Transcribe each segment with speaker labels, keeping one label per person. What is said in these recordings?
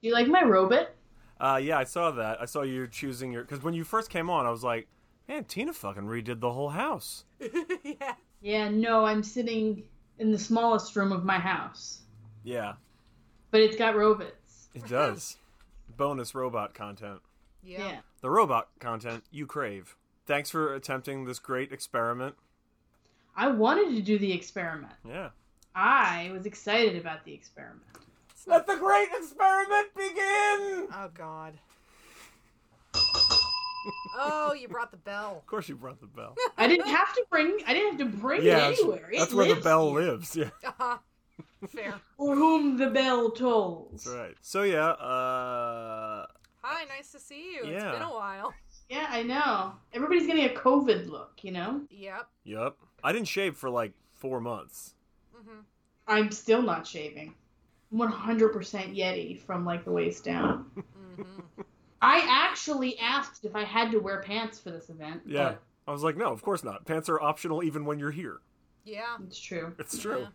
Speaker 1: You like my robot?
Speaker 2: Uh, yeah, I saw that. I saw you choosing your because when you first came on, I was like, man, Tina fucking redid the whole house.
Speaker 3: yeah.
Speaker 1: Yeah, no, I'm sitting in the smallest room of my house,
Speaker 2: Yeah,
Speaker 1: but it's got robots.
Speaker 2: it does. Bonus robot content.
Speaker 3: Yeah.
Speaker 1: yeah.
Speaker 2: The robot content you crave. Thanks for attempting this great experiment.
Speaker 1: I wanted to do the experiment.
Speaker 2: Yeah.
Speaker 1: I was excited about the experiment.
Speaker 2: Let the great experiment begin!
Speaker 3: Oh God. oh, you brought the bell.
Speaker 2: Of course, you brought the bell.
Speaker 1: I didn't have to bring. I didn't have to bring it
Speaker 2: that's-
Speaker 1: anywhere. It
Speaker 2: that's where the
Speaker 1: lives
Speaker 2: bell
Speaker 1: here.
Speaker 2: lives. Yeah,
Speaker 3: Uh-huh. Fair.
Speaker 1: For whom the bell tolls.
Speaker 2: that's right. So yeah, uh,
Speaker 3: Hi, nice to see you.
Speaker 2: Yeah.
Speaker 3: It's been a while.
Speaker 1: Yeah, I know. Everybody's getting a COVID look. You know,
Speaker 3: Yep.
Speaker 2: yep. I didn't shave for like four months.
Speaker 3: hmm
Speaker 1: I'm still not shaving. I'm 100% Yeti from like the waist down.
Speaker 3: hmm
Speaker 1: I actually asked if I had to wear pants for this event.
Speaker 2: Yeah, I was like, no, of course not. Pants are optional even when you're here.
Speaker 3: Yeah.
Speaker 1: but it's true.
Speaker 2: It's true.
Speaker 3: Yeah.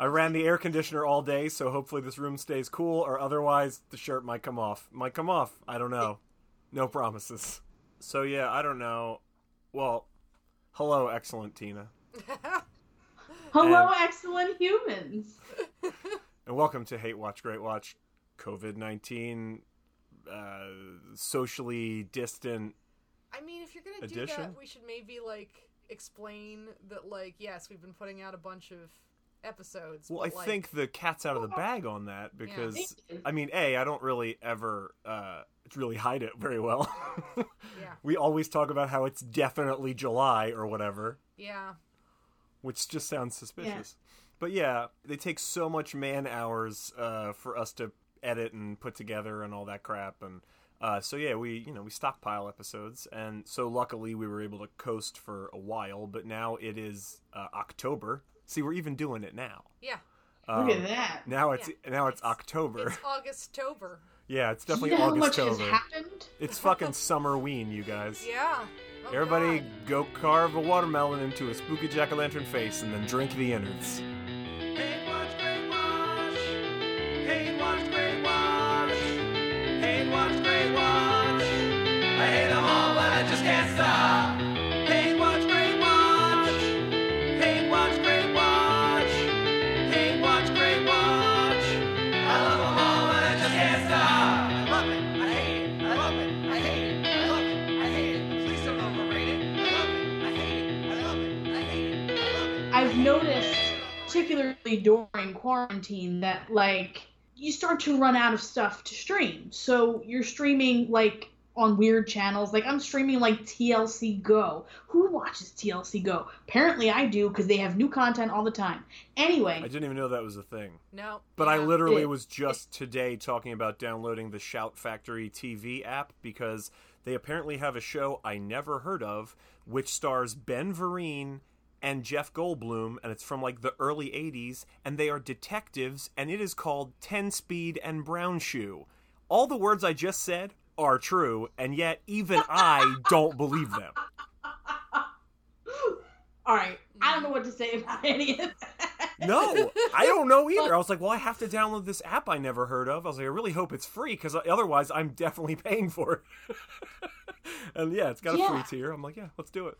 Speaker 2: I ran the air conditioner all day, so hopefully this room stays cool, or otherwise the shirt might come off. Might come off. I don't know. No promises. So yeah, I don't know. Well, hello, excellent Tina,
Speaker 1: Hello,
Speaker 2: And-
Speaker 1: excellent humans.
Speaker 2: and welcome to Hate Watch Great Watch, COVID nineteen, uh, socially distant.
Speaker 3: I mean, if you're gonna do
Speaker 2: Addition?
Speaker 3: that, we should maybe like explain that, like, yes, we've been putting out a bunch of episodes.
Speaker 2: Well, I
Speaker 3: but, like,
Speaker 2: think the cat's out of the bag on that because I mean, a I don't really ever uh, really hide it very well.
Speaker 3: Yeah.
Speaker 2: we always talk about how it's definitely July or whatever.
Speaker 3: Yeah.
Speaker 2: which just sounds suspicious. But yeah, they take so much man hours uh, for us to edit and put together and all that crap, and uh, so yeah, we you know we stockpile episodes, and so luckily we were able to coast for a while. But now it is uh, October. See, we're even doing it now.
Speaker 3: Yeah.
Speaker 2: Um,
Speaker 1: Look at that.
Speaker 2: Now it's now it's,
Speaker 3: It's-
Speaker 2: October.
Speaker 3: It's August-tober.
Speaker 2: yeah, it's
Speaker 1: Do
Speaker 2: definitely
Speaker 1: you know how much has
Speaker 2: August over.
Speaker 1: happened?
Speaker 2: It's fucking summerween, you guys.
Speaker 3: Yeah. Oh,
Speaker 2: Everybody,
Speaker 3: God.
Speaker 2: go carve a watermelon into a spooky jack o' lantern face, and then drink the innards.
Speaker 4: Hate watch, great watch. Hate watch, great watch. Hate watch, great watch. I hate 'em all, but I just can't stop. Hate watch, great watch. Hate watch, great watch. Hate watch, great watch. I love 'em all, but I just can't stop. I love it. I hate it. I love it. I hate it. I love it. I hate it. Please don't overrate it. I love it. I hate it. I love it. I hate it. I love it.
Speaker 1: I've noticed, particularly during quarantine, that like you start to run out of stuff to stream. So you're streaming like on weird channels. Like I'm streaming like TLC Go. Who watches TLC Go? Apparently I do because they have new content all the time.
Speaker 2: I
Speaker 1: Anyway,
Speaker 2: didn't even know that was a thing.
Speaker 3: No.
Speaker 2: But I
Speaker 3: Yeah.
Speaker 2: literally
Speaker 1: It-
Speaker 2: was just today talking about downloading the Shout Factory TV app because they apparently have a show I never heard of, which stars Ben Vereen and Jeff Goldblum, and it's from like the early 80s, and they are detectives, and it is called 10 Speed and Brown Shoe. All the words I just said are true, and yet even I don't believe them.
Speaker 1: all right. I don't know what to say about any of that.
Speaker 2: No, I don't know either. I was like, well, I have to download this app I never heard of. I was like, I really hope it's free because otherwise I'm definitely paying for it. and yeah, it's got a free
Speaker 1: Yeah.
Speaker 2: tier. I'm like, yeah, let's do it.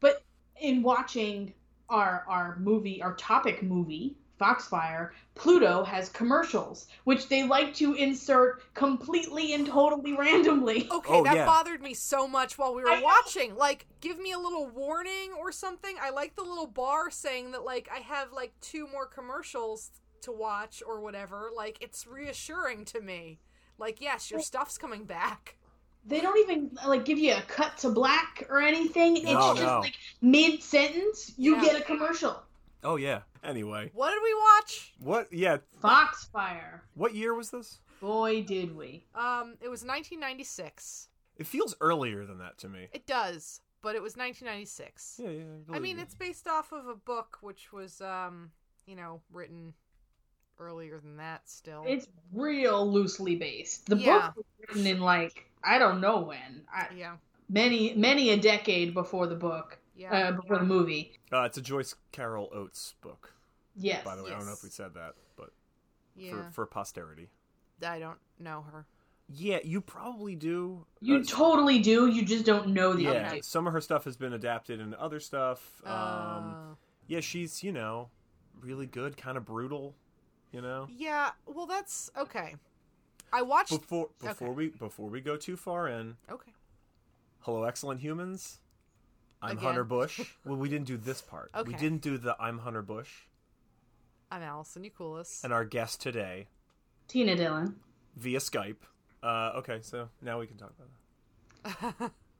Speaker 1: But in watching our our movie, our topic movie, Foxfire, Pluto has commercials, which they like to insert completely and totally randomly.
Speaker 3: Okay,
Speaker 2: Oh,
Speaker 3: that
Speaker 2: yeah.
Speaker 3: bothered me so much while we were
Speaker 1: I know.
Speaker 3: watching. Like, give me a little warning or something. I like the little bar saying that, like, I have like two more commercials to watch or whatever. Like, it's reassuring to me. Like, yes, your stuff's coming back.
Speaker 1: They don't even like give you a cut to black or anything. It's
Speaker 2: No,
Speaker 1: just
Speaker 2: no.
Speaker 1: like mid sentence, you
Speaker 3: Yeah.
Speaker 1: get a commercial.
Speaker 2: Oh yeah. Anyway,
Speaker 3: What did we watch?
Speaker 2: what? Yeah,
Speaker 1: Foxfire,
Speaker 2: what year was this?
Speaker 1: boy, did we!
Speaker 3: Um, it was 1996.
Speaker 2: It feels earlier than that to me.
Speaker 3: It does, but it was 1996.
Speaker 2: Yeah, yeah.
Speaker 3: I
Speaker 2: believe
Speaker 3: mean,
Speaker 2: you.
Speaker 3: it's based off of a book which was, um, you know, written earlier than that. Still,
Speaker 1: It's real loosely based. The
Speaker 3: Yeah.
Speaker 1: book was written in like I don't know when, I,
Speaker 3: yeah,
Speaker 1: many many a decade before the book,
Speaker 3: yeah.
Speaker 1: uh, before the movie.
Speaker 2: uh, it's a Joyce Carol Oates book,
Speaker 1: Yes.
Speaker 2: by the way. I don't know if
Speaker 3: Yes.
Speaker 2: we said that, but
Speaker 3: yeah.
Speaker 2: for, for posterity.
Speaker 3: I don't know her.
Speaker 2: Yeah, you probably do.
Speaker 1: You
Speaker 2: Uh,
Speaker 1: totally do. You just don't know the
Speaker 2: yeah,
Speaker 1: other.
Speaker 2: some of her stuff has been adapted into other stuff. Um,
Speaker 3: Uh,
Speaker 2: yeah, she's you know really good, kind of brutal. You know,
Speaker 3: yeah. Well, that's okay. I watched.
Speaker 2: before before
Speaker 3: okay.
Speaker 2: we before we go too far in,
Speaker 3: Okay.
Speaker 2: hello, excellent humans. I'm
Speaker 3: Again.
Speaker 2: Hunter Bush. Well, we didn't do this part. We
Speaker 3: Okay.
Speaker 2: didn't do the I'm Hunter Bush.
Speaker 3: I'm Allison Eucoolis.
Speaker 2: And our guest today
Speaker 1: Tina Dillon.
Speaker 2: via Skype. Uh, okay, so now we can talk about that.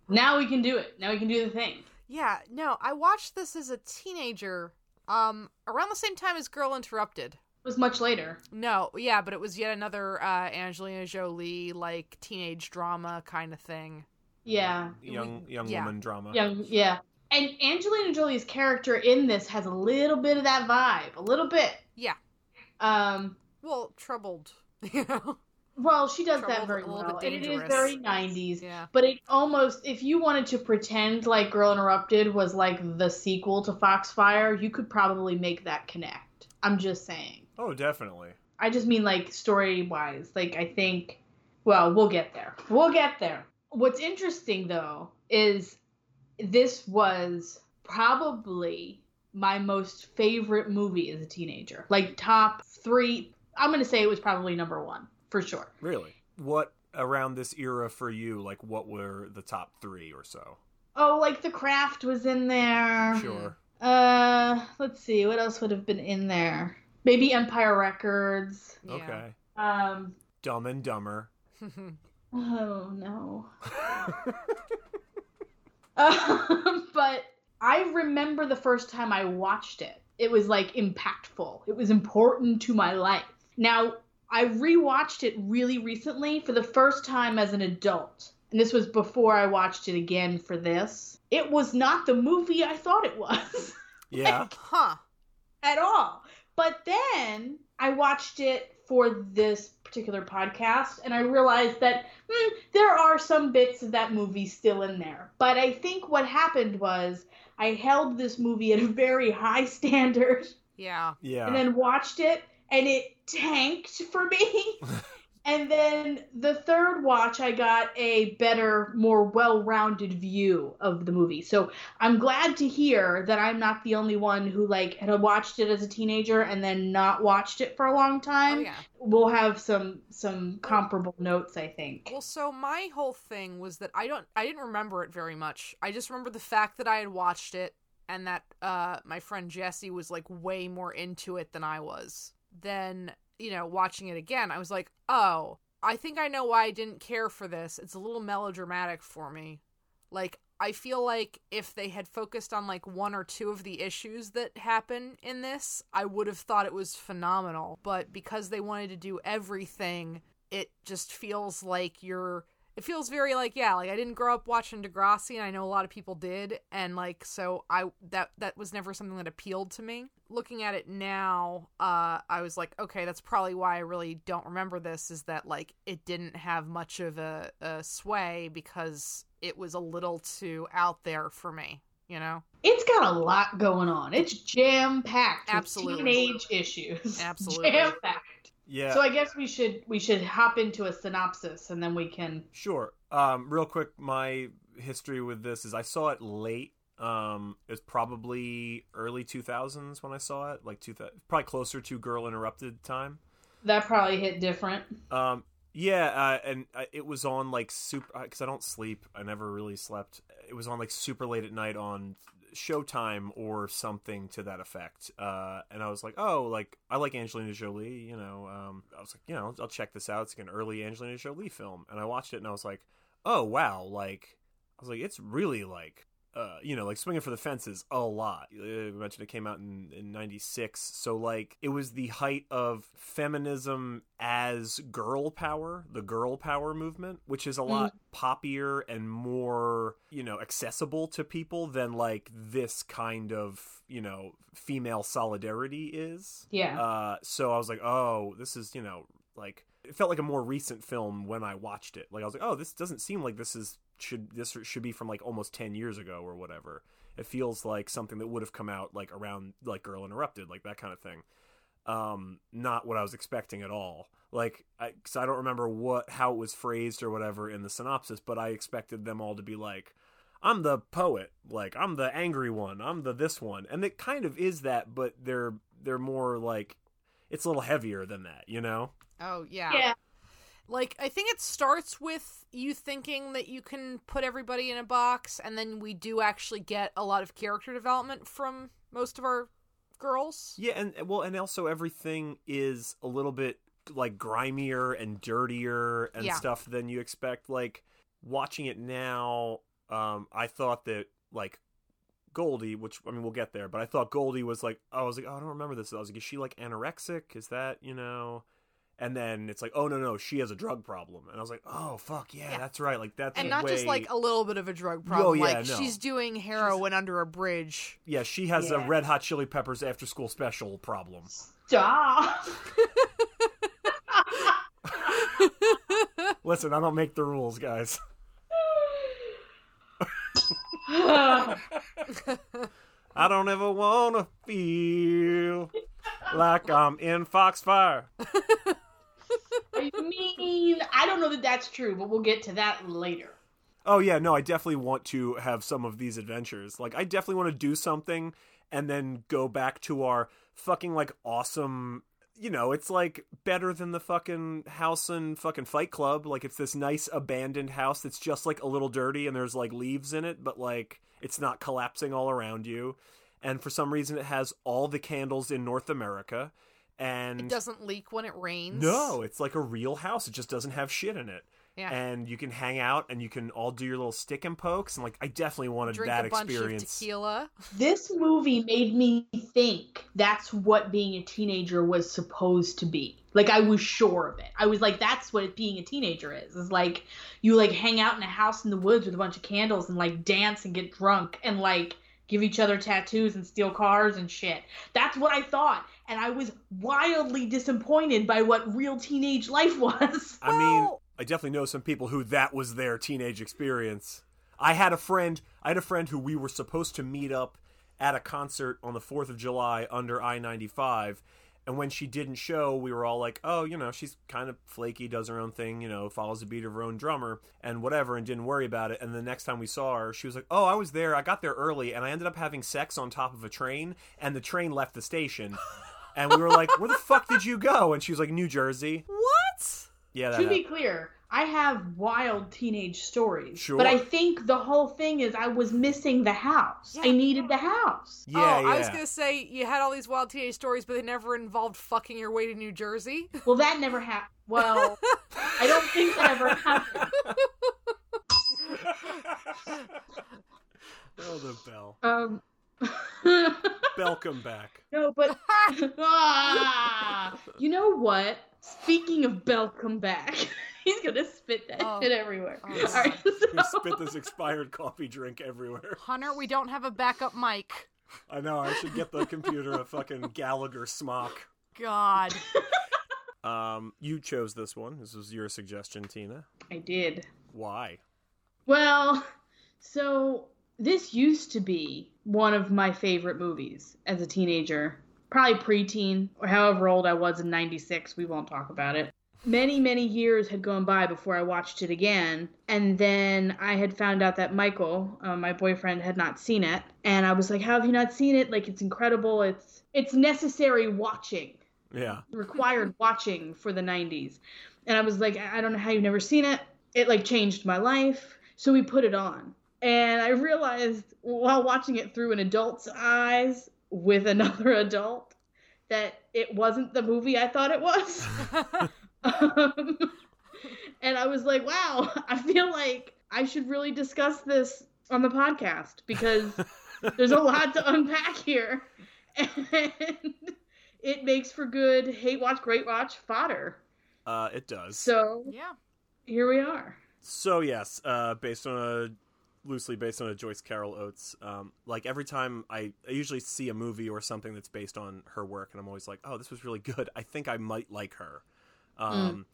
Speaker 1: Now we can do it. Now we can do the thing.
Speaker 3: Yeah, no, I watched this as a teenager, um, around the same time as Girl Interrupted.
Speaker 1: It was much later.
Speaker 3: No, yeah, but it was yet another uh, Angelina Jolie like teenage drama kind of thing.
Speaker 1: Yeah.
Speaker 2: Young young
Speaker 3: yeah.
Speaker 2: woman drama.
Speaker 1: Young. Yeah. And Angelina Jolie's character in this has a little bit of that vibe. A little bit.
Speaker 3: Yeah,
Speaker 1: Um.
Speaker 3: well, troubled, you know.
Speaker 1: Well, she does
Speaker 3: Trouble's
Speaker 1: that very
Speaker 3: a little bit
Speaker 1: well, and it is
Speaker 3: dangerous.
Speaker 1: very '90s.
Speaker 3: Yeah,
Speaker 1: But it almost, if you wanted to pretend like Girl Interrupted was like the sequel to Foxfire, you could probably make that connect. I'm just saying.
Speaker 2: Oh, definitely.
Speaker 1: I just mean like story wise. Like I think, well, we'll get there. We'll get there. What's interesting though is this was probably my most favorite movie as a teenager. Like top three. I'm gonna say it was probably number one for sure.
Speaker 2: Really. What around this era for you, like what were the top three or so?
Speaker 1: Oh, like The Craft was in
Speaker 3: Mm-hmm.
Speaker 1: there.
Speaker 2: Sure.
Speaker 1: Uh, let's see. What else would have been in there? Maybe Empire Records.
Speaker 3: yeah.
Speaker 2: Okay.
Speaker 1: Um.
Speaker 2: Dumb and Dumber.
Speaker 1: Oh no. Um, but I remember the first time I watched it. It was like impactful. It was important to my life. Now, I rewatched it really recently for the first time as an adult. And this was before I watched it again for this. It was not the movie I thought it was.
Speaker 2: yeah.
Speaker 3: huh?
Speaker 1: at all. But then I watched it for this particular podcast and I realized that hmm, there are some bits of that movie still in there. But I think what happened was I held this movie at a very high standard
Speaker 3: Yeah,
Speaker 2: Yeah.
Speaker 1: and then watched it and it tanked for me. and then the third watch I got a better, more well-rounded view of the movie. So I'm glad to hear that I'm not the only one who like had watched it as a teenager and then not watched it for a long time.
Speaker 3: oh yeah.
Speaker 1: We'll have some some comparable notes, I think.
Speaker 3: Well, so my whole thing was that I don't, I didn't remember it very much. I just remember the fact that I had watched it and that uh, my friend Jesse was like way more into it than I was. Then you know, watching it again, I was like, oh, I think I know why I didn't care for this. It's a little melodramatic for me. Like I feel like if they had focused on like one or two of the issues that happen in this, I would have thought it was phenomenal. But because they wanted to do everything it just feels like you're it feels very like yeah like i didn't grow up watching degrassi and i know a lot of people did and like so i that that was never something that appealed to me looking at it now uh i was like okay that's probably why i really don't remember this is that like it didn't have much of a, a sway because it was a little too out there for me you know
Speaker 1: It's got a lot going on. It's jam-packed with
Speaker 3: Absolutely.
Speaker 1: teenage issues.
Speaker 3: Absolutely.
Speaker 1: Jam-packed.
Speaker 2: yeah.
Speaker 1: So I guess we should we should hop into a synopsis and then we can
Speaker 2: Sure. Um, real quick, my history with this is I saw it late. Um, it was probably early 2000s when I saw it, like two, probably closer to Girl Interrupted time.
Speaker 1: that probably hit different.
Speaker 2: Um, yeah, uh, and uh, it was on like super because I don't sleep. I never really slept. It was on like super late at night on Showtime or something to that effect. Uh, and I was like, oh, like I like Angelina Jolie. You know, um, I was like, you know, I'll check this out. It's like an early Angelina Jolie film, and I watched it, and I was like, oh wow, like I was like, it's really like. Uh, you know, like swinging for the fences a lot. Uh, we mentioned it came out in in '96, so like it was the height of feminism as girl power, the girl power movement, which is a lot poppier and more you know accessible to people than like this kind of you know female solidarity is.
Speaker 1: Yeah.
Speaker 2: Uh, so I was like, oh, this is you know like it felt like a more recent film when I watched it. Like I was like, oh, this doesn't seem like this is should this should be from like almost ten years ago or whatever. It feels like something that would have come out like around like Girl Interrupted, like that kind of thing. Um, not what I was expecting at all. like because I, don't remember what how it was phrased or whatever in the synopsis but i expected them all to be like i'm the poet like i'm the angry one i'm the this one and it kind of is that but they're they're more like it's a little heavier than that you know
Speaker 5: Oh
Speaker 1: Yeah.
Speaker 5: like i think it starts with you thinking that you can put everybody in a box and then we do actually get a lot of character development from most of our girls
Speaker 2: yeah and well and also everything is a little bit like grimier and dirtier and
Speaker 5: Yeah.
Speaker 2: stuff than you expect like watching it now um i thought that like goldie which i mean we'll get there but i thought goldie was like i was like oh, i don't remember this i was like is she like anorexic is that you know and then it's like oh no no she has a drug problem and i was like oh fuck yeah,
Speaker 5: Yeah.
Speaker 2: that's right like that's
Speaker 5: and
Speaker 2: a
Speaker 5: not just
Speaker 2: way-
Speaker 5: like a little bit of a drug problem
Speaker 2: Oh, yeah,
Speaker 5: like
Speaker 2: no.
Speaker 5: she's doing heroin under a bridge
Speaker 2: yeah she has
Speaker 1: Yeah.
Speaker 2: a red hot chili peppers after school special problem
Speaker 1: Stop.
Speaker 2: listen i don't make the rules guys I don't ever wanna feel like I'm in Foxfire.
Speaker 1: I mean, I don't know that that's true, but we'll get to that later.
Speaker 2: Oh yeah, no, I definitely want to have some of these adventures. Like I definitely want to do something and then go back to our fucking like awesome you know, it's like better than the fucking house in fucking Fight Club. Like it's this nice abandoned house that's just like a little dirty and there's like leaves in it, but like it's not collapsing all around you. And for some reason it has all the candles in North America and
Speaker 5: it doesn't leak when it rains
Speaker 2: Mm. No, it's like a real house. It just doesn't have shit in it.
Speaker 5: Yeah.
Speaker 2: And you can hang out and you can all do your little stick and pokes and like I definitely wanted
Speaker 5: drink
Speaker 2: that
Speaker 5: a bunch of
Speaker 2: experience.
Speaker 5: tequila
Speaker 1: This movie made me think that's what being a teenager was supposed to be. Like I was sure of it. I was like, that's what being a teenager is. Is like you like hang out in a house in the woods with a bunch of candles and like dance and get drunk and like give each other tattoos and steal cars and shit. That's what I thought. And I was wildly disappointed by what real teenage life was.
Speaker 2: I mean,
Speaker 5: Well-
Speaker 2: I definitely know some people who that was their teenage experience. I had a friend, I had a friend who we were supposed to meet up at a concert on the 4th of July under I-95 and when she didn't show, we were all like, "Oh, you know, she's kind of flaky, does her own thing, you know, follows the beat of her own drummer and whatever and didn't worry about it." And the next time we saw her, she was like, "Oh, I was there. I got there early and I ended up having sex on top of a train and the train left the station." And we were like, "Where the fuck did you go?" And she was like, "New Jersey."
Speaker 5: what
Speaker 2: Yeah, that
Speaker 1: to be
Speaker 2: happened.
Speaker 1: clear, I have wild teenage stories.
Speaker 2: Sure.
Speaker 1: But I think the whole thing is I was missing the house.
Speaker 5: Yeah.
Speaker 1: I needed the house.
Speaker 2: Yeah,
Speaker 5: oh
Speaker 2: yeah.
Speaker 5: i was gonna say you had all these wild teenage stories but they never involved fucking your way to new jersey
Speaker 1: Well, that never happened. Well, I don't think that ever happened.
Speaker 2: oh, the bell.
Speaker 1: Um,
Speaker 2: Bell, come back.
Speaker 1: no, but Ah! you know what? Speaking of Bell, come back. He's gonna spit that
Speaker 5: Oh.
Speaker 1: shit everywhere.
Speaker 5: Oh,
Speaker 1: All
Speaker 5: God.
Speaker 1: right,
Speaker 2: Who
Speaker 1: so-
Speaker 2: spit this expired coffee drink everywhere?
Speaker 5: hunter we don't have a backup mic
Speaker 2: I know. I should get the computer a fucking Gallagher smock.
Speaker 5: god
Speaker 2: Um, you chose this one. This was your suggestion, Tina.
Speaker 1: I did.
Speaker 2: Why?
Speaker 1: Well, so this used to be one of my favorite movies as a teenager, probably preteen or however old I was in 96. We won't talk about it. Many, many years had gone by before I watched it again. And then I had found out that Michael, uh, my boyfriend, had not seen it. And I was like, How have you not seen it? Like, it's incredible. It's, it's necessary watching
Speaker 2: Yeah.
Speaker 1: required watching for the 90s. And I was like, I I don't know how you've never seen it. It like changed my life. So we put it on. And I realized while watching it through an adult's eyes with another adult that it wasn't the movie I thought it was. um, and I was like, wow, I feel like I should really discuss this on the podcast because there's a lot to unpack here. And it makes for good hate watch, great watch fodder.
Speaker 2: Uh, it does.
Speaker 1: So
Speaker 5: yeah
Speaker 1: here we are.
Speaker 2: So yes, uh, based on a loosely based on a Joyce Carol Oates. Um, like every time I, I usually see a movie or something that's based on her work, and I'm always like, oh, this was really good. I think I might like her. Um,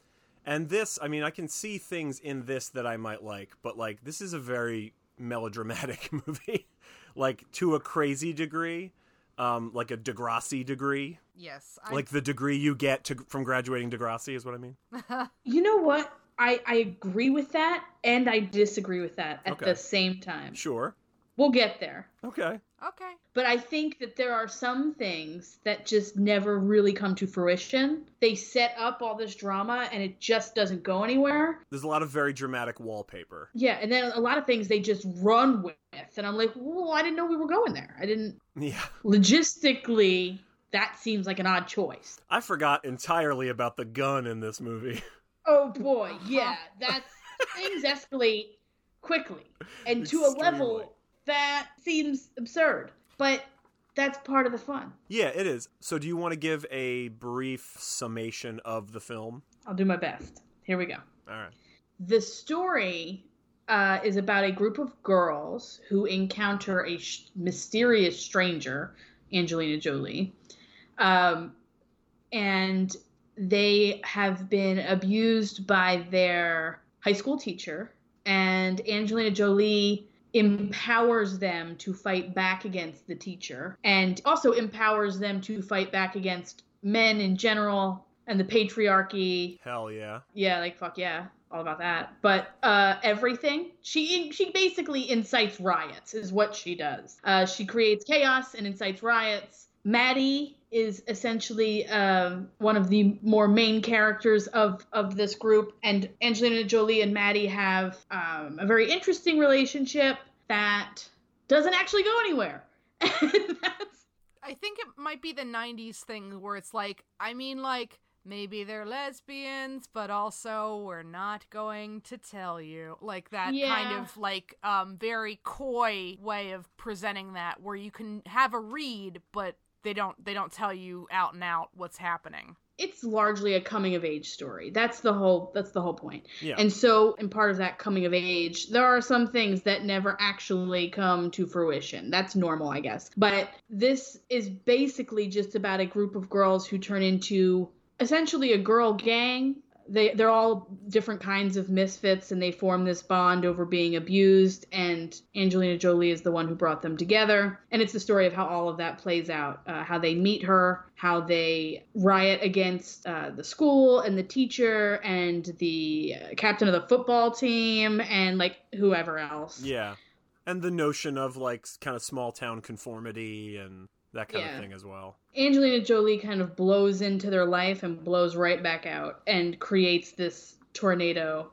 Speaker 2: And this, I mean, I can see things in this that I might like, but like this is a very melodramatic movie, like to a crazy degree, um, like a Degrassi degree.
Speaker 3: Yes. I,
Speaker 2: Like the degree you get to, from graduating Degrassi is what I mean.
Speaker 1: You know what? I, I agree with that and I disagree with that at
Speaker 2: Okay.
Speaker 1: the same time.
Speaker 2: Sure.
Speaker 1: We'll get there.
Speaker 2: Okay.
Speaker 3: okay.
Speaker 1: But I think that there are some things that just never really come to fruition. They set up all this drama and it just doesn't go anywhere.
Speaker 2: There's a lot of very dramatic wallpaper.
Speaker 1: Yeah, and then a lot of things they just run with. And I'm like, well, I didn't know we were going there. I didn't.
Speaker 2: Yeah.
Speaker 1: Logistically, that seems like an odd choice.
Speaker 2: I forgot entirely about the gun in this movie.
Speaker 1: Oh boy, yeah, that's. things escalate quickly and to a
Speaker 2: Extremely.
Speaker 1: level that seems absurd. But that's part of the fun.
Speaker 2: yeah, it is. So, do you want to give a brief summation of the film?
Speaker 1: I'll do my best. Here we go.
Speaker 2: All right.
Speaker 1: the story uh, is about a group of girls who encounter a sh- mysterious stranger, Angelina Jolie, um, and they have been abused by their high school teacher. And Angelina Jolie empowers them to fight back against the teacher and also empowers them to fight back against men in general and the patriarchy
Speaker 2: Hell yeah.
Speaker 1: yeah, like fuck yeah, all about that. But uh, everything she she basically incites riots is what she does. Uh, she creates chaos and incites riots. Maddie is essentially um, one of the more main characters of of this group, and Angelina Jolie and Maddie have um, a very interesting relationship that doesn't actually go anywhere. And that's-
Speaker 3: I think it might be the 90s thing where it's like, I mean, like, maybe they're lesbians, but also we're not going to tell you. Like that kind
Speaker 1: Yeah.
Speaker 3: of like um very coy way of presenting that where you can have a read but they don't they don't tell you out and out what's happening.
Speaker 1: it's largely a coming of age story. That's the whole that's the whole point.
Speaker 2: Yeah.
Speaker 1: And so, in part of that coming of age, there are some things that never actually come to fruition. That's normal, I guess. But this is basically just about a group of girls who turn into essentially a girl gang. They, they're all different kinds of misfits and they form this bond over being abused and angelina jolie is the one who brought them together and it's the story of how all of that plays out uh, how they meet her how they riot against uh, the school and the teacher and the uh, captain of the football team and like whoever else
Speaker 2: Yeah. And the notion of like kind of small town conformity and that kind of
Speaker 1: Yeah.
Speaker 2: thing as well.
Speaker 1: Angelina Jolie kind of blows into their life and blows right back out and creates this tornado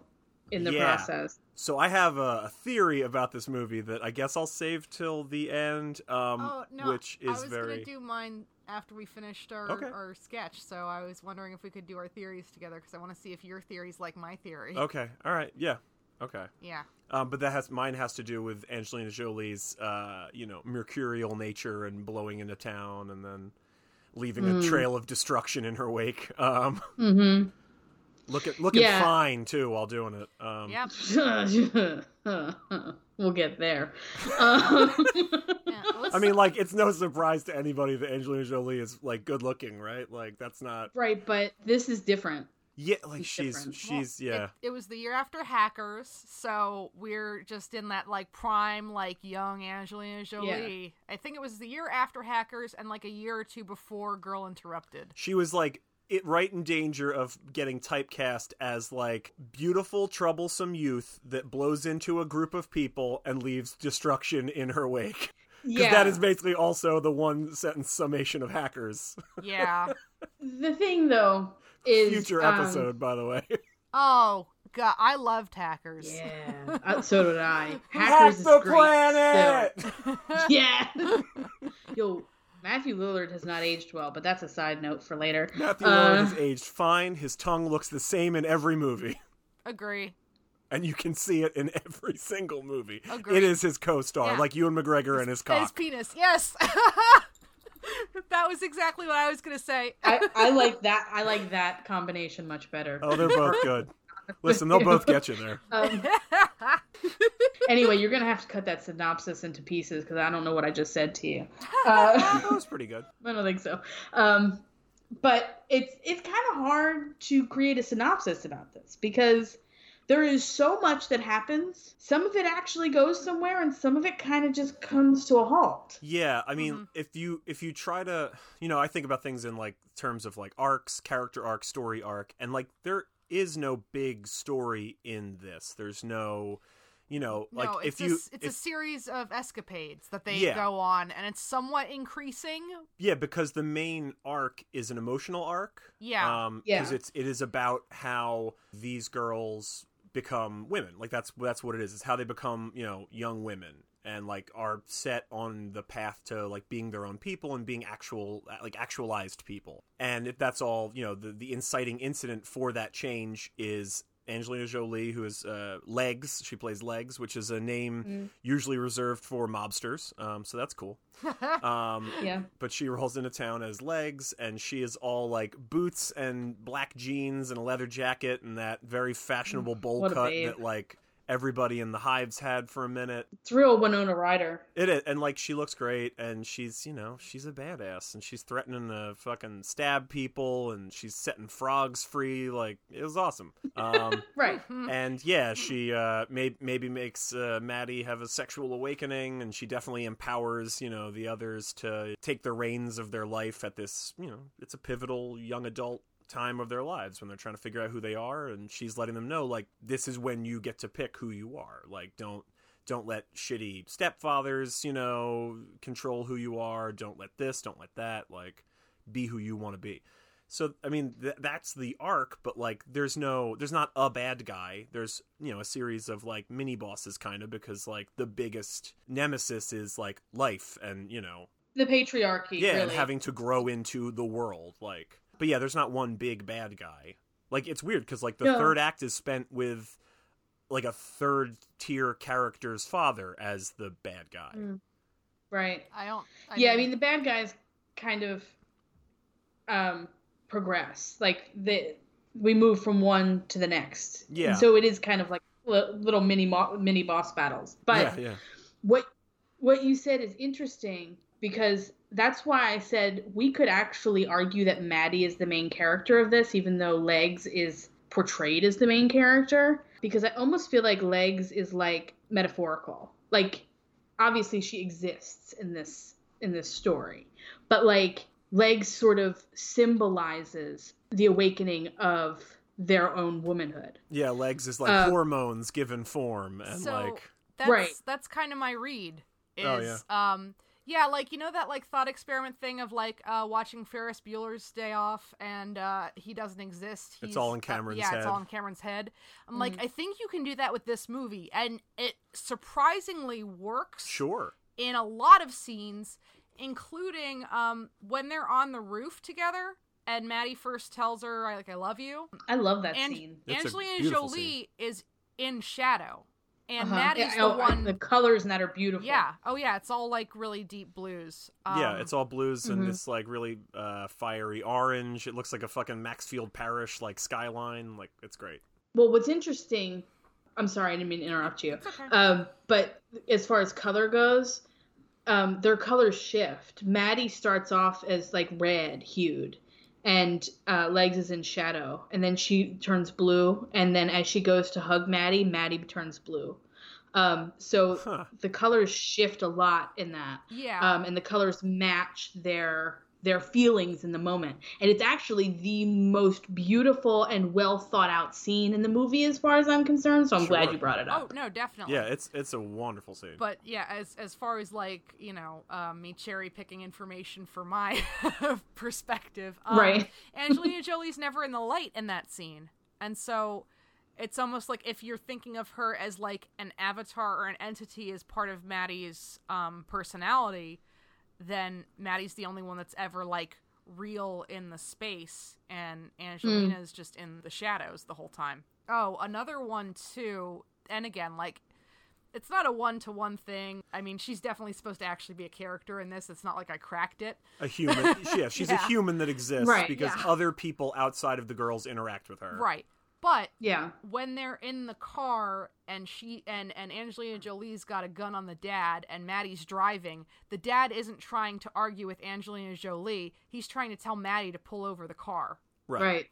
Speaker 1: in the
Speaker 2: Yeah.
Speaker 1: process.
Speaker 2: So I have a, a theory about this movie that I guess I'll save till the end, um, which is
Speaker 3: Oh, I was
Speaker 2: very
Speaker 3: gonna do mine after we finished our,
Speaker 2: Okay.
Speaker 3: our sketch, so I was wondering if we could do our theories together because I want to see if your theory's like my theory.
Speaker 2: okay. All right, yeah, okay.
Speaker 3: Yeah.
Speaker 2: Um, but that has mine has to do with Angelina Jolie's, uh, you know, mercurial nature and blowing into town and then leaving a
Speaker 1: Mm.
Speaker 2: trail of destruction in her wake. Um,
Speaker 1: Mm-hmm.
Speaker 2: look at looking
Speaker 1: Yeah.
Speaker 2: fine too while doing it. Um,
Speaker 3: Yep.
Speaker 1: we'll get there. Um,
Speaker 3: Yeah, let's-
Speaker 2: I mean, like it's no surprise to anybody that Angelina Jolie is like good looking, right? Like that's not
Speaker 1: right, but this is different.
Speaker 2: yeah, like
Speaker 1: It's
Speaker 2: she's
Speaker 1: different.
Speaker 2: she's
Speaker 3: Well,
Speaker 2: yeah.
Speaker 3: It, it was the year after Hackers, so we're just in that like prime, like young Angelina Jolie. I think it was the year after Hackers and like a year or two before Girl Interrupted.
Speaker 2: she was like it right in danger of getting typecast as like beautiful troublesome youth that blows into a group of people and leaves destruction in her wake because
Speaker 1: Yeah,
Speaker 2: that is basically also the one sentence summation of hackers
Speaker 3: Yeah.
Speaker 1: the thing though is
Speaker 2: future
Speaker 1: um,
Speaker 2: episode by the way
Speaker 3: oh God, I loved Hackers.
Speaker 1: Yeah, uh, so did I. Hackers is great, so- yeah. Yo, Matthew Lillard has not aged well, but that's a side note for later.
Speaker 2: matthew
Speaker 1: Uh,
Speaker 2: lillard is aged fine his tongue looks the same in every movie
Speaker 3: Agree.
Speaker 2: and you can see it in every single movie
Speaker 3: Agreed.
Speaker 2: it is his co-star
Speaker 3: Yeah.
Speaker 2: like ewan mcgregor and his cock
Speaker 3: His penis. Yes. that was exactly what I was gonna say.
Speaker 1: I, I like that. I like that combination much better.
Speaker 2: oh they're both good listen they'll both get you there
Speaker 1: Um, anyway, you're gonna have to cut that synopsis into pieces because I don't know what I just said to you. Uh,
Speaker 2: that was pretty good
Speaker 1: I don't think so. Um, but it's it's kind of hard to create a synopsis about this because There is so much that happens. Some of it actually goes somewhere, and some of it kind of just comes to a halt.
Speaker 2: Yeah, I mean,
Speaker 3: Mhm.
Speaker 2: if you if you try to, you know, I think about things in like terms of like arcs, character arc, story arc, and like there is no big story in this. There's no, you know, like
Speaker 3: no,
Speaker 2: if
Speaker 3: it's a,
Speaker 2: you,
Speaker 3: s- it's a
Speaker 2: if,
Speaker 3: series of escapades that they
Speaker 2: Yeah.
Speaker 3: go on, and it's somewhat increasing.
Speaker 2: yeah, because the main arc is an emotional arc.
Speaker 3: Yeah.
Speaker 2: um,
Speaker 1: Yeah.
Speaker 2: because it's it is about how these girls become women. Like that's that's what it is. It's how they become you know young women and like are set on the path to like being their own people and being actual like actualized people. And if that's all you know, the the inciting incident for that change is. Angelina Jolie, who is uh, Legs, she plays Legs, which is a name usually reserved for mobsters. Um, so that's cool. Um,
Speaker 1: Yeah.
Speaker 2: but she rolls into town as legs and she is all like boots and black jeans and a leather jacket and that very fashionable bowl
Speaker 1: what a
Speaker 2: cut
Speaker 1: babe.
Speaker 2: that like everybody in the hives had for a minute
Speaker 1: It's real Winona Ryder.
Speaker 2: it is, and like she looks great and she's you know she's a badass and she's threatening to fucking stab people and she's setting frogs free like it was awesome um
Speaker 1: Right.
Speaker 3: Mhm.
Speaker 2: and yeah, she uh, may- maybe makes uh, Maddie have a sexual awakening, and she definitely empowers you know the others to take the reins of their life at this you know it's a pivotal young adult time of their lives when they're trying to figure out who they are, and she's letting them know like this is when you get to pick who you are. Like don't don't let shitty stepfathers you know control who you are. Don't let this. Don't let that. Like be who you want to be. So I mean th- that's the arc, but like there's no there's not a bad guy. There's you know a series of like mini bosses kind of because like the biggest nemesis is like life and you know
Speaker 1: The patriarchy.
Speaker 2: yeah and
Speaker 1: really.
Speaker 2: having to grow into the world like but yeah there's not one big bad guy. Like it's weird because like the
Speaker 1: No.
Speaker 2: third act is spent with like a third tier character's father as the bad guy.
Speaker 1: Mm. right.
Speaker 3: I don't. I
Speaker 1: yeah,
Speaker 3: mean,
Speaker 1: I mean the bad guys kind of um progress. Like the we move from one to the next. And
Speaker 2: Yeah.
Speaker 1: so it is kind of like li- little mini mo- mini boss battles. But
Speaker 2: yeah, yeah.
Speaker 1: what what you said is interesting because that's why I said we could actually argue that Maddie is the main character of this, even though Legs is portrayed as the main character. Because I almost feel like Legs is like metaphorical. Like obviously she exists in this in this story. But like Legs sort of symbolizes the awakening of their own womanhood.
Speaker 2: Yeah, legs is like
Speaker 1: Uh,
Speaker 2: hormones given form and
Speaker 3: so
Speaker 2: like
Speaker 3: that's
Speaker 1: Right.
Speaker 3: that's kind of my read. Is,
Speaker 2: Oh,
Speaker 3: Um. Yeah, like you know that like thought experiment thing of like uh, watching Ferris Bueller's Day Off and uh, he doesn't exist.
Speaker 2: It's
Speaker 3: He's-
Speaker 2: all in
Speaker 3: uh,
Speaker 2: Cameron's
Speaker 3: yeah, it's all
Speaker 2: head.
Speaker 3: in Cameron's head. I'm
Speaker 1: Mm.
Speaker 3: like, I think you can do that with this movie, and it surprisingly works.
Speaker 2: sure.
Speaker 3: in a lot of scenes, including um, when they're on the roof together and Maddie first tells her, I, like, I love you.
Speaker 1: I love that
Speaker 3: And
Speaker 1: scene.
Speaker 2: It's a
Speaker 3: Angelina
Speaker 2: beautiful
Speaker 3: Jolie is in shadow. And
Speaker 1: Uh-huh.
Speaker 3: Maddie's
Speaker 1: Yeah,
Speaker 3: the
Speaker 1: oh,
Speaker 3: one.
Speaker 1: The colors in that are beautiful.
Speaker 3: yeah. Oh, yeah. It's all like really deep blues. Um,
Speaker 2: yeah, it's all blues and
Speaker 1: mhm.
Speaker 2: this like really uh, fiery orange. It looks like a fucking Maxfield Parish like skyline. Like it's great.
Speaker 1: Well, what's interesting, I'm sorry, I didn't mean to interrupt you.
Speaker 3: It's okay.
Speaker 1: Um, but as far as color goes, um, their colors shift. Maddie starts off as like red hued, and uh, Legs is in shadow, and then she turns blue, and then as she goes to hug Maddie, Maddie turns blue. Um, so
Speaker 2: Huh.
Speaker 1: the colors shift a lot in that
Speaker 3: yeah.
Speaker 1: um, and the colors match their their feelings in the moment and it's actually the most beautiful and well thought out scene in the movie as far as i'm concerned so i'm glad
Speaker 2: Sure.
Speaker 1: you brought it
Speaker 3: oh,
Speaker 1: up
Speaker 3: no, definitely.
Speaker 2: Yeah, it's it's a wonderful scene.
Speaker 3: But yeah, as as far as like you know, um, me cherry picking information for my perspective, um,
Speaker 1: Right.
Speaker 3: Angelina Jolie's never in the light in that scene, and so it's almost like if you're thinking of her as like an avatar or an entity as part of Maddie's um, personality, then Maddie's the only one that's ever like real in the space, and Angelina's just in the shadows the whole time. Oh, another one too, and again, like it's not a one to one thing. I mean, she's definitely supposed to actually be a character in this. It's not like I cracked it.
Speaker 2: a human. yeah, she's
Speaker 3: Yeah.
Speaker 2: a human that exists
Speaker 1: Right,
Speaker 2: because
Speaker 3: yeah.
Speaker 2: other people outside of the girls interact with her.
Speaker 3: Right. But
Speaker 1: yeah
Speaker 3: when they're in the car and she and and Angelina Jolie's got a gun on the dad and Maddie's driving, the dad isn't trying to argue with Angelina Jolie. He's trying to tell Maddie to pull over the car.
Speaker 1: right,
Speaker 2: Right.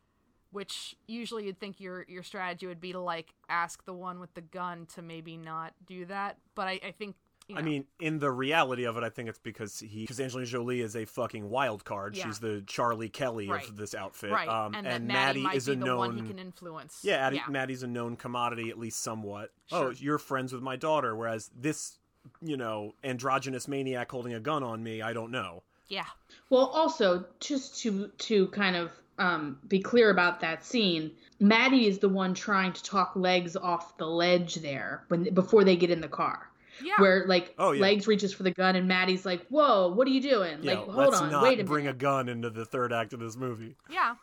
Speaker 3: which usually you'd think your your strategy would be to like ask the one with the gun to maybe not do that. But I, I think you know,
Speaker 2: I mean, in the reality of it, I think it's because he, because Angelina Jolie is a fucking wild card.
Speaker 3: Yeah.
Speaker 2: She's the Charlie Kelly
Speaker 3: Right.
Speaker 2: of this outfit.
Speaker 3: right,
Speaker 2: Um, and,
Speaker 3: and, that Maddie,
Speaker 2: Maddie,
Speaker 3: might
Speaker 2: is
Speaker 3: be
Speaker 2: a
Speaker 3: the
Speaker 2: known.
Speaker 3: one he can influence.
Speaker 2: yeah, Addie,
Speaker 3: yeah,
Speaker 2: Maddie's a known commodity, at least somewhat.
Speaker 3: Sure.
Speaker 2: Oh, you're friends with my daughter, whereas this, you know, androgynous maniac holding a gun on me, I don't know.
Speaker 3: yeah,
Speaker 1: Well, also just to to kind of um, be clear about that scene, Maddie is the one trying to talk legs off the ledge there when before they get in the car.
Speaker 3: yeah.
Speaker 1: Where like
Speaker 2: Oh, yeah.
Speaker 1: legs reaches for the gun and Maddie's like, "Whoa, what are you doing?
Speaker 2: Yeah,
Speaker 1: like, hold
Speaker 2: let's
Speaker 1: on,
Speaker 2: not
Speaker 1: wait a
Speaker 2: bring
Speaker 1: minute."
Speaker 2: a gun into the third act of this movie.
Speaker 3: yeah,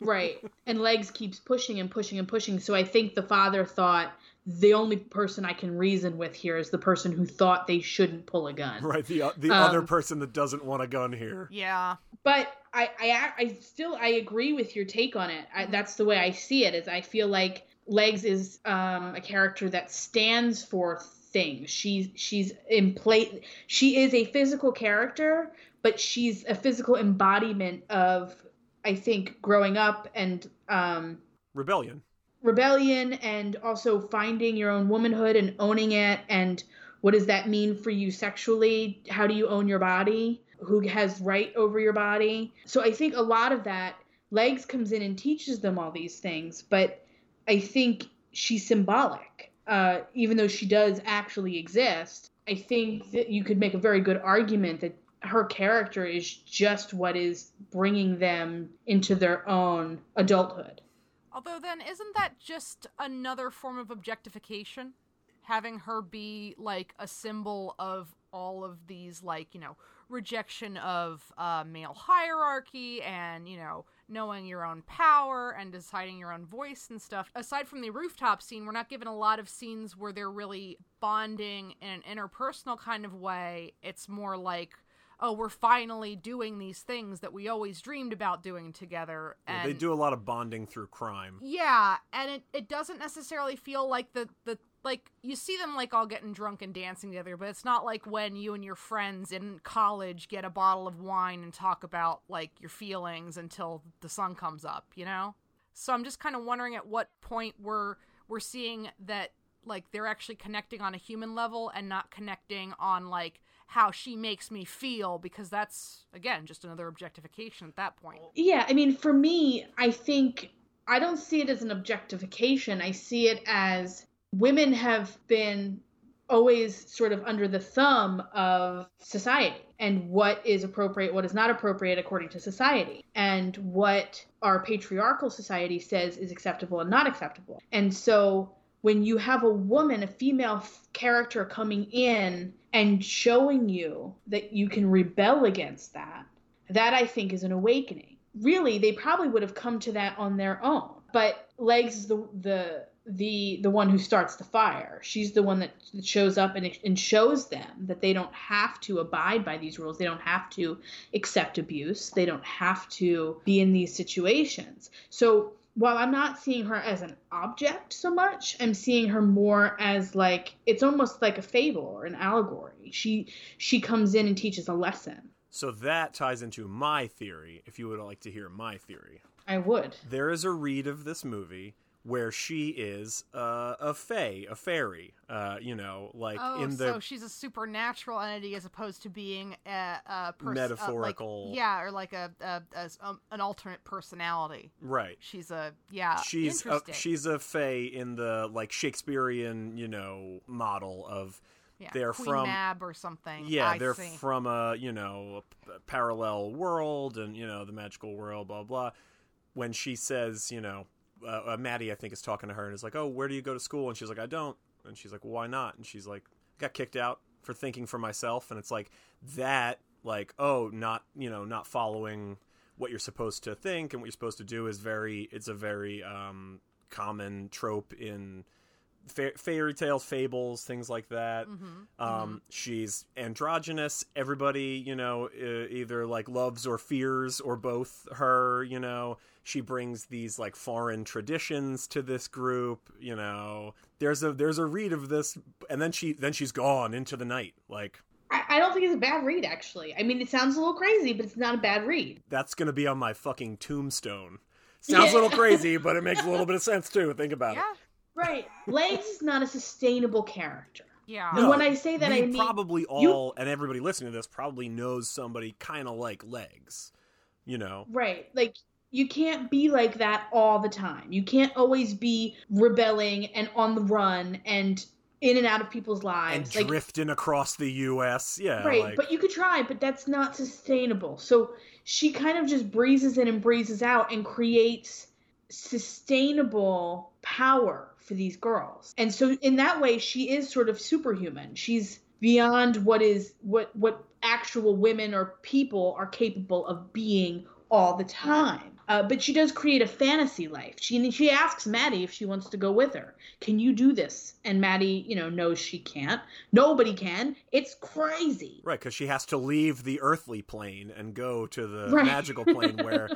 Speaker 1: right." And legs keeps pushing and pushing and pushing. So I think the father thought the only person I can reason with here is the person who thought they shouldn't pull a gun.
Speaker 2: Right, the uh, the
Speaker 1: Um,
Speaker 2: other person that doesn't want a gun here.
Speaker 3: yeah,
Speaker 1: but I, I i still i agree with your take on it I, that's the way i see it is i feel like legs is um, a character that stands for things she's she's in play she is a physical character but she's a physical embodiment of i think growing up and um,
Speaker 2: Rebellion.
Speaker 1: rebellion and also finding your own womanhood and owning it and what does that mean for you sexually how do you own your body who has right over your body so i think a lot of that legs comes in and teaches them all these things but i think she's symbolic uh, even though she does actually exist i think that you could make a very good argument that her character is just what is bringing them into their own adulthood
Speaker 3: Although then, isn't that just another form of objectification? Having her be like a symbol of all of these, like you know, rejection of uh, male hierarchy and you know, knowing your own power and deciding your own voice and stuff. Aside from the rooftop scene, we're not given a lot of scenes where they're really bonding in an interpersonal kind of way. It's more like. Oh, we're finally doing these things that we always dreamed about doing together.
Speaker 2: Yeah,
Speaker 3: And
Speaker 2: they do a lot of bonding through crime.
Speaker 3: yeah, and it, it doesn't necessarily feel like the the like you see them like all getting drunk and dancing together, but it's not like when you and your friends in college get a bottle of wine and talk about like your feelings until the sun comes up, you know? So I'm just kind of wondering at what point we're we're seeing that like they're actually connecting on a human level and not connecting on like how she makes me feel because that's again just another objectification at that point.
Speaker 1: Yeah, I mean, for me, I think I don't see it as an objectification. I see it as women have been always sort of under the thumb of society and what is appropriate, what is not appropriate according to society, and what our patriarchal society says is acceptable and not acceptable. And so when you have a woman, a female f- character coming in and showing you that you can rebel against that, that I think is an awakening. Really, they probably would have come to that on their own. But Legs is the the the the one who starts the fire. She's the one that, that shows up and and shows them that they don't have to abide by these rules. They don't have to accept abuse. They don't have to be in these situations. So while I'm not seeing her as an object so much, I'm seeing her more as like it's almost like a fable or an allegory. She she comes in and teaches a lesson.
Speaker 2: So that ties into my theory, if you would like to hear my theory.
Speaker 1: I would.
Speaker 2: There is a read of this movie where she is uh, a fae, a fairy, uh, you know, like
Speaker 3: Oh,
Speaker 2: in
Speaker 3: so
Speaker 2: the
Speaker 3: she's a supernatural entity as opposed to being a, a pers- Uh,
Speaker 2: Metaphorical.
Speaker 3: like, yeah, or like a, a, a um, an alternate personality.
Speaker 2: right.
Speaker 3: She's a yeah.
Speaker 2: She's a,
Speaker 3: interesting.
Speaker 2: she's a fae in the like Shakespearean, you know, model of
Speaker 3: yeah.
Speaker 2: they're
Speaker 3: Queen
Speaker 2: from-
Speaker 3: Mab or something.
Speaker 2: yeah,
Speaker 3: I
Speaker 2: they're
Speaker 3: see.
Speaker 2: from a you know a p- parallel world and you know the magical world, blah blah. When she says, you know, uh, uh, Maddie, I think is talking to her and is like, "Oh, where do you go to school?" And she's like, "I don't." And she's like, "Why not?" And she's like, "Got kicked out for thinking for myself." And it's like that, like, oh, not you know, not following what you're supposed to think and what you're supposed to do is very. It's a very um, common trope in. Fa- fairy tales, fables, things like that.
Speaker 3: Mhm,
Speaker 5: Mm-hmm.
Speaker 2: Um,
Speaker 1: Mm-hmm.
Speaker 3: mhm.
Speaker 2: She's androgynous. Everybody, you know, e- either like loves or fears or both her, you know. She brings these like foreign traditions to this group, you know. There's a there's a read of this and then she then she's gone into the night. Like
Speaker 1: I, I don't think it's a bad read, actually. I mean, it sounds a little crazy, but it's not a bad read.
Speaker 2: that's going to be on my fucking tombstone. Sounds
Speaker 1: Yeah.
Speaker 2: a little crazy, but it makes a little bit of sense too. Think about
Speaker 5: Yeah.
Speaker 1: Right. Legs is not a sustainable character.
Speaker 5: Yeah.
Speaker 2: No,
Speaker 1: and when I say
Speaker 2: it.
Speaker 1: that,
Speaker 2: we
Speaker 1: I mean
Speaker 2: probably all and everybody listening to this probably knows somebody kind of like legs. You know,
Speaker 1: Right. Like you can't be like that all the time. You can't always be rebelling and on the run and in and out of people's
Speaker 2: and
Speaker 1: lives. like
Speaker 2: drifting across the U.S. Yeah,
Speaker 1: right,
Speaker 2: like,
Speaker 1: but you could try, but that's not sustainable. So she kind of just breezes in and breezes out and creates sustainable power for these girls. And so in that way she is sort of superhuman. She's beyond what is what what actual women or people are capable of being all the time. Uh, but she does create a fantasy life. She she asks Maddie if she wants to go with her. Can you do this? And Maddie, you know, knows she can't. Nobody can. It's crazy.
Speaker 2: Right, because she has to leave the earthly plane and go to the
Speaker 1: Right.
Speaker 2: magical plane where,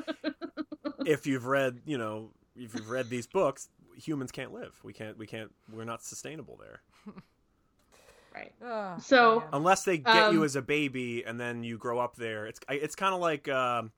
Speaker 2: if you've read, you know, if you've read these books, humans can't live. We can't. We can't. We're not sustainable there
Speaker 1: Right.
Speaker 5: Ugh,
Speaker 1: So-
Speaker 5: man.
Speaker 2: unless they get you
Speaker 1: Um,
Speaker 2: as a baby and then you grow up there. It's I- it's kind of like. Um,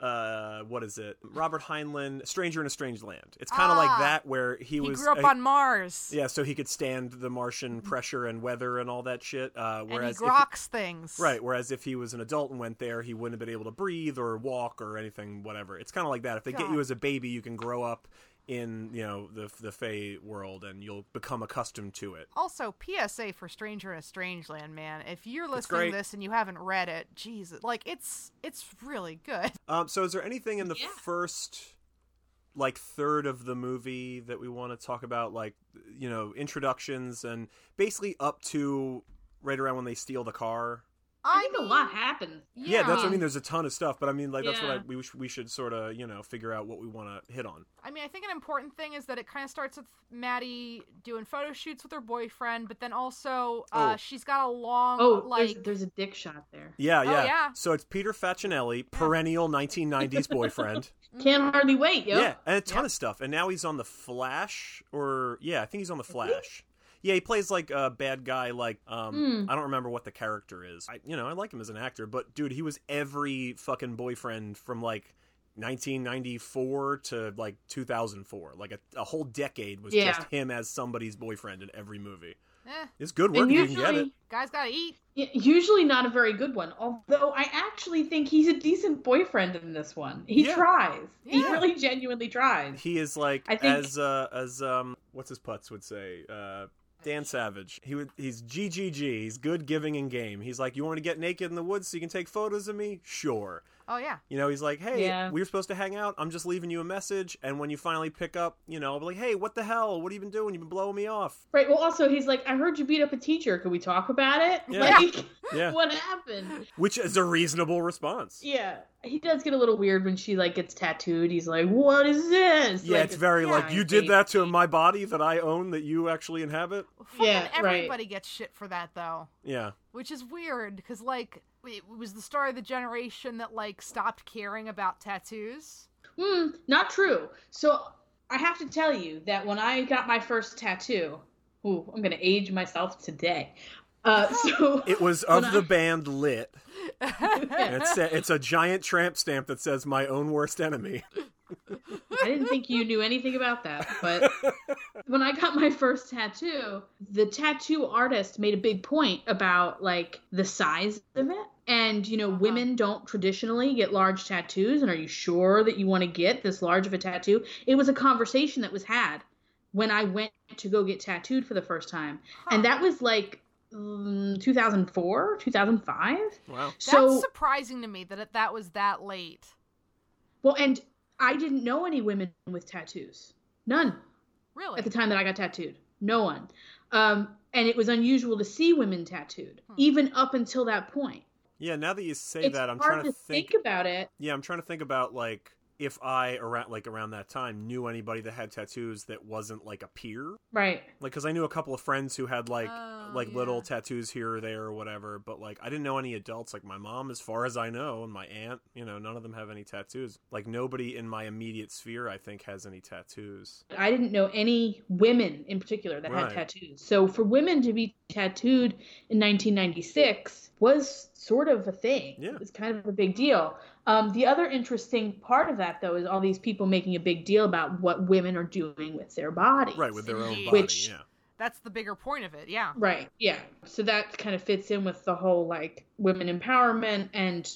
Speaker 2: uh, what is it? Robert Heinlein, Stranger in a Strange Land. It's kind of
Speaker 5: Ah.
Speaker 2: like that, where he,
Speaker 5: he
Speaker 2: was
Speaker 5: grew up
Speaker 2: a-
Speaker 5: on Mars.
Speaker 2: yeah, so he could stand the Martian pressure and weather and all that shit. Uh,
Speaker 5: and he
Speaker 2: whereas if-
Speaker 5: grokks things.
Speaker 2: Right. Whereas if he was an adult and went there, he wouldn't have been able to breathe or walk or anything, whatever. It's kind of like that. If they get
Speaker 5: God.
Speaker 2: you as a baby, you can grow up in you know the the Fey world and you'll become accustomed to it.
Speaker 5: Also, PSA for Stranger in a Strange Land, man. If you're listening
Speaker 2: great.
Speaker 5: to this and you haven't read it, Jesus, like it's it's really good.
Speaker 2: Um, so, is there anything in the
Speaker 1: Yeah.
Speaker 2: first like third of the movie that we want to talk about, like you know introductions and basically up to right around when they steal the car?
Speaker 1: I, think a
Speaker 5: mean,
Speaker 1: lot happens.
Speaker 2: Yeah, that's what I
Speaker 1: Yeah.
Speaker 2: mean. There's a ton of stuff, but I mean, like that's what I,
Speaker 1: Yeah.
Speaker 2: we sh- we should sort of you know figure out what we want to hit on.
Speaker 5: I mean, I think an important thing is that it kind of starts with Maddie doing photo shoots with her boyfriend, but then also uh,
Speaker 2: Oh.
Speaker 5: she's got a long
Speaker 1: Oh,
Speaker 5: uh, like
Speaker 1: there's, there's a dick shot there.
Speaker 2: Yeah,
Speaker 5: Oh,
Speaker 2: yeah.
Speaker 5: yeah.
Speaker 2: So it's Peter Facinelli, perennial 1990s boyfriend.
Speaker 5: mm,
Speaker 1: Can't hardly wait, yo.
Speaker 2: Yeah, and a ton of stuff. And now he's on the Flash, or yeah, I think he's on the Flash. Yeah, he plays like a bad guy. Like
Speaker 1: Hmm.
Speaker 2: um, I don't remember what the character is. I, you know, I like him as an actor, but dude, he was every fucking boyfriend from like 1994 to like 2004. Like a, a whole decade was
Speaker 1: Yeah.
Speaker 2: just him as somebody's boyfriend in every movie.
Speaker 5: eh,
Speaker 2: It's good work.
Speaker 1: And
Speaker 2: if you can get it.
Speaker 1: usually,
Speaker 5: guys gotta eat.
Speaker 1: y- usually not a very good one. Although I actually think he's a decent boyfriend in this one. He
Speaker 2: Yeah.
Speaker 1: tries. He
Speaker 5: Yeah.
Speaker 1: really genuinely tries.
Speaker 2: He is like
Speaker 1: I think-
Speaker 2: as uh, as um what's his putts would say uh Dan Savage. He would he's GGG. He's good giving and game. He's like you want me to get naked in the woods so you can take photos of me? Sure.
Speaker 5: Oh yeah,
Speaker 2: You know, he's like, "Hey,
Speaker 1: Yeah.
Speaker 2: we were supposed to hang out. I'm just leaving you a message and when you finally pick up, you know, I'll be like, "Hey, what the hell? What have you been doing? You've been blowing me off."
Speaker 1: Right. Well, also he's like, I heard you beat up a teacher. Could we talk about it?
Speaker 2: Yeah.
Speaker 1: Like,
Speaker 2: Yeah.
Speaker 1: what happened?
Speaker 2: Which is a reasonable response.
Speaker 1: Yeah. He does get a little weird when she like gets tattooed. He's like, what is this?
Speaker 2: Yeah,
Speaker 1: Like,
Speaker 2: it's very
Speaker 1: yeah,
Speaker 2: like you
Speaker 1: I
Speaker 2: did
Speaker 1: hate-
Speaker 2: that to my body that I own that you actually inhabit.
Speaker 5: Fucking
Speaker 1: Yeah, right.
Speaker 5: everybody gets shit for that though.
Speaker 2: Yeah.
Speaker 5: which is weird because like it was the start of the generation that like stopped caring about tattoos
Speaker 1: Hmm, not true. So I have to tell you that when I got my first tattoo, ooh, I'm gonna age myself today. Uh, so
Speaker 2: It was
Speaker 1: When
Speaker 2: of the
Speaker 1: I-
Speaker 2: band Lit.
Speaker 1: I
Speaker 2: And it's a, it's a giant tramp stamp that says "My own worst enemy."
Speaker 1: didn't think you knew anything about that, but when I got my first tattoo, the tattoo artist made a big point about like the size of it. And you know,
Speaker 5: Uh-huh.
Speaker 1: women don't traditionally get large tattoos. And are you sure that you want to get this large of a tattoo? It was a conversation that was had when I went to go get tattooed for the first time. And that was like mm, 2004, 2005.
Speaker 2: Wow.
Speaker 5: that's
Speaker 1: So,
Speaker 5: surprising to me that it, that was that late
Speaker 1: well, and I didn't know any women with tattoos. None.
Speaker 5: really
Speaker 1: at the time that I got tattooed. No one. Um, and it was unusual to see women tattooed, even up until that point.
Speaker 2: Yeah. Now that you say
Speaker 1: it's
Speaker 2: that, I'm
Speaker 1: hard
Speaker 2: trying to think.
Speaker 1: about it.
Speaker 2: Yeah, I'm trying to think about like if I around like around that time knew anybody that had tattoos that wasn't like a peer.
Speaker 1: Right.
Speaker 2: Like, cause I knew a couple of friends who had like
Speaker 5: Oh,
Speaker 2: like
Speaker 5: yeah.
Speaker 2: little tattoos here or there or whatever, but like I didn't know any adults. Like my mom, as far as I know, and my aunt. You know, none of them have any tattoos. Like nobody in my immediate sphere, I think, has any tattoos.
Speaker 1: I didn't know any women in particular that
Speaker 2: Right.
Speaker 1: had tattoos. So for women to be tattooed in 1996 was sort of a thing.
Speaker 2: Yeah.
Speaker 1: It's kind of a big deal. Um, the other interesting part of that, though, is all these people making a big deal about what women are doing with their bodies.
Speaker 2: right with their own body.
Speaker 1: Which-
Speaker 2: yeah,
Speaker 3: That's the bigger point of it. Yeah.
Speaker 1: Right. Yeah. So that kind of fits in with the whole like women empowerment and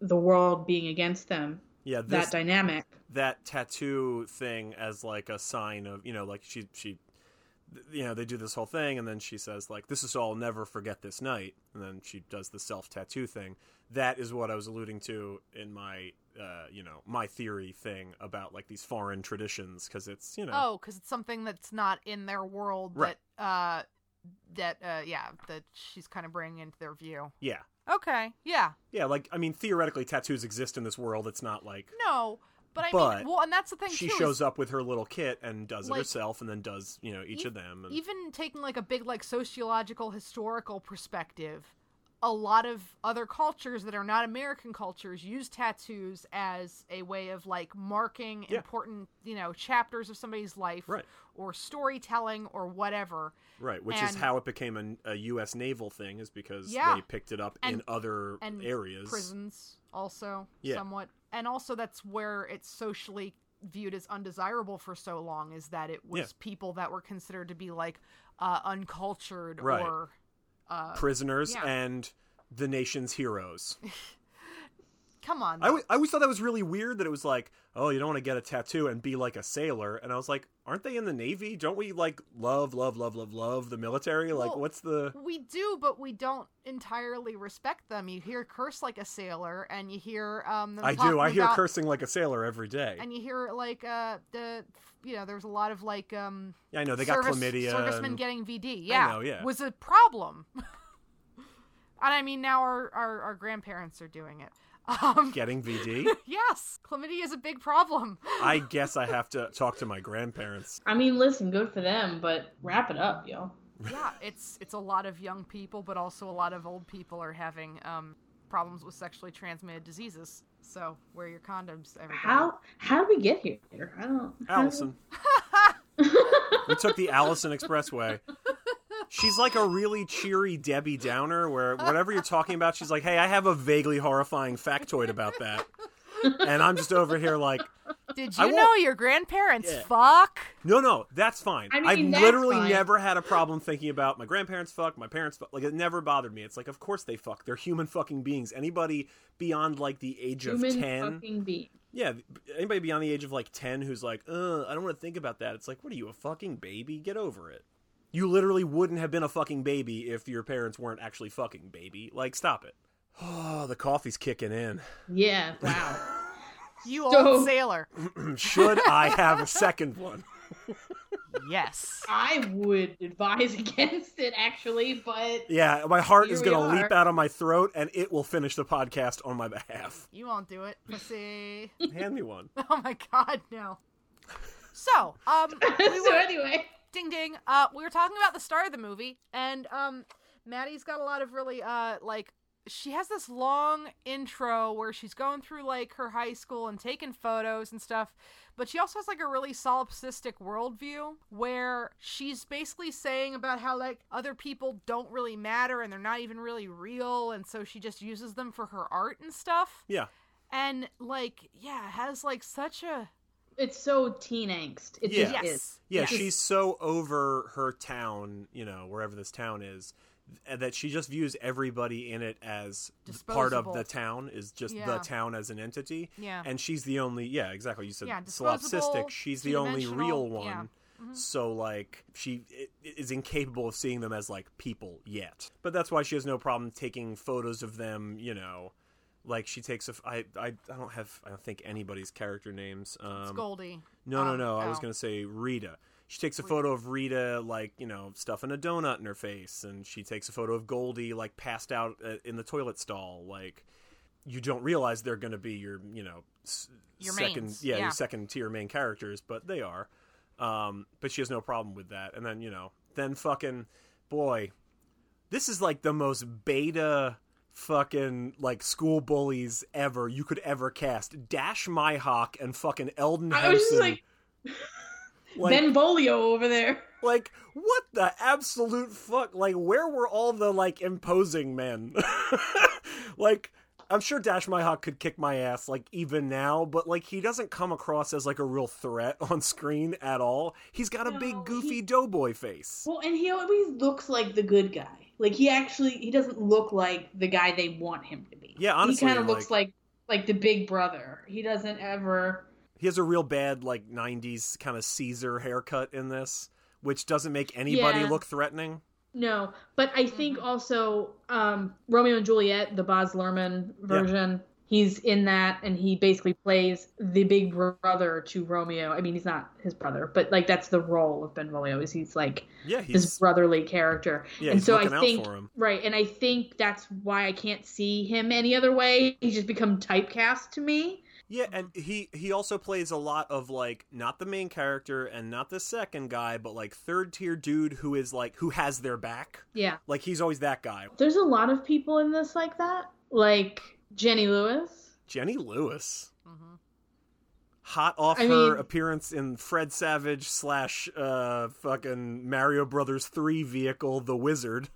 Speaker 1: the world being against them.
Speaker 2: yeah. This,
Speaker 1: that dynamic.
Speaker 2: that tattoo thing as like a sign of you know like she she th- you know they do this whole thing and then she says like this is all I'll never forget this night and then she does the self tattoo thing that is what i was alluding to in my uh you know my theory thing about like these foreign traditions because it's you know
Speaker 3: Oh, because it's something that's not in their world
Speaker 2: Right.
Speaker 3: that, uh, that, uh, yeah, that she's kind of bringing into their view.
Speaker 2: yeah
Speaker 3: Okay. Yeah.
Speaker 2: yeah like i mean theoretically tattoos exist in this world it's not like
Speaker 3: No, but I
Speaker 2: But
Speaker 3: mean, well, and that's the thing
Speaker 2: she
Speaker 3: too.
Speaker 2: shows
Speaker 3: is
Speaker 2: up with her little kit and does it
Speaker 3: Like-
Speaker 2: herself and then does you know each
Speaker 3: Ev-
Speaker 2: of them and
Speaker 3: even taking like a big like sociological historical perspective a lot of other cultures that are not american cultures use tattoos as a way of like marking
Speaker 2: Yeah.
Speaker 3: important you know chapters of somebody's life
Speaker 2: Right.
Speaker 3: or storytelling or whatever
Speaker 2: Right, which is
Speaker 3: And-
Speaker 2: how it became an, a U.S. naval thing, is because
Speaker 3: Yeah.
Speaker 2: they picked it up in
Speaker 3: And-
Speaker 2: other
Speaker 3: and
Speaker 2: areas.
Speaker 3: prisons also
Speaker 2: Yeah.
Speaker 3: somewhat and also that's where it's socially viewed as undesirable for so long is that it was
Speaker 2: Yeah.
Speaker 3: people that were considered to be like uh, uncultured
Speaker 2: Right.
Speaker 3: or uh,
Speaker 2: Prisoners
Speaker 3: Yeah.
Speaker 2: and the nation's heroes.
Speaker 3: come on
Speaker 2: I, w- I always thought that was really weird that it was like, oh, you don't want to get a tattoo and be like a sailor. And I was like, aren't they in the Navy? Don't we like love, love, love, love, love the military? Like,
Speaker 3: Well-
Speaker 2: what's the.
Speaker 3: We do, but we don't entirely respect them. You hear curse like a sailor, and you hear um. them
Speaker 2: I
Speaker 3: talking
Speaker 2: do. I hear
Speaker 3: about-
Speaker 2: cursing like a sailor every day.
Speaker 3: and you hear like uh the you know there's a lot of like um
Speaker 2: Yeah, I know. They got
Speaker 3: service-
Speaker 2: chlamydia.
Speaker 3: servicemen
Speaker 2: and-
Speaker 3: getting VD. Yeah,
Speaker 2: know, yeah.
Speaker 3: was a problem. and I mean now our, our our grandparents are doing it. Um,
Speaker 2: Getting VD.
Speaker 3: yes, chlamydia is a big problem.
Speaker 2: I guess I have to talk to my grandparents.
Speaker 1: I mean, listen, good for them, but wrap it up, yo.
Speaker 3: yeah, it's it's a lot of young people, but also a lot of old people are having um, problems with sexually transmitted diseases. So wear your condoms. Everybody.
Speaker 1: How how did we get here? I don't. how-
Speaker 2: Allison. We took the Allison Expressway. She's like a really cheery Debbie Downer, where whatever you're talking about, she's like, "Hey, I have a vaguely horrifying factoid about that," and I'm just over here like,
Speaker 3: Did
Speaker 2: I
Speaker 3: you
Speaker 2: won't-
Speaker 3: know your grandparents
Speaker 2: Yeah.
Speaker 3: fuck?
Speaker 2: "No, no, that's fine.
Speaker 1: I mean,
Speaker 2: I've
Speaker 1: that's
Speaker 2: literally
Speaker 1: fine.
Speaker 2: never had a problem thinking about my grandparents fuck, my parents fuck. Like it never bothered me. It's like, of course they fuck. They're human fucking beings. Anybody beyond like the age of
Speaker 1: Human
Speaker 2: ten,
Speaker 1: fucking being.
Speaker 2: yeah, anybody beyond the age of like 10 who's like, uh, I don't want to think about that. It's like, what are you, a fucking baby? Get over it. You literally wouldn't have been a fucking baby if your parents weren't actually fucking baby. Like, stop it. Oh, the coffee's kicking in.
Speaker 1: Yeah. Wow.
Speaker 3: You
Speaker 1: So-
Speaker 3: old sailor.
Speaker 2: Should I have a second one?
Speaker 3: Yes.
Speaker 1: I would advise against it actually, but
Speaker 2: Yeah, my heart
Speaker 1: Here
Speaker 2: is
Speaker 1: we
Speaker 2: going to
Speaker 1: are.
Speaker 2: leap out of my throat and it will finish the podcast on my behalf.
Speaker 3: You won't do it, pussy.
Speaker 2: Hand me one.
Speaker 3: oh my god, no. So, um, we
Speaker 1: so
Speaker 3: were,
Speaker 1: anyway.
Speaker 3: ding ding. Uh, we were talking about the star of the movie, and um, Maddie's got a lot of really uh, like she has this long intro where she's going through like her high school and taking photos and stuff, but she also has like a really solipsistic worldview where she's basically saying about how like other people don't really matter and they're not even really real, and so she just uses them for her art and stuff.
Speaker 2: Yeah.
Speaker 3: And like, yeah, has like such a
Speaker 1: It's so teen angst. It
Speaker 2: Yeah.
Speaker 1: just
Speaker 3: yes.
Speaker 1: is.
Speaker 2: Yeah,
Speaker 3: Yeah.
Speaker 2: she's so over her town, you know, wherever this town is, th- that she just views everybody in it as part of
Speaker 3: Disposable.
Speaker 2: the town, is just the
Speaker 3: Yeah.
Speaker 2: town as an entity.
Speaker 3: yeah.
Speaker 2: And she's the only, yeah, exactly. You said
Speaker 3: Yeah, disposable,
Speaker 2: solipsistic. She's the only
Speaker 3: two-dimensional,
Speaker 2: real
Speaker 3: yeah. Mm-hmm.
Speaker 2: one. So, like, she i- is incapable of seeing them as, like, people yet. But that's why she has no problem taking photos of them, you know. Like, she takes a. f- I, I, I don't have. I don't think anybody's character names. Um,
Speaker 3: It's Goldie.
Speaker 2: no, no,
Speaker 3: Um,
Speaker 2: no. I was
Speaker 3: oh.
Speaker 2: going to say Rita. She takes a
Speaker 3: Rita.
Speaker 2: photo of Rita, like, you know, stuffing a donut in her face. And she takes a photo of Goldie, like, passed out uh, in the toilet stall. Like, you don't realize they're going to be your, you know, s-
Speaker 3: Your
Speaker 2: second,
Speaker 3: mains,
Speaker 2: yeah,
Speaker 3: yeah.
Speaker 2: your second tier main characters, but they are. Um, but she has no problem with that. And then, you know, then fucking, boy, this is like the most beta fucking like school bullies ever you could ever cast. Dash Myhawk and fucking Eldon
Speaker 1: I was just
Speaker 2: Henson.
Speaker 1: like,
Speaker 2: Like,
Speaker 1: Benvolio over there.
Speaker 2: Like, what the absolute fuck? Like, where were all the, like, imposing men? like, I'm sure Dash Myhawk could kick my ass, like, even now, but, like, he doesn't come across as, like, a real threat on screen at all. He's got a
Speaker 1: No,
Speaker 2: big, goofy
Speaker 1: he-
Speaker 2: doughboy face.
Speaker 1: Well, and he always looks like the good guy. Like he actually he doesn't look like the guy they want him to be.
Speaker 2: Yeah,
Speaker 1: he
Speaker 2: honestly,
Speaker 1: kind of
Speaker 2: like-
Speaker 1: looks like like the big brother. He doesn't ever.
Speaker 2: He has a real bad, like, 90s kind of Caesar haircut in this, which doesn't make anybody
Speaker 1: Yeah.
Speaker 2: look threatening.
Speaker 1: No, but I think
Speaker 5: Mhm.
Speaker 1: also um, Romeo and Juliet, the Boz Luhrmann version, he's in that, and he basically plays the big brother to Romeo. I mean, he's not his brother, but like that's the role of Benvolio is he's like
Speaker 2: Yeah,
Speaker 1: his
Speaker 2: he's,
Speaker 1: brotherly character.
Speaker 2: yeah,
Speaker 1: and
Speaker 2: he's
Speaker 1: so I
Speaker 2: looking out
Speaker 1: think-
Speaker 2: for him.
Speaker 1: Right, and I think that's why I can't see him any other way. He's just become typecast to me.
Speaker 2: Yeah, and he he also plays a lot of like not the main character and not the second guy, but like third tier dude who is like who has their back.
Speaker 1: Yeah.
Speaker 2: Like he's always that guy.
Speaker 1: There's a lot of people in this like that, like Jenny Lewis.
Speaker 2: Jenny Lewis,
Speaker 3: Mm-hmm.
Speaker 5: hmm
Speaker 2: hot off
Speaker 1: I
Speaker 2: her
Speaker 1: mean-
Speaker 2: appearance in Fred Savage slash uh fucking Mario Brothers three vehicle, The Wizard.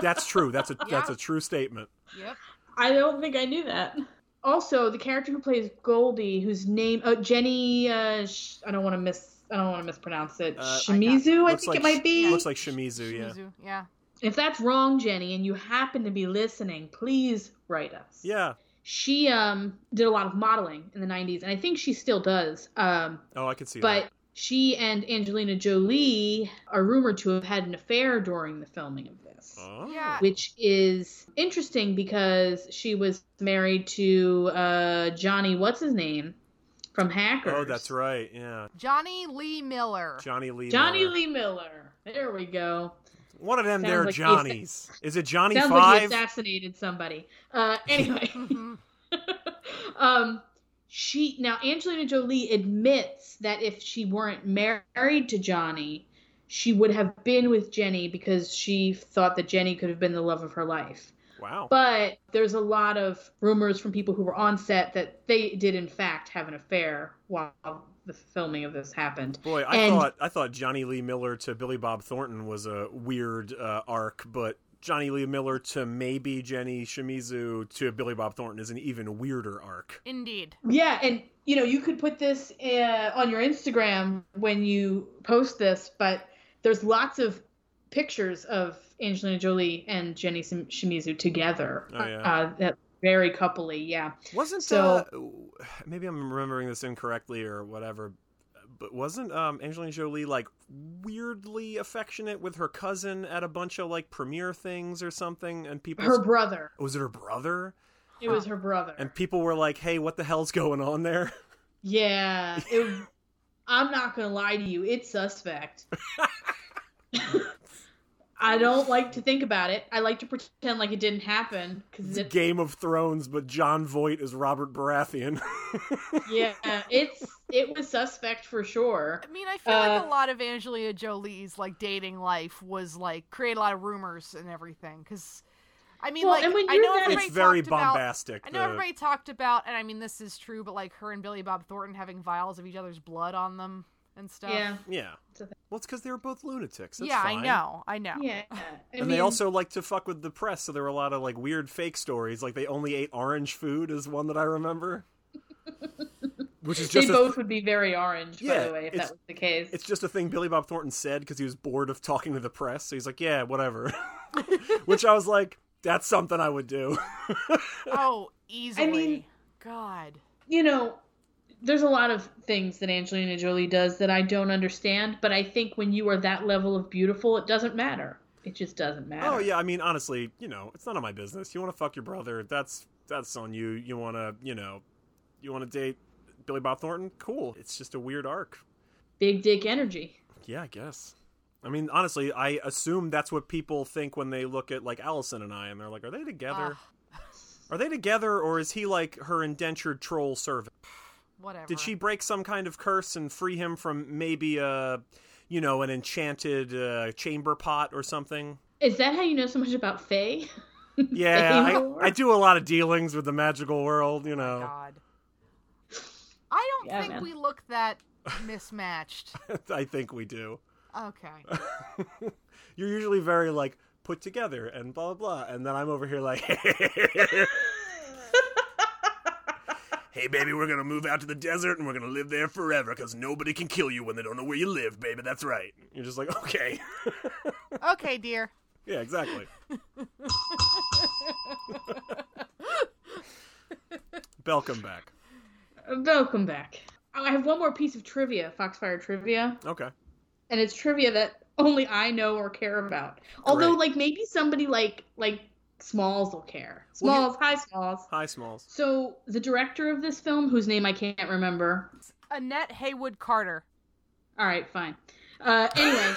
Speaker 2: That's true. That's a that's a true statement.
Speaker 5: Yep.
Speaker 1: I don't think I knew that. Also, the character who plays Goldie, whose name oh Jenny, uh, sh- I don't want to miss, I don't want to mispronounce it.
Speaker 2: Uh, I got-
Speaker 1: Shimizu, I,
Speaker 2: looks
Speaker 1: think
Speaker 2: like
Speaker 1: it might be.
Speaker 5: yeah.
Speaker 2: Looks like Shimizu, yeah.
Speaker 5: Shimizu, yeah.
Speaker 1: if that's wrong, Jenny, and you happen to be listening, please write us.
Speaker 2: Yeah.
Speaker 1: She um did a lot of modeling in the '90s, and I think she still does. Um,
Speaker 2: Oh, I can see
Speaker 1: But
Speaker 2: that.
Speaker 1: she and Angelina Jolie are rumored to have had an affair during the filming of this,
Speaker 2: Oh.
Speaker 5: Yeah.
Speaker 1: which is interesting because she was married to uh, Johnny, what's his name, from Hackers.
Speaker 2: Oh, that's right. Yeah.
Speaker 5: Johnny Lee Miller.
Speaker 2: Johnny Lee.
Speaker 1: Johnny
Speaker 2: Miller.
Speaker 1: Lee Miller. There we go.
Speaker 2: One of them,
Speaker 1: Sounds
Speaker 2: they're
Speaker 1: like the assa-
Speaker 2: Johnnies. Is it Johnny
Speaker 1: Sounds like he
Speaker 2: Five?
Speaker 1: assassinated somebody. Uh, anyway.
Speaker 5: Mhm.
Speaker 1: um, she now Angelina Jolie admits that if she weren't married to Johnny, she would have been with Jenny because she thought that Jenny could have been the love of her life.
Speaker 2: wow.
Speaker 1: But there's a lot of rumors from people who were on set that they did in fact have an affair while the filming of this happened.
Speaker 2: Boy, I
Speaker 1: and-
Speaker 2: thought I thought Johnny Lee Miller to Billy Bob Thornton was a weird uh, arc, but Johnny Lee Miller to maybe Jenny Shimizu to Billy Bob Thornton is an even weirder arc.
Speaker 5: Indeed.
Speaker 1: Yeah, and you know, you could put this uh, on your Instagram when you post this, but there's lots of pictures of Angelina Jolie and Jenny Shim- Shimizu together.
Speaker 2: Oh yeah.
Speaker 1: Uh, that very coupley, yeah.
Speaker 2: Wasn't
Speaker 1: So-
Speaker 2: uh, maybe I'm remembering this incorrectly or whatever, but wasn't um, Angelina Jolie like weirdly affectionate with her cousin at a bunch of like premiere things or something? And people,
Speaker 1: Her brother.
Speaker 2: was it her brother?
Speaker 1: It was her brother.
Speaker 2: And people were like, "Hey, what the hell's going on there?"
Speaker 1: yeah. It, I'm not going to lie to you. It's suspect. I don't like to think about it. I like to pretend like it didn't happen because
Speaker 2: It's Game of Thrones, but John Voight is Robert Baratheon.
Speaker 1: yeah, it's it was suspect for sure.
Speaker 5: I mean, I feel like
Speaker 1: Uh,
Speaker 5: a lot of Angelina Jolie's like dating life was like create a lot of rumors and everything. Because, I mean,
Speaker 1: Well,
Speaker 5: like
Speaker 1: and when
Speaker 5: I
Speaker 1: you're
Speaker 5: know
Speaker 1: that-
Speaker 5: everybody
Speaker 2: it's very
Speaker 5: talked about-
Speaker 2: bombastic. uh,
Speaker 5: I know
Speaker 2: the-
Speaker 5: everybody talked about, and I mean, this is true, but like her and Billy Bob Thornton having vials of each other's blood on them and stuff.
Speaker 1: Yeah,
Speaker 2: yeah.
Speaker 1: It's a thing.
Speaker 2: Well, it's because they were both lunatics. That's
Speaker 5: yeah,
Speaker 2: fine.
Speaker 5: I know, I know.
Speaker 1: yeah. I
Speaker 2: and they
Speaker 1: mean,
Speaker 2: also like to fuck with the press, so there were a lot of like weird fake stories. Like they only ate orange food, is one that I remember. Which is
Speaker 1: they
Speaker 2: just a,
Speaker 1: both would be very orange, by
Speaker 2: Yeah,
Speaker 1: the way, if
Speaker 2: it's-
Speaker 1: that was the case.
Speaker 2: it's just a thing Billy Bob Thornton said because he was bored of talking to the press. So he's like, "Yeah, whatever." Which I was like, "That's something I would do."
Speaker 5: Oh, easily.
Speaker 1: mean-
Speaker 5: God.
Speaker 1: you know, there's a lot of things that Angelina Jolie does that I don't understand, but I think when you are that level of beautiful, it doesn't matter. It just doesn't matter.
Speaker 2: Oh yeah, I mean honestly, you know, it's none of my business. You want to fuck your brother, that's that's on you. You want to, you know, you want to date Billy Bob Thornton? Cool. It's just a weird arc.
Speaker 1: Big dick energy.
Speaker 2: Yeah, I guess. I mean, honestly, I assume that's what people think when they look at like Allison and I, and they're like, "Are they together?
Speaker 5: Ugh,
Speaker 2: Are they together, or is he like her indentured troll servant?
Speaker 5: whatever.
Speaker 2: Did she break some kind of curse and free him from maybe a, you know, an enchanted uh, chamber pot or something?"
Speaker 1: Is that how you know so much about Faye?
Speaker 2: Yeah,
Speaker 1: Same.
Speaker 2: I, I do a lot of dealings with the magical world, you know.
Speaker 5: God. I don't
Speaker 1: Yeah,
Speaker 5: think
Speaker 1: man.
Speaker 5: we look that mismatched.
Speaker 2: I think we do.
Speaker 3: Okay.
Speaker 2: You're usually very like put together and blah blah, blah. and then I'm over here like, hey baby, we're gonna move out to the desert and we're gonna live there forever because nobody can kill you when they don't know where you live, baby. That's right. You're just like, okay,
Speaker 3: Okay, dear.
Speaker 2: yeah, exactly. Bell, come back.
Speaker 1: Welcome back. Oh, I have one more piece of trivia, Foxfire trivia,
Speaker 2: Okay.
Speaker 1: and it's trivia that only I know or care about. Although,
Speaker 2: Great.
Speaker 1: like maybe somebody like like Smalls will care.
Speaker 2: Well, you-
Speaker 1: Smalls, hi Smalls.
Speaker 2: Hi, Smalls.
Speaker 1: So the director of this film, whose name I can't remember.
Speaker 3: Annette Haywood Carter.
Speaker 1: All right, fine. Uh, anyway,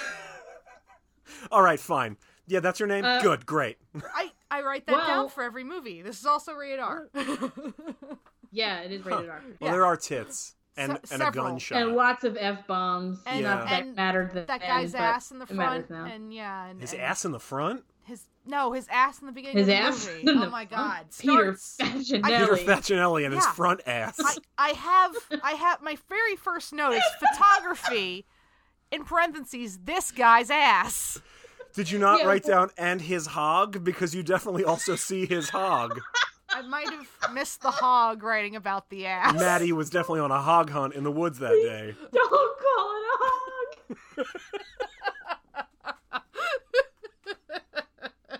Speaker 2: All right, fine. Yeah, that's your name.
Speaker 1: Uh,
Speaker 2: Good, great.
Speaker 3: I, I write that down
Speaker 1: Well-
Speaker 3: for every movie. This is also rated R.
Speaker 1: yeah, it is rated R.
Speaker 2: Well,
Speaker 3: yeah.
Speaker 2: there are tits and
Speaker 3: Se-
Speaker 2: and a
Speaker 3: several.
Speaker 2: gunshot.
Speaker 1: And lots of f bombs.
Speaker 3: And-
Speaker 1: not that
Speaker 3: and
Speaker 1: it mattered then.
Speaker 3: that guy's
Speaker 1: but
Speaker 3: ass in the
Speaker 1: it matters
Speaker 3: front,
Speaker 1: now.
Speaker 3: and yeah, and,
Speaker 2: His
Speaker 3: and
Speaker 2: ass in the front.
Speaker 3: his no, his ass in the beginning.
Speaker 1: His
Speaker 3: of the
Speaker 1: ass.
Speaker 3: Movie.
Speaker 1: in
Speaker 3: Oh
Speaker 1: the
Speaker 3: my
Speaker 1: front.
Speaker 3: god!
Speaker 1: Peter
Speaker 3: Starts-
Speaker 2: Peter
Speaker 1: Facinelli.
Speaker 2: Facinelli and his
Speaker 3: Yeah.
Speaker 2: front ass.
Speaker 3: I, I have I have my very first note is photography in parentheses this guy's ass.
Speaker 2: Did you not
Speaker 1: Yeah.
Speaker 2: write down and his hog because you definitely also see his hog.
Speaker 3: I might have missed the hog writing about the ass.
Speaker 2: Maddie was definitely on a hog hunt in the woods that day.
Speaker 1: Don't call it a hog.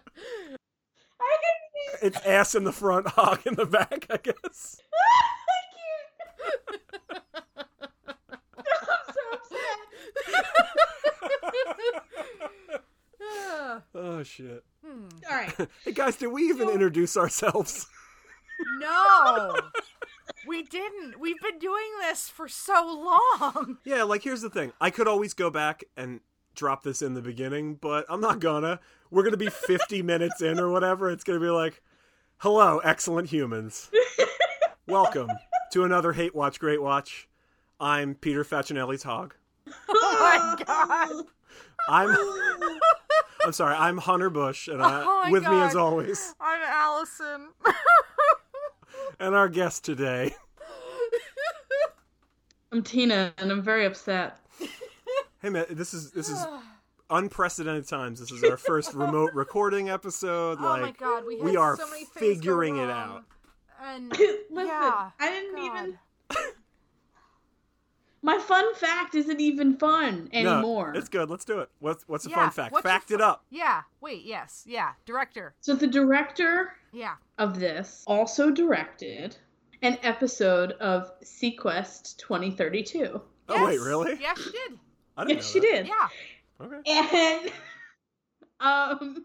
Speaker 1: I can't.
Speaker 2: It's ass in the front, hog in the back, I guess.
Speaker 1: I can't. I'm so upset.
Speaker 3: Ugh.
Speaker 2: Oh shit.
Speaker 3: Hmm.
Speaker 1: All right.
Speaker 2: Hey guys, did we even introduce ourselves?
Speaker 3: No. We didn't. We've been doing this for so long.
Speaker 2: Yeah, like here's the thing. I could always go back and drop this in the beginning, but I'm not gonna. We're gonna be 50 minutes in or whatever. It's gonna be like, hello, excellent humans. Welcome to another Hate Watch, Great Watch. I'm Peter Facinelli's hog.
Speaker 3: Oh my god.
Speaker 2: I'm. I'm sorry. I'm Hunter Bush, and I,
Speaker 3: Oh my
Speaker 2: with me
Speaker 3: God.
Speaker 2: as always,
Speaker 3: I'm Allison.
Speaker 2: and our guest today.
Speaker 1: I'm Tina, and I'm very upset.
Speaker 2: Hey man, this is this is unprecedented times. This is our first remote recording episode.
Speaker 3: oh my
Speaker 2: like,
Speaker 3: god, we, had
Speaker 2: we are
Speaker 3: so many things go
Speaker 2: figuring it
Speaker 3: wrong. And
Speaker 1: Listen,
Speaker 3: Yeah,
Speaker 1: I didn't
Speaker 3: God.
Speaker 1: even. My fun fact isn't even fun anymore.
Speaker 2: No, it's good. Let's do it. What's what's a
Speaker 3: Yeah,
Speaker 2: fun fact?
Speaker 3: what's your
Speaker 2: Fact it
Speaker 3: fu-
Speaker 2: up.
Speaker 3: yeah, wait, yes, yeah, director,
Speaker 1: so the director
Speaker 3: yeah.
Speaker 1: of this also directed an episode of Sequest 2032.
Speaker 2: Oh wait,
Speaker 3: Yes,
Speaker 2: really?
Speaker 3: Yeah, she did.
Speaker 2: I didn't
Speaker 1: Yes,
Speaker 2: know
Speaker 1: she
Speaker 2: that.
Speaker 1: did.
Speaker 3: Yeah.
Speaker 2: Okay.
Speaker 1: And um,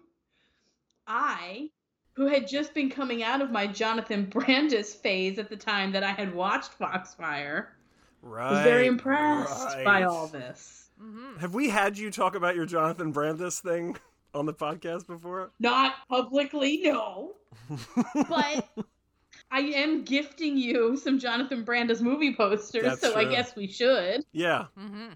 Speaker 1: I, who had just been coming out of my Jonathan Brandis phase at the time that I had watched Foxfire,
Speaker 2: Right.
Speaker 1: was very impressed by
Speaker 2: right.
Speaker 1: all this.
Speaker 3: Mm-hmm.
Speaker 2: Have we had you talk about your Jonathan Brandis thing on the podcast before?
Speaker 1: Not publicly, no. but I am gifting you some Jonathan Brandis movie posters,
Speaker 2: That's
Speaker 1: so I
Speaker 2: true.
Speaker 1: guess we should.
Speaker 2: Yeah.
Speaker 3: Mm-hmm.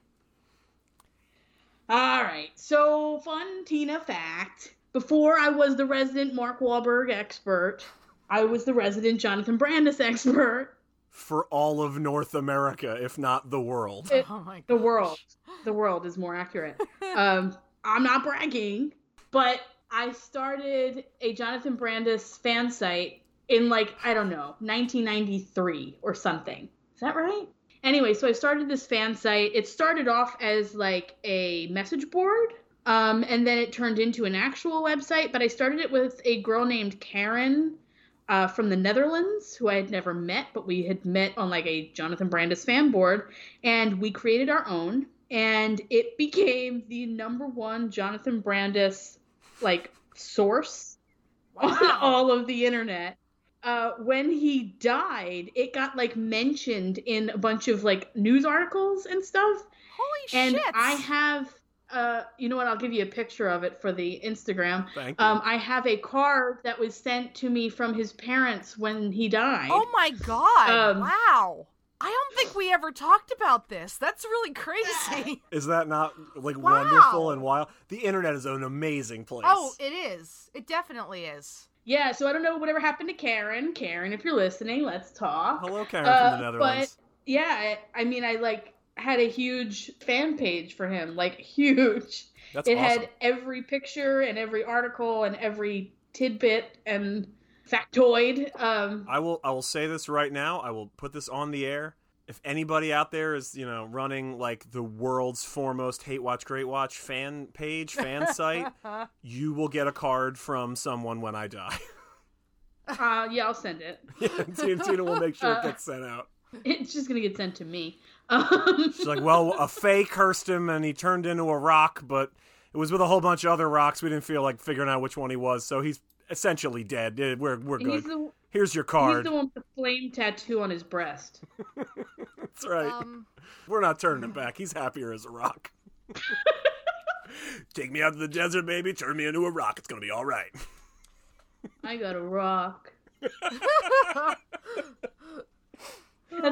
Speaker 1: All right. So, fun Tina fact. Before I was the resident Mark Wahlberg expert, I was the resident Jonathan Brandis expert.
Speaker 2: For all of North America, if not the world.
Speaker 1: It-
Speaker 3: oh my god.
Speaker 1: The world. The world is more accurate. Um, I'm not bragging, but I started a Jonathan Brandis fan site in like, I don't know, 1993 or something. Is that right? Anyway, so I started this fan site. It started off as like a message board. Um, and then it turned into an actual website, but I started it with a girl named Karen uh, from the Netherlands, who I had never met, but we had met on like a Jonathan Brandis fan board, and we created our own, and it became the number one Jonathan Brandis like source on
Speaker 3: Wow.
Speaker 1: all of the internet. Uh, when he died, it got like mentioned in a bunch of like news articles and stuff.
Speaker 3: Holy
Speaker 1: And
Speaker 3: shit.
Speaker 1: I have, uh, you know what? I'll give you a picture of it for the Instagram.
Speaker 2: Thank you.
Speaker 1: Um, I have a card that was sent to me from his parents when he died.
Speaker 3: Oh my god.
Speaker 1: Um,
Speaker 3: wow. I don't think we ever talked about this. That's really crazy.
Speaker 2: is that not like
Speaker 3: Wow.
Speaker 2: wonderful and wild? The internet is an amazing place.
Speaker 3: oh, it is. It definitely is.
Speaker 1: Yeah, so I don't know whatever happened to Karen. Karen, if you're listening, let's talk.
Speaker 2: hello, Karen
Speaker 1: uh,
Speaker 2: from the Netherlands.
Speaker 1: Yeah, I, I mean, I like had a huge fan page for him, like huge.
Speaker 2: That's
Speaker 1: it
Speaker 2: awesome.
Speaker 1: had every picture and every article and every tidbit and factoid. Um,
Speaker 2: I will I will say this right now. I will put this on the air. If anybody out there is, you know, running like the world's foremost Hate Watch Great Watch fan page, fan site,
Speaker 5: Um,
Speaker 2: you will get a card from someone when I die.
Speaker 1: uh, yeah, I'll send it.
Speaker 2: yeah, Tina, Tina will make sure it gets sent out.
Speaker 1: It's just gonna get sent to me. Um,
Speaker 2: She's like, well, a fae cursed him and he turned into a rock, but it was with a whole bunch of other rocks. We didn't feel like figuring out which one he was, so he's essentially dead. Eh, We're we're
Speaker 1: and he's
Speaker 2: good.
Speaker 1: the
Speaker 2: Here's your
Speaker 1: he's
Speaker 2: card.
Speaker 1: the one with the flame tattoo on his breast.
Speaker 2: That's right.
Speaker 5: Um,
Speaker 2: We're not turning him back. He's happier as a rock. Take me out to the desert, baby. Turn me into a rock. It's gonna be all right.
Speaker 1: I got a rock. That's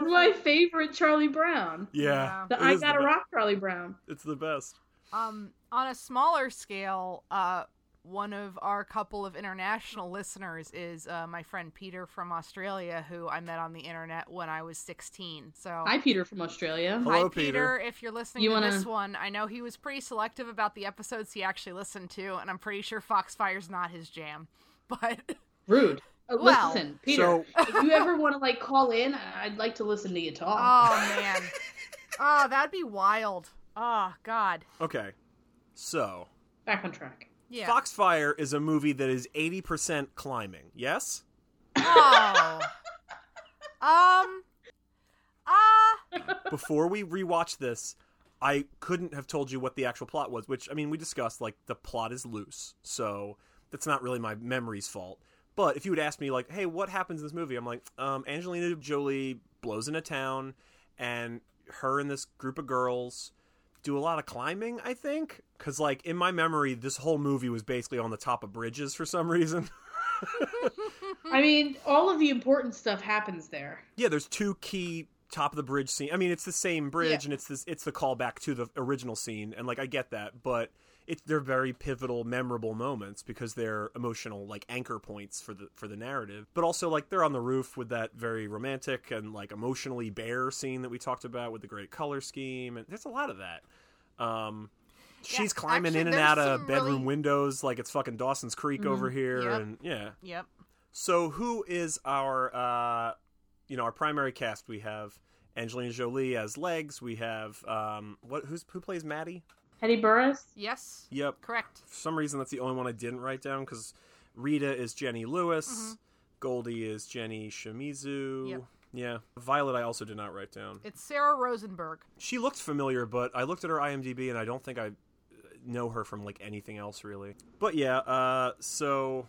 Speaker 1: my favorite Charlie Brown.
Speaker 2: Yeah,
Speaker 5: Wow.
Speaker 1: The
Speaker 2: it
Speaker 1: I
Speaker 2: is
Speaker 1: got a
Speaker 2: the be-
Speaker 1: rock Charlie Brown.
Speaker 2: It's the best.
Speaker 5: Um, on a smaller scale, uh, one of our couple of international listeners is uh, my friend Peter from Australia, who I met on the internet when I was 16. So
Speaker 1: Hi, Peter from Australia.
Speaker 2: Hello,
Speaker 5: Hi, Peter. If you're listening
Speaker 1: You
Speaker 5: to
Speaker 1: wanna-
Speaker 5: this one, I know he was pretty selective about the episodes he actually listened to, and I'm pretty sure Foxfire's not his jam. But
Speaker 1: Rude. Uh,
Speaker 5: Well-
Speaker 1: listen, Peter.
Speaker 2: So
Speaker 1: if you ever want to like call in, I'd like to listen to you talk.
Speaker 5: oh man, oh that'd be wild. Oh god,
Speaker 2: okay, so
Speaker 1: Back on track.
Speaker 5: yeah.
Speaker 2: Foxfire is a movie that is eighty percent climbing. Yes.
Speaker 5: Oh. um. Ah.
Speaker 2: Before we rewatch this, I couldn't have told you what the actual plot was. Which I mean, we discussed like the plot is loose, so that's not really my memory's fault. But if you would ask me, like, hey, what happens in this movie? I'm like, um, Angelina Jolie blows in a town, and her and this group of girls do a lot of climbing, I think. Because, like, in my memory, this whole movie was basically on the top of bridges for some reason.
Speaker 1: I mean, all of the important stuff happens there.
Speaker 2: yeah, there's two key top of the bridge scene. I mean, it's the same bridge,
Speaker 1: Yeah.
Speaker 2: and it's this it's the callback to the original scene, and like I get that, but it's they're very pivotal, memorable moments because they're emotional, like anchor points for the for the narrative. But also, like they're on the roof with that very romantic and like emotionally bare scene that we talked about with the great color scheme, and there's a lot of that. Um, she's climbing
Speaker 5: actually,
Speaker 2: in and
Speaker 5: there's
Speaker 2: out of
Speaker 5: some
Speaker 2: bedroom
Speaker 5: really- Mm-hmm.
Speaker 2: windows like it's fucking Dawson's Creek over here,
Speaker 5: Yep.
Speaker 2: and yeah.
Speaker 5: Yep.
Speaker 2: So who is our uh you know, our primary cast we have Angelina Jolie as Legs, we have um what who's who plays Maddie?
Speaker 1: Hetty Burris.
Speaker 5: Yes.
Speaker 2: Yep.
Speaker 5: Correct.
Speaker 2: For some reason that's the only one I didn't write down cuz Rita is Jenny Lewis,
Speaker 5: Mhm.
Speaker 2: Goldie is Jenny Shimizu.
Speaker 5: Yep.
Speaker 2: Yeah. Violet I also did not write down.
Speaker 5: It's Sarah Rosenberg.
Speaker 2: She looked familiar, but I looked at her IMDb and I don't think I uh, know her from like anything else really. But yeah, uh, so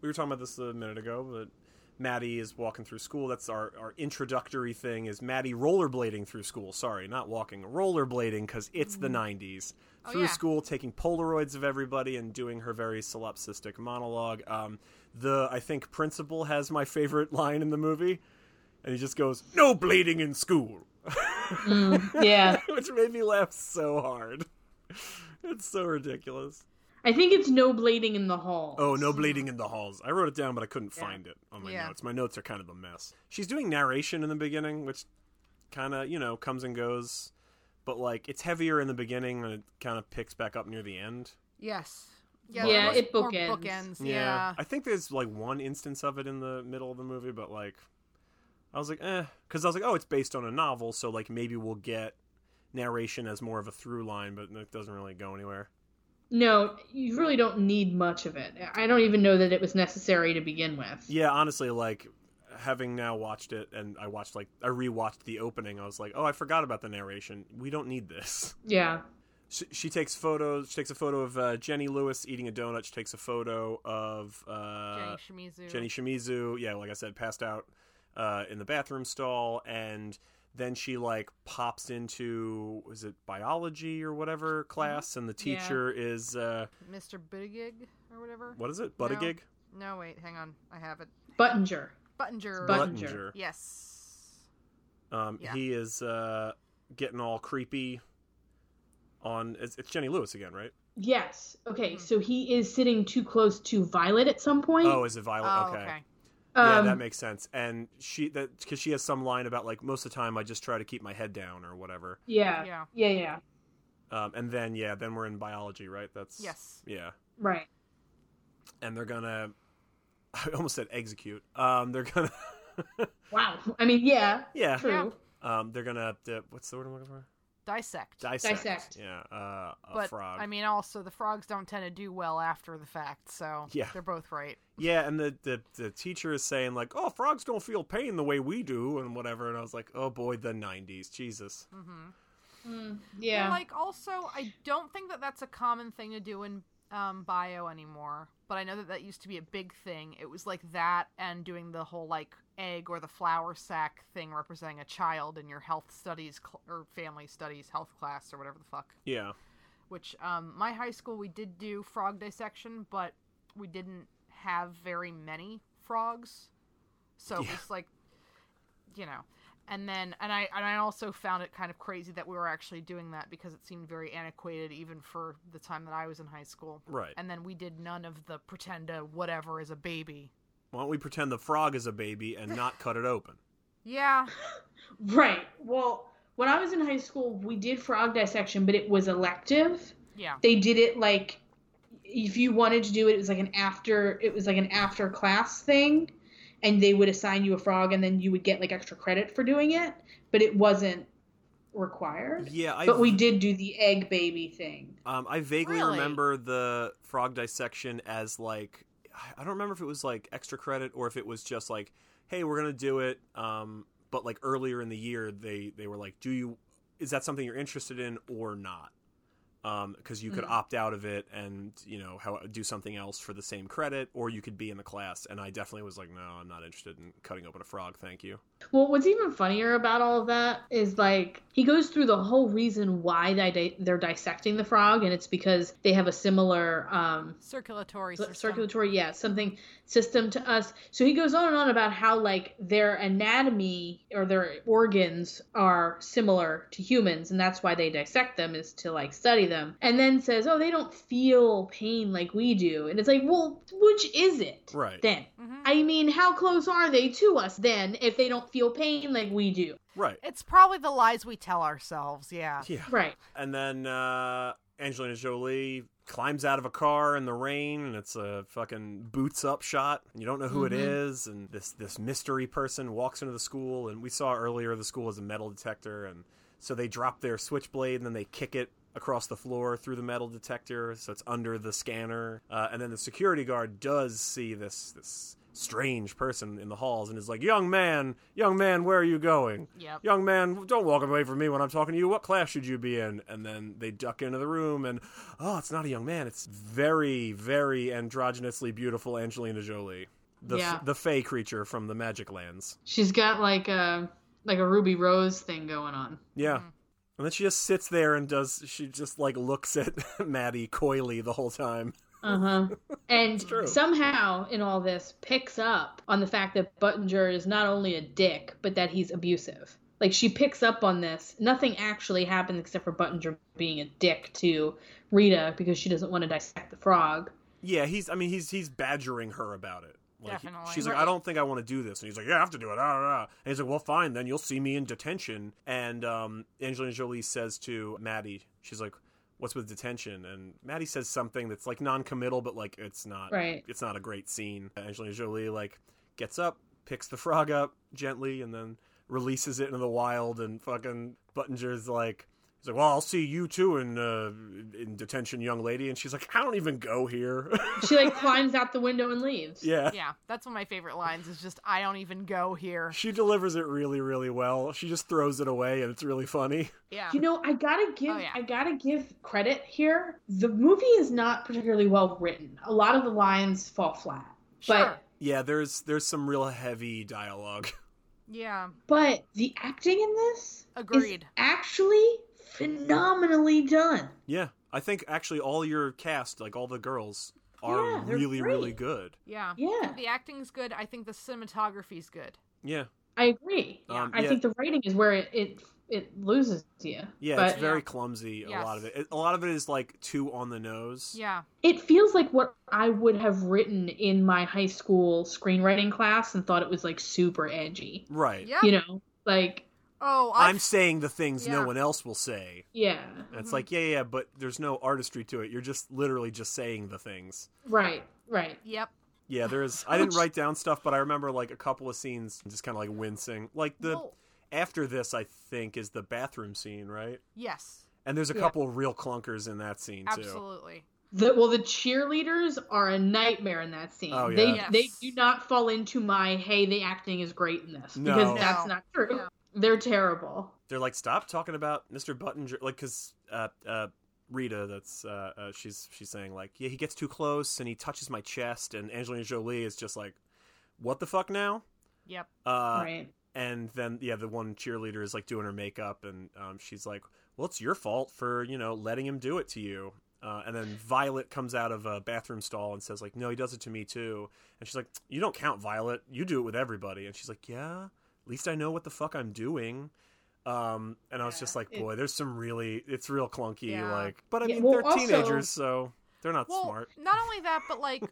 Speaker 2: we were talking about this a minute ago, but Maddie is walking through school. That's our, our introductory thing is Maddie rollerblading through school. Sorry, not walking, rollerblading because it's the 90s.
Speaker 5: Mm-hmm. Oh,
Speaker 2: through
Speaker 5: yeah.
Speaker 2: school, taking Polaroids of everybody and doing her very solipsistic monologue. Um, the I think principal has my favorite line in the movie, and he just goes, "No blading in school."
Speaker 1: yeah.
Speaker 2: which made me laugh so hard. It's so ridiculous.
Speaker 1: I think it's no blading in the hall.
Speaker 2: Oh, no bleeding in the halls. I wrote it down, but I couldn't
Speaker 5: Yeah.
Speaker 2: find it on my
Speaker 5: Yeah.
Speaker 2: notes. My notes are kind of a mess. She's doing narration in the beginning, which kind of, you know, comes and goes. But, like, it's heavier in the beginning and it kind of picks back up near the end.
Speaker 5: Yes.
Speaker 1: Yeah,
Speaker 5: there's
Speaker 1: it
Speaker 5: more
Speaker 1: bookends.
Speaker 5: bookends. Yeah.
Speaker 2: I think there's, like, one instance of it in the middle of the movie, but, like, I was like, eh. Because I was like, oh, it's based on a novel, so, like, maybe we'll get narration as more of a through line, but it doesn't really go anywhere.
Speaker 1: No, you really don't need much of it. I don't even know that it was necessary to begin with.
Speaker 2: Yeah, honestly, like having now watched it, and I watched like I rewatched the opening. I was like, oh, I forgot about the narration. We don't need this.
Speaker 1: Yeah.
Speaker 2: She, she takes photos. She takes a photo of uh, Jenny Lewis eating a donut. She takes a photo of uh,
Speaker 5: Jenny Shimizu.
Speaker 2: Jenny Shimizu. Yeah, like I said, passed out uh, in the bathroom stall, and then she like pops into was it biology or whatever class, and the
Speaker 1: Yeah.
Speaker 2: teacher is uh,
Speaker 5: Mr. Buttigieg or whatever.
Speaker 2: what is it? Buttigieg.
Speaker 5: No, wait, hang on. I have it.
Speaker 1: Buttinger.
Speaker 5: Buttinger.
Speaker 1: But-
Speaker 2: Buttinger.
Speaker 1: Buttinger.
Speaker 5: yes.
Speaker 2: Um,
Speaker 5: Yeah.
Speaker 2: He is uh, getting all creepy. On it's, it's Jenny Lewis again, right?
Speaker 1: Yes. Okay, so he is sitting too close to Violet at some point.
Speaker 2: Oh, is it Violet?
Speaker 5: Oh,
Speaker 2: okay.
Speaker 5: okay.
Speaker 2: yeah,
Speaker 1: Um,
Speaker 2: that makes sense. And she that because she has some line about like most of the time I just try to keep my head down or whatever.
Speaker 1: yeah,
Speaker 3: Yeah.
Speaker 1: yeah, yeah.
Speaker 2: Um, and then yeah, then we're in biology, right? That's
Speaker 3: Yes.
Speaker 2: Yeah,
Speaker 1: Right.
Speaker 2: and they're gonna. I almost said execute. Um, they're gonna.
Speaker 1: Wow. I mean, yeah,
Speaker 2: yeah.
Speaker 1: true.
Speaker 3: Yeah.
Speaker 2: Um, they're gonna. Uh, what's the word I'm looking for?
Speaker 3: Dissect.
Speaker 2: Dissect.
Speaker 1: Dissect.
Speaker 2: Yeah. Uh, a
Speaker 3: but
Speaker 2: frog.
Speaker 3: I mean, also the frogs don't tend to do well after the fact, so
Speaker 2: Yeah.
Speaker 3: they're both right.
Speaker 2: Yeah, and the, the the teacher is saying like, "Oh, frogs don't feel pain the way we do," and whatever. And I was like, "Oh boy, the '90s, Jesus."
Speaker 5: Mm-hmm.
Speaker 3: hmm
Speaker 1: Mm, yeah.
Speaker 3: Well, like also, I don't think that that's a common thing to do in um, bio anymore. But I know that that used to be a big thing. It was like that and doing the whole like egg or the flour sack thing representing a child in your health studies cl- or family studies health class or whatever the fuck.
Speaker 2: Yeah,
Speaker 3: Which um, my high school we did do frog dissection, but we didn't have very many frogs, so it
Speaker 2: Yeah.
Speaker 3: was like, you know. And then, and I and I also found it kind of crazy that we were actually doing that because it seemed very antiquated even for the time that I was in high school.
Speaker 2: right.
Speaker 3: And then we did none of the pretend to whatever is a baby.
Speaker 2: Why don't we pretend the frog is a baby and not cut it open?
Speaker 3: Yeah,
Speaker 1: right. Well, when I was in high school, we did frog dissection, but it was elective.
Speaker 3: yeah,
Speaker 1: They did it like if you wanted to do it, it was like an after it was like an after class thing, and they would assign you a frog, and then you would get like extra credit for doing it, but it wasn't required.
Speaker 2: Yeah, I
Speaker 1: But we did do the egg baby thing.
Speaker 2: um, I vaguely
Speaker 3: Really?
Speaker 2: remember the frog dissection as like I don't remember if it was like extra credit or if it was just like, "Hey, we're gonna do it." Um, but like earlier in the year, they they were like, "Do you is that something you're interested in or not?" Because you
Speaker 3: Hmm.
Speaker 2: could
Speaker 1: Mhm.
Speaker 2: opt out of it and you know how do something else for the same credit, or you could be in the class. And I definitely was like, "No, I'm not interested in cutting open a frog. Thank you."
Speaker 1: Well, what's even funnier about all of that is like he goes through the whole reason why they di- they're dissecting the frog, and it's because they have a similar um,
Speaker 3: circulatory
Speaker 1: cir-
Speaker 3: system.
Speaker 1: circulatory, yeah, something system to us. So he goes on and on about how like their anatomy or their organs are similar to humans, and that's why they dissect them is to like study them. And then says, oh, they don't feel pain like we do, and it's like, well, which is it
Speaker 2: Right.
Speaker 1: then?
Speaker 3: Mhm.
Speaker 1: I mean, how close are they to us then if they don't feel pain like we do?
Speaker 2: Right.
Speaker 3: It's probably the lies we tell ourselves. Yeah.
Speaker 2: Yeah.
Speaker 1: Right.
Speaker 2: And then uh, Angelina Jolie climbs out of a car in the rain, and it's a fucking boots up shot. And you don't know who it
Speaker 1: Mhm.
Speaker 2: is, and this this mystery person walks into the school, and we saw earlier the school is a metal detector, and so they drop their switchblade, and then they kick it across the floor through the metal detector, so it's under the scanner, uh, and then the security guard does see this this strange person in the halls, and is like, "Young man, young man, where are you going?"
Speaker 3: Yep.
Speaker 2: young man, don't walk away from me when I'm talking to you. What class should you be in? And then they duck into the room, and oh, it's not a young man. It's very, very androgynously beautiful Angelina Jolie, the
Speaker 1: Yeah.
Speaker 2: the fey creature from the Magic Lands.
Speaker 1: She's got like a like a ruby rose thing going on.
Speaker 2: Yeah.
Speaker 3: Mhm.
Speaker 2: And then she just sits there and does. She just like looks at Maddie coyly the whole time.
Speaker 1: Uh huh. And
Speaker 2: true.
Speaker 1: somehow in all this picks up on the fact that Buttinger is not only a dick, but that he's abusive. Like she picks up on this. Nothing actually happens except for Buttinger being a dick to Rita because she doesn't want to dissect the frog.
Speaker 2: Yeah, he's. I mean, he's he's badgering her about it. Like, he-
Speaker 3: Definitely.
Speaker 2: She's like, I
Speaker 1: Right.
Speaker 2: don't think I want to do this, and he's like, You have to do it. Ah, ah, ah. And he's like, Well, fine, then you'll see me in detention. And um, Angelina Jolie says to Maddie, she's like, What's with detention? And Maddie says something that's like non-committal, but like it's not.
Speaker 1: Right.
Speaker 2: It's not a great scene. Angelina Jolie like gets up, picks the frog up gently, and then releases it into the wild. And fucking Buttinger's like. He's like, well, I'll see you too in uh, in detention, young lady. And she's like, I don't even go here.
Speaker 1: She like climbs out the window and leaves.
Speaker 2: Yeah.
Speaker 3: Yeah, that's one of my favorite lines. Is just I don't even go here.
Speaker 2: She delivers it really, really well. She just throws it away and it's really funny.
Speaker 3: Yeah.
Speaker 1: You know, I gotta give
Speaker 3: Oh, yeah.
Speaker 1: I gotta give credit here. The movie is not particularly well written. A lot of the lines fall flat.
Speaker 3: Sure.
Speaker 1: But
Speaker 2: Yeah, there's there's some real heavy dialogue.
Speaker 3: Yeah.
Speaker 1: but the acting in this
Speaker 3: Agreed.
Speaker 1: is actually phenomenally done.
Speaker 2: Yeah. I think actually all your cast, like all the girls, are
Speaker 1: Yeah, they're
Speaker 2: really, really
Speaker 1: great.
Speaker 2: good.
Speaker 3: Yeah.
Speaker 1: Yeah,
Speaker 3: The acting's good. I think the cinematography's good.
Speaker 2: Yeah.
Speaker 1: I agree.
Speaker 2: Um,
Speaker 1: I
Speaker 2: yeah.
Speaker 1: think the writing is where it, it it loses you.
Speaker 2: Yeah,
Speaker 1: but
Speaker 2: it's very clumsy.
Speaker 3: Yes.
Speaker 2: A lot of it. A lot of it is like too on the nose.
Speaker 3: Yeah.
Speaker 1: it feels like what I would have written in my high school screenwriting class and thought it was like super edgy.
Speaker 2: Right.
Speaker 3: Yeah.
Speaker 1: You know, like
Speaker 3: Oh, i
Speaker 2: I'm saying the things no
Speaker 3: Yeah.
Speaker 2: one else will say.
Speaker 1: yeah,
Speaker 2: And it's
Speaker 3: Mhm.
Speaker 2: like, yeah, yeah, but there's no artistry to it. You're just literally just saying the things.
Speaker 1: right, right.
Speaker 3: Yep.
Speaker 2: Yeah, there is. I didn't
Speaker 1: Which-
Speaker 2: write down stuff, but I remember like a couple of scenes, just kind of like wincing. Like the
Speaker 3: Well,
Speaker 2: after this, I think is the bathroom scene, right?
Speaker 3: yes.
Speaker 2: And there's a
Speaker 1: Yeah.
Speaker 2: couple of real clunkers in that scene too.
Speaker 3: Absolutely.
Speaker 1: The, well, the cheerleaders are a nightmare in that scene.
Speaker 2: Oh, yeah.
Speaker 1: They
Speaker 3: Yes.
Speaker 1: they do not fall into my hey, the acting is great in this
Speaker 2: No.
Speaker 1: because
Speaker 2: No.
Speaker 1: that's not true.
Speaker 3: No.
Speaker 1: They're terrible.
Speaker 2: They're like, stop talking about Mr. Button, like because uh, uh, Rita, that's uh, uh, she's she's saying like, yeah, he gets too close and he touches my chest, and Angelina Jolie is just like, what the fuck now?
Speaker 3: Yep.
Speaker 2: Uh,
Speaker 1: right.
Speaker 2: and then yeah the one cheerleader is like doing her makeup and um, she's like well it's your fault for you know letting him do it to you uh, and then violet comes out of a bathroom stall and says like no he does it to me too and she's like you don't count violet you do it with everybody and she's like yeah at least i know what the fuck i'm doing um, and i was
Speaker 1: Yeah,
Speaker 2: just like
Speaker 1: it-
Speaker 2: boy there's some really it's real clunky
Speaker 3: Yeah.
Speaker 2: like but i
Speaker 1: Yeah,
Speaker 2: mean
Speaker 1: well,
Speaker 2: they're
Speaker 1: also-
Speaker 2: teenagers so they're not
Speaker 3: well,
Speaker 2: smart
Speaker 3: not only that, but like,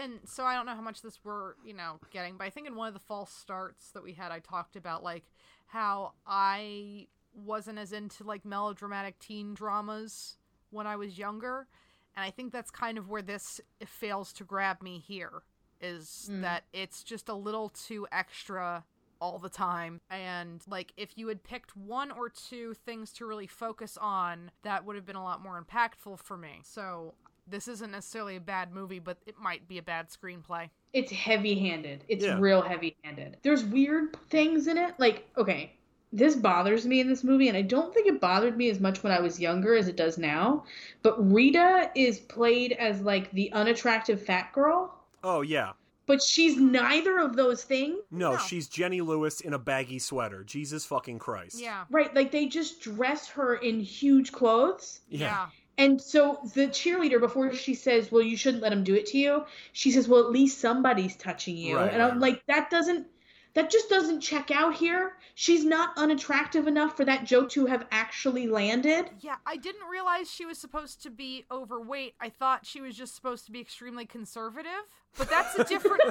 Speaker 3: and so I don't know how much this we're you know getting, but I think in one of the false starts that we had, I talked about like how I wasn't as into like melodramatic teen dramas when I was younger, and I think that's kind of where this fails to grab me here is
Speaker 1: Mm.
Speaker 3: that it's just a little too extra all the time and like if you had picked one or two things to really focus on that would have been a lot more impactful for me so this isn't necessarily a bad movie, but it might be a bad screenplay.
Speaker 1: It's heavy handed. It's
Speaker 2: Yeah.
Speaker 1: real heavy handed. There's weird things in it. Like, okay, this bothers me in this movie, and I don't think it bothered me as much when I was younger as it does now. But Rita is played as like the unattractive fat girl,
Speaker 2: oh yeah
Speaker 1: but she's neither of those things.
Speaker 2: no,
Speaker 3: No.
Speaker 2: she's jenny lewis in a baggy sweater jesus fucking christ
Speaker 3: Yeah.
Speaker 1: Right, like they just dress her in huge clothes.
Speaker 2: yeah,
Speaker 1: And so the cheerleader, before she says, Well, you shouldn't let him do it to you, she says, Well, at least somebody's touching you.
Speaker 2: Right,
Speaker 1: and
Speaker 2: right,
Speaker 1: I'm like, That doesn't, that just doesn't check out here. She's not unattractive enough for that joke to have actually landed.
Speaker 3: yeah. Yeah, I didn't realize she was supposed to be overweight. I thought she was just supposed to be extremely conservative. But that's a different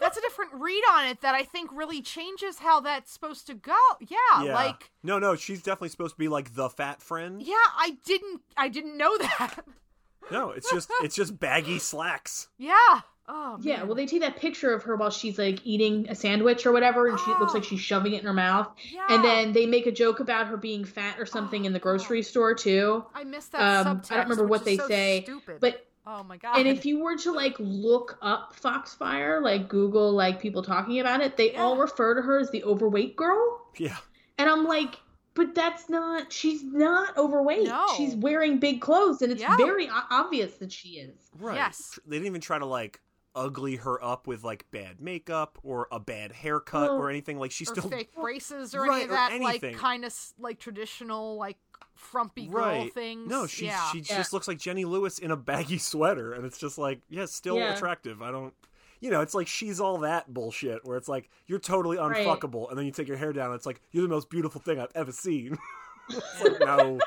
Speaker 3: that's a different read on it that I think really changes how that's supposed to go. Yeah,
Speaker 2: Yeah.
Speaker 3: like
Speaker 2: No, no, she's definitely supposed to be like the fat friend.
Speaker 3: yeah, I didn't I didn't know that.
Speaker 2: No, it's just it's just baggy slacks.
Speaker 3: yeah. Oh man.
Speaker 1: Yeah, well, they take that picture of her while she's like eating a sandwich or whatever, and she it looks
Speaker 3: Oh.
Speaker 1: like she's shoving it in her mouth.
Speaker 3: yeah.
Speaker 1: And then they make a joke about her being fat or something in the grocery store, too.
Speaker 3: I missed that
Speaker 1: um,
Speaker 3: subtext.
Speaker 1: I don't remember what
Speaker 3: which is
Speaker 1: they
Speaker 3: so
Speaker 1: say,
Speaker 3: Stupid.
Speaker 1: But
Speaker 3: oh my god.
Speaker 1: and if you were to like look up Foxfire, like Google like people talking about it, they all
Speaker 3: Yeah.
Speaker 1: refer to her as the overweight girl.
Speaker 2: Yeah.
Speaker 1: And I'm like, but that's not she's not overweight.
Speaker 3: No.
Speaker 1: She's wearing big clothes and it's
Speaker 3: Yeah.
Speaker 1: very o- obvious that she is.
Speaker 2: Right.
Speaker 3: Yes.
Speaker 2: Tr- They didn't even try to like ugly her up with like bad makeup or a bad haircut
Speaker 1: Well,
Speaker 2: or anything. Like she's
Speaker 3: or
Speaker 2: still
Speaker 3: fake braces or
Speaker 2: Right,
Speaker 3: any of
Speaker 2: or
Speaker 3: that like
Speaker 2: anything.
Speaker 3: kind of like traditional like frumpy girl
Speaker 2: Right.
Speaker 3: things.
Speaker 2: No, she
Speaker 3: yeah.
Speaker 2: she
Speaker 1: Yeah.
Speaker 2: just looks like Jenny Lewis in a baggy sweater and it's just like, yeah, still
Speaker 1: Yeah.
Speaker 2: attractive. I don't you know, it's like she's all that bullshit where it's like you're totally
Speaker 1: Right.
Speaker 2: unfuckable and then you take your hair down and it's like you're the most beautiful thing I've ever seen. it's like no.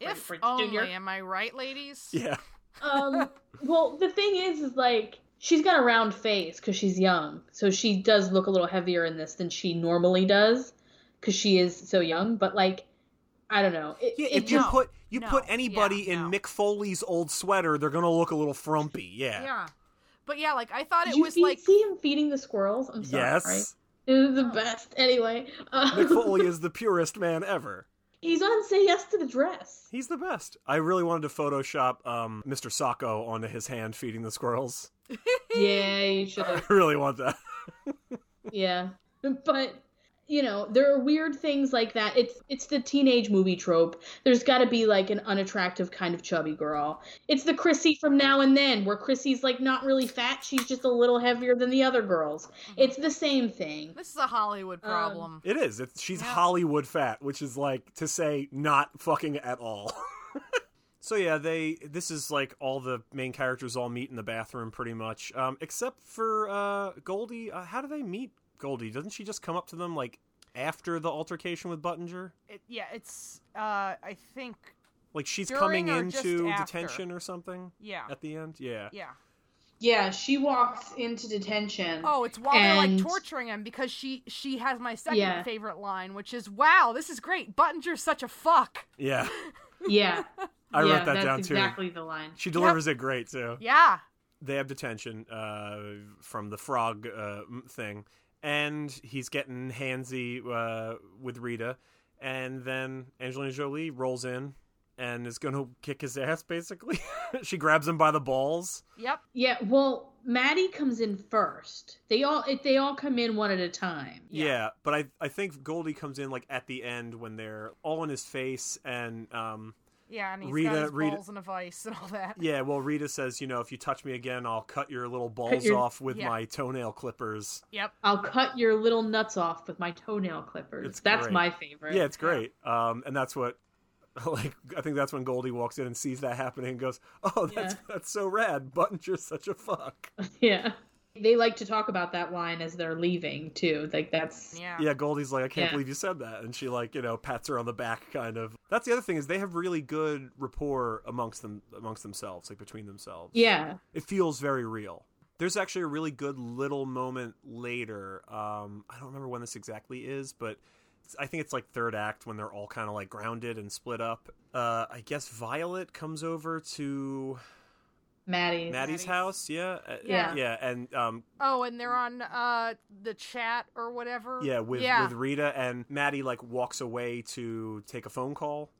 Speaker 3: if
Speaker 1: Prince
Speaker 3: only,
Speaker 1: Junior.
Speaker 3: am I right, ladies?
Speaker 2: Yeah.
Speaker 1: Um well, the thing is is like she's got a round face cuz she's young. So she does look a little heavier in this than she normally does cuz she is so young, but like I don't know. It,
Speaker 2: Yeah,
Speaker 1: it
Speaker 2: if
Speaker 1: just
Speaker 2: you
Speaker 3: No,
Speaker 2: put you
Speaker 3: no,
Speaker 2: put
Speaker 3: yeah,
Speaker 2: anybody in
Speaker 3: no.
Speaker 2: Mick Foley's old sweater, they're gonna look a little frumpy. Yeah.
Speaker 3: Yeah. But yeah, like I thought
Speaker 1: Did
Speaker 3: it
Speaker 1: you
Speaker 3: was
Speaker 1: see,
Speaker 3: like
Speaker 1: see him feeding the squirrels? I'm sorry. right?
Speaker 2: Yes.
Speaker 1: It was the best. Anyway,
Speaker 2: Mick
Speaker 1: um,
Speaker 2: Foley is the purest man ever.
Speaker 1: he's on Say Yes to the Dress.
Speaker 2: He's the best. I really wanted to Photoshop um, Mr. Sacco onto his hand feeding the squirrels.
Speaker 1: Yeah, you should
Speaker 2: I
Speaker 1: have.
Speaker 2: really want that.
Speaker 1: yeah. But, you know, there are weird things like that. It's it's the teenage movie trope. There's got to be like an unattractive kind of chubby girl. It's the Chrissy from now and then, where Chrissy's like not really fat. She's just a little heavier than the other girls. It's the same thing.
Speaker 3: mm-hmm. this is a Hollywood
Speaker 1: Um,
Speaker 3: problem.
Speaker 2: It is. It's, she's
Speaker 3: Yeah.
Speaker 2: Hollywood fat, which is like to say not fucking at all. so yeah, they. This is like all the main characters all meet in the bathroom, pretty much, um, except for uh, Goldie. Uh, how do they meet Goldie? Doesn't she just come up to them like after the altercation with Buttinger?
Speaker 3: It, yeah, it's. Uh, I think.
Speaker 2: Like she's
Speaker 3: During
Speaker 2: coming
Speaker 3: or just
Speaker 2: into
Speaker 3: after?
Speaker 2: detention or something
Speaker 3: Yeah.
Speaker 2: at the end? Yeah.
Speaker 3: Yeah.
Speaker 1: Yeah, she walks into detention.
Speaker 3: Oh, it's while they're
Speaker 1: And-
Speaker 3: like torturing him because she she has my second
Speaker 1: Yeah.
Speaker 3: favorite line, which is, "Wow, this is great. Buttinger's such a fuck."
Speaker 2: Yeah.
Speaker 1: Yeah. yeah,
Speaker 2: I wrote that
Speaker 1: that's
Speaker 2: down too.
Speaker 1: exactly the line.
Speaker 2: She delivers it great too.
Speaker 3: Yeah.
Speaker 2: They have detention uh, from the frog uh, m- thing, and he's getting handsy uh, with Rita, and then Angelina Jolie rolls in and is going to kick his ass. Basically, she grabs him by the balls.
Speaker 3: Yep.
Speaker 1: Yeah, well, Maddie comes in first. They all it- they all come in one at a time.
Speaker 3: Yeah.
Speaker 2: Yeah. but I I think Goldie comes in like at the end when they're all in his face, and um,
Speaker 3: Yeah, and he's
Speaker 2: Rita-
Speaker 3: got his
Speaker 2: Rita-
Speaker 3: balls in a vice and all that.
Speaker 2: yeah, well, Rita says, you know, if you touch me again, I'll cut your little balls
Speaker 1: your-
Speaker 2: off with
Speaker 3: Yeah.
Speaker 2: my toenail clippers.
Speaker 3: Yep.
Speaker 1: I'll cut your little nuts off with my toenail clippers.
Speaker 2: It's
Speaker 1: That's
Speaker 2: great.
Speaker 1: my favorite.
Speaker 2: Yeah, it's great. Um, and that's what, like, I think that's when Goldie walks in and sees that happening and goes, "Oh, that's that's so rad. Buttinger's such a fuck."
Speaker 1: Yeah. They like to talk about that line as they're leaving too. Like that's
Speaker 3: Yeah.
Speaker 2: Yeah, Goldie's like, "I can't
Speaker 1: Yeah.
Speaker 2: believe you said that," and she like, you know, pats her on the back, kind of. That's the other thing is they have really good rapport amongst them amongst themselves, like between themselves.
Speaker 1: Yeah.
Speaker 2: it feels very real. There's actually a really good little moment later. Um, I don't remember when this exactly is, but it's- I think it's like third act when they're all kind of like grounded and split up. Uh, I guess Violet comes over to
Speaker 1: Maddie.
Speaker 2: Maddie's
Speaker 3: Maddie's.
Speaker 2: house. Yeah, Uh,
Speaker 1: Yeah.
Speaker 2: yeah, and um,
Speaker 3: Oh, and they're on uh the chat or whatever.
Speaker 2: yeah with
Speaker 3: yeah.
Speaker 2: with Rita and Maddie like walks away to take a phone call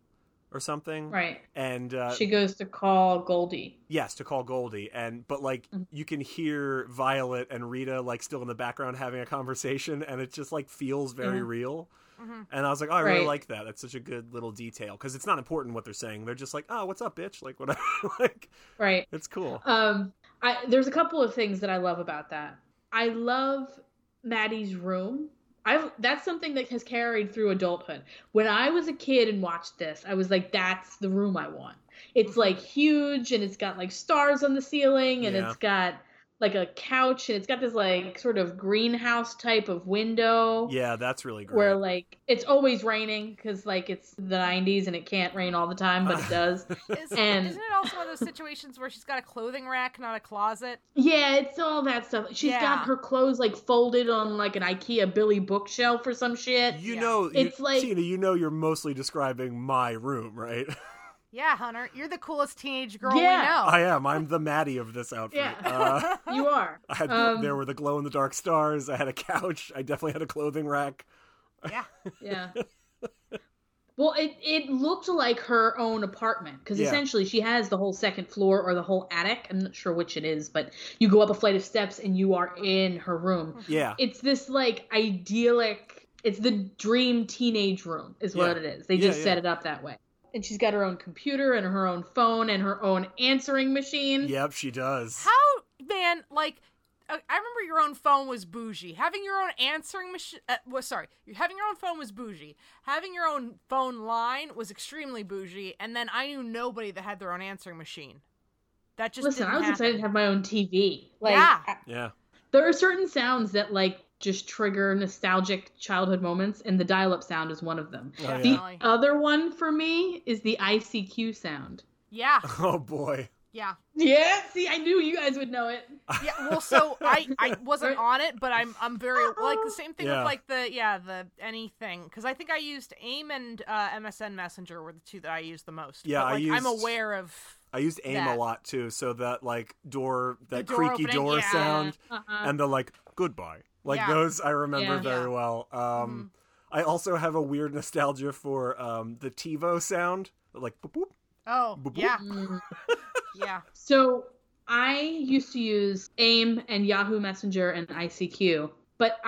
Speaker 2: or something,
Speaker 1: Right.
Speaker 2: and uh,
Speaker 1: she goes to call Goldie.
Speaker 2: Yes, to call Goldie, and but like
Speaker 1: Mhm.
Speaker 2: you can hear Violet and Rita like still in the background having a conversation, and it just like feels very
Speaker 1: Yeah.
Speaker 2: real.
Speaker 3: Mhm.
Speaker 2: And I was like, oh, I really
Speaker 1: Right.
Speaker 2: like that. That's such a good little detail because it's not important what they're saying. They're just like, oh, what's up, bitch? Like whatever. like
Speaker 1: Right.
Speaker 2: it's cool.
Speaker 1: Um I there's a couple of things that I love about that. I love Maddie's room. I that's something that has carried through adulthood. When I was a kid and watched this, I was like that's the room I want.
Speaker 2: Mm-hmm.
Speaker 1: It's like huge and it's got like stars on the ceiling and
Speaker 2: Yeah.
Speaker 1: it's got like a couch and it's got this like sort of greenhouse type of window.
Speaker 2: Yeah, that's really great.
Speaker 1: Oh. where like it's always raining because like it's the 90s and it can't rain all the time but it does
Speaker 3: Is,
Speaker 1: And-
Speaker 3: isn't it also one of those situations where she's got a clothing rack, not a closet?
Speaker 1: yeah it's all that stuff She's
Speaker 3: Yeah.
Speaker 1: got her clothes like folded on like an ikea billy bookshelf or some shit
Speaker 2: you
Speaker 3: Yeah.
Speaker 2: know,
Speaker 1: It's
Speaker 2: you,
Speaker 1: like-
Speaker 2: Tina. You know, you're mostly describing my room, right?
Speaker 3: Yeah, Hunter, you're the coolest teenage girl
Speaker 1: Yeah.
Speaker 2: I am. I'm the Maddie of this outfit.
Speaker 1: Oh. Yeah.
Speaker 2: Uh,
Speaker 1: you are
Speaker 2: I had
Speaker 1: Um,
Speaker 2: there were the glow in the dark stars. I had a couch. I definitely had a clothing rack.
Speaker 3: we know. yeah.
Speaker 1: yeah well it it looked like her own apartment because
Speaker 2: Yeah.
Speaker 1: essentially she has the whole second floor or the whole attic i'm not sure which it is but you go up a flight of steps and you are in her room
Speaker 2: Yeah,
Speaker 1: it's this like idyllic it's the dream teenage room is what
Speaker 2: Yeah.
Speaker 1: it is they
Speaker 2: Yeah,
Speaker 1: just set
Speaker 2: yeah.
Speaker 1: it up that way and she's got her own computer and her own phone and her own answering machine
Speaker 2: yep, she does.
Speaker 3: How, man, like, I I remember your own phone was bougie. Having your own answering machine, uh, was sorry, you- having your own phone was bougie. Having your own phone line was extremely bougie. And then I knew nobody that had their own answering machine. That just
Speaker 1: listen
Speaker 3: didn't
Speaker 1: i was
Speaker 3: happen.
Speaker 1: excited to have my own tv like
Speaker 3: Yeah.
Speaker 1: I-
Speaker 2: Yeah.
Speaker 1: there are certain sounds that like just trigger nostalgic childhood moments and the dial-up sound is one of them
Speaker 2: Oh,
Speaker 1: the
Speaker 3: Definitely.
Speaker 1: other one for me is the icq sound
Speaker 3: Yeah,
Speaker 2: Oh boy.
Speaker 3: yeah,
Speaker 1: yeah see i knew you guys would know it
Speaker 3: yeah. Well, so I, I wasn't on it, but I'm I'm very like the same thing
Speaker 2: Yeah.
Speaker 3: with like the yeah the anything because I think I used AIM and uh, MSN Messenger were the two that I used the most.
Speaker 2: Yeah,
Speaker 3: but,
Speaker 2: I
Speaker 3: like, I'm
Speaker 2: used-
Speaker 3: aware of
Speaker 2: I used aim a
Speaker 3: That.
Speaker 2: lot too, so that like door, that
Speaker 3: door
Speaker 2: creaky
Speaker 3: opening,
Speaker 2: door
Speaker 3: yeah.
Speaker 2: sound,
Speaker 1: uh-huh.
Speaker 2: and the like goodbye, like
Speaker 3: Yeah.
Speaker 2: those I remember
Speaker 1: Yeah.
Speaker 2: very
Speaker 3: Yeah. Mm-hmm.
Speaker 2: well. Um, I also have a weird nostalgia for um the TiVo sound, like boop boop.
Speaker 3: Oh,
Speaker 2: Boop, boop.
Speaker 3: yeah,
Speaker 1: Mm.
Speaker 3: yeah.
Speaker 1: So I used to use AIM and Yahoo Messenger and ICQ, but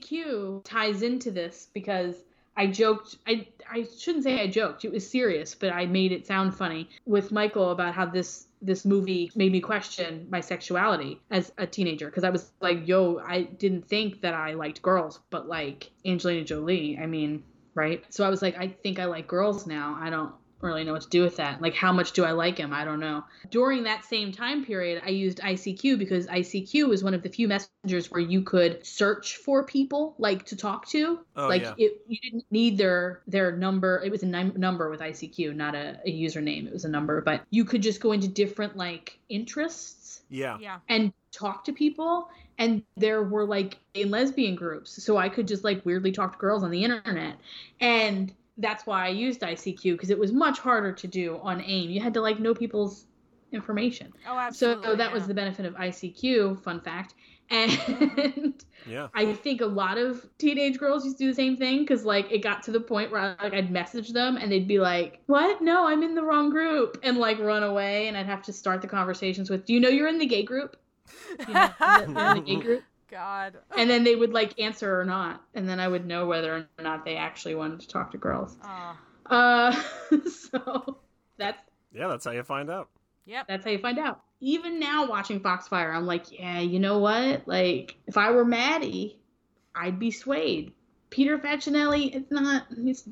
Speaker 1: ICQ ties into this because I joked. I I shouldn't say I joked. It was serious, but I made it sound funny with Michael about how this this movie made me question my sexuality as a teenager because I was like, yo, I didn't think that I liked girls, but like Angelina Jolie, I mean, right? So I was like, I think I like girls now. I don't really know what to do with that. Like, how much do I like him? I don't know. During that same time period, I used ICQ because ICQ was one of the few messengers where you could search for people like to talk to.
Speaker 2: Oh,
Speaker 1: like,
Speaker 2: yeah.
Speaker 1: it, you didn't need their their number. It was a num- number with ICQ, not a, a username. It was a number, but you could just go into different like interests
Speaker 2: Yeah.
Speaker 3: Yeah.
Speaker 1: and talk to people and there were like gay and lesbian groups so i could just like weirdly talk to girls on the internet and that's why i used icq because it was much harder to do on aim you had to like know people's information
Speaker 3: Oh, absolutely.
Speaker 1: so that
Speaker 3: yeah.
Speaker 1: was the benefit of icq fun fact and
Speaker 2: Yeah.
Speaker 1: I think a lot of teenage girls used to do the same thing because like it got to the point where like I'd message them and they'd be like, "What? No, I'm in the wrong group," and like run away, and I'd have to start the conversations with, "Do you know you're in the gay group?" You know, "You're in the gay group,"
Speaker 3: God.
Speaker 1: and then they would like answer or not, and then I would know whether or not they actually wanted to talk to girls.
Speaker 3: Ah.
Speaker 1: Uh, so that's
Speaker 2: Yeah, that's how you find out.
Speaker 3: yep.
Speaker 1: that's how you find out. Even now, watching Foxfire, I'm like, yeah, you know what? Like, if I were Maddie, I'd be swayed. Peter Facinelli, it's not, he's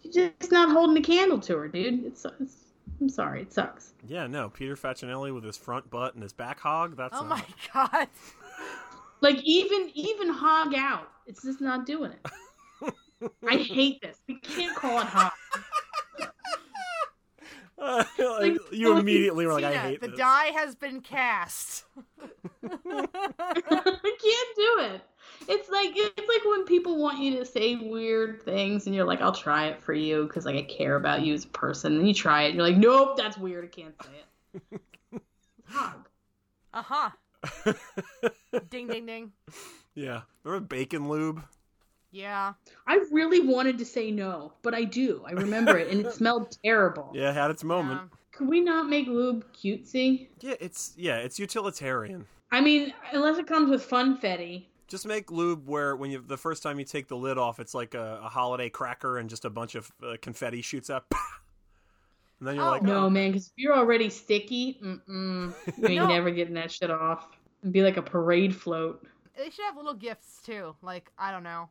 Speaker 1: he's just not holding a candle to her, dude. It's, it's I'm sorry, it sucks.
Speaker 2: Yeah, no, Peter Facinelli with his front butt and his back hog. That's
Speaker 3: Oh
Speaker 2: not-
Speaker 3: my God.
Speaker 1: Like, even even hog out, it's just not doing it. I hate this. We can't call it hog.
Speaker 2: Like, you immediately were like, I
Speaker 3: Tina,
Speaker 2: hate
Speaker 3: the
Speaker 2: this.
Speaker 3: die has been cast.
Speaker 1: I can't do it. It's like it's like when people want you to say weird things, and you're like, "I'll try it for you because like I care about you as a person." And you try it, and you're like, "Nope, that's weird. I can't say it." Hog.
Speaker 3: Uh huh. ding ding ding.
Speaker 2: yeah. Remember bacon lube?
Speaker 3: Yeah.
Speaker 1: I really wanted to say no, but I do. I remember it, and it smelled terrible.
Speaker 2: Yeah, it had its moment.
Speaker 1: Could we not make lube cutesy?
Speaker 2: Yeah, it's yeah, it's utilitarian.
Speaker 1: I mean, unless it comes with funfetti.
Speaker 2: Just make lube where when you the first time you take the lid off, it's like a, a holiday cracker and just a bunch of uh, confetti shoots up, and then you're
Speaker 3: Oh.
Speaker 2: like,
Speaker 1: No, man, because if you're already sticky, mm-mm, you ain't
Speaker 3: No.
Speaker 1: never getting that shit off. It'd be like a parade float.
Speaker 3: They should have little gifts too. Like I don't know.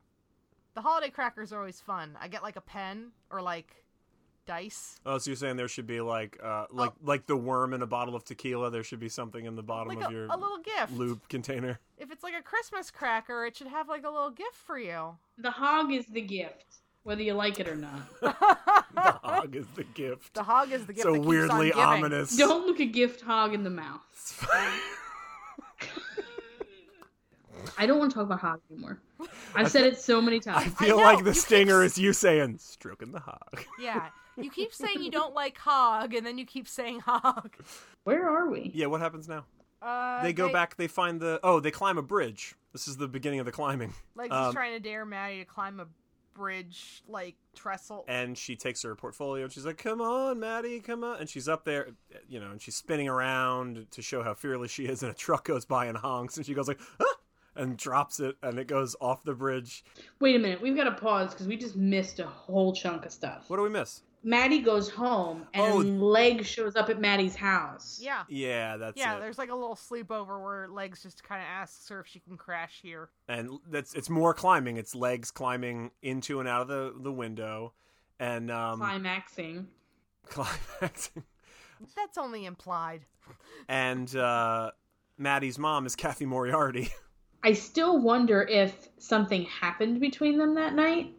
Speaker 3: The holiday crackers are always fun. I get like a pen or like dice.
Speaker 2: Oh, so you're saying there should be like, uh,
Speaker 3: Oh.
Speaker 2: like, like the worm in a bottle of tequila. There should be something in the bottom
Speaker 3: Like
Speaker 2: of
Speaker 3: a,
Speaker 2: your
Speaker 3: a little gift.
Speaker 2: lube container.
Speaker 3: If it's like a Christmas cracker, it should have like a little gift for you.
Speaker 1: The hog is the gift, whether you like it or not.
Speaker 2: The hog is the gift.
Speaker 3: The hog is the gift.
Speaker 2: so
Speaker 3: that keeps on
Speaker 2: weirdly
Speaker 3: giving.
Speaker 2: ominous.
Speaker 1: Don't look a gift hog in the mouth. I don't want to talk about hog anymore. I've said it so many
Speaker 2: I
Speaker 1: times.
Speaker 2: feel
Speaker 3: know,
Speaker 2: like
Speaker 3: you
Speaker 2: the
Speaker 3: keep
Speaker 2: stinger
Speaker 3: s-
Speaker 2: is you saying stroking the hog.
Speaker 3: Yeah. You keep saying you don't like hog, and then you keep saying hog.
Speaker 1: Where are we?
Speaker 2: Yeah, what happens now?
Speaker 3: Uh,
Speaker 2: they go back. They find the oh, they climb a bridge. This is the beginning of the climbing,
Speaker 3: Like
Speaker 2: Um,
Speaker 3: he's trying to dare Maddie to climb a bridge, like trestle.
Speaker 2: and she takes her portfolio. and She's like, "Come on, Maddie, come on!" And she's up there, you know, and she's spinning around to show how fearless she is. And a truck goes by and honks, and she goes like, "Ah!" and drops it, and it goes off the bridge.
Speaker 1: Wait a minute. We've got to pause because we just missed a whole chunk of stuff.
Speaker 2: What do we miss?
Speaker 1: Maddie goes home and
Speaker 2: Oh.
Speaker 1: Leg shows up at Maddie's house.
Speaker 3: yeah.
Speaker 2: Yeah, that's
Speaker 3: Yeah,
Speaker 2: it.
Speaker 3: there's like a little sleepover where Legs just kind of asks her if she can crash here.
Speaker 2: and that's it's more climbing. It's legs climbing into and out of the the window, and um,
Speaker 1: Climaxing.
Speaker 2: climaxing.
Speaker 3: That's only implied.
Speaker 2: and uh, Maddie's mom is Kathy Moriarty.
Speaker 1: I still wonder if something happened between them that night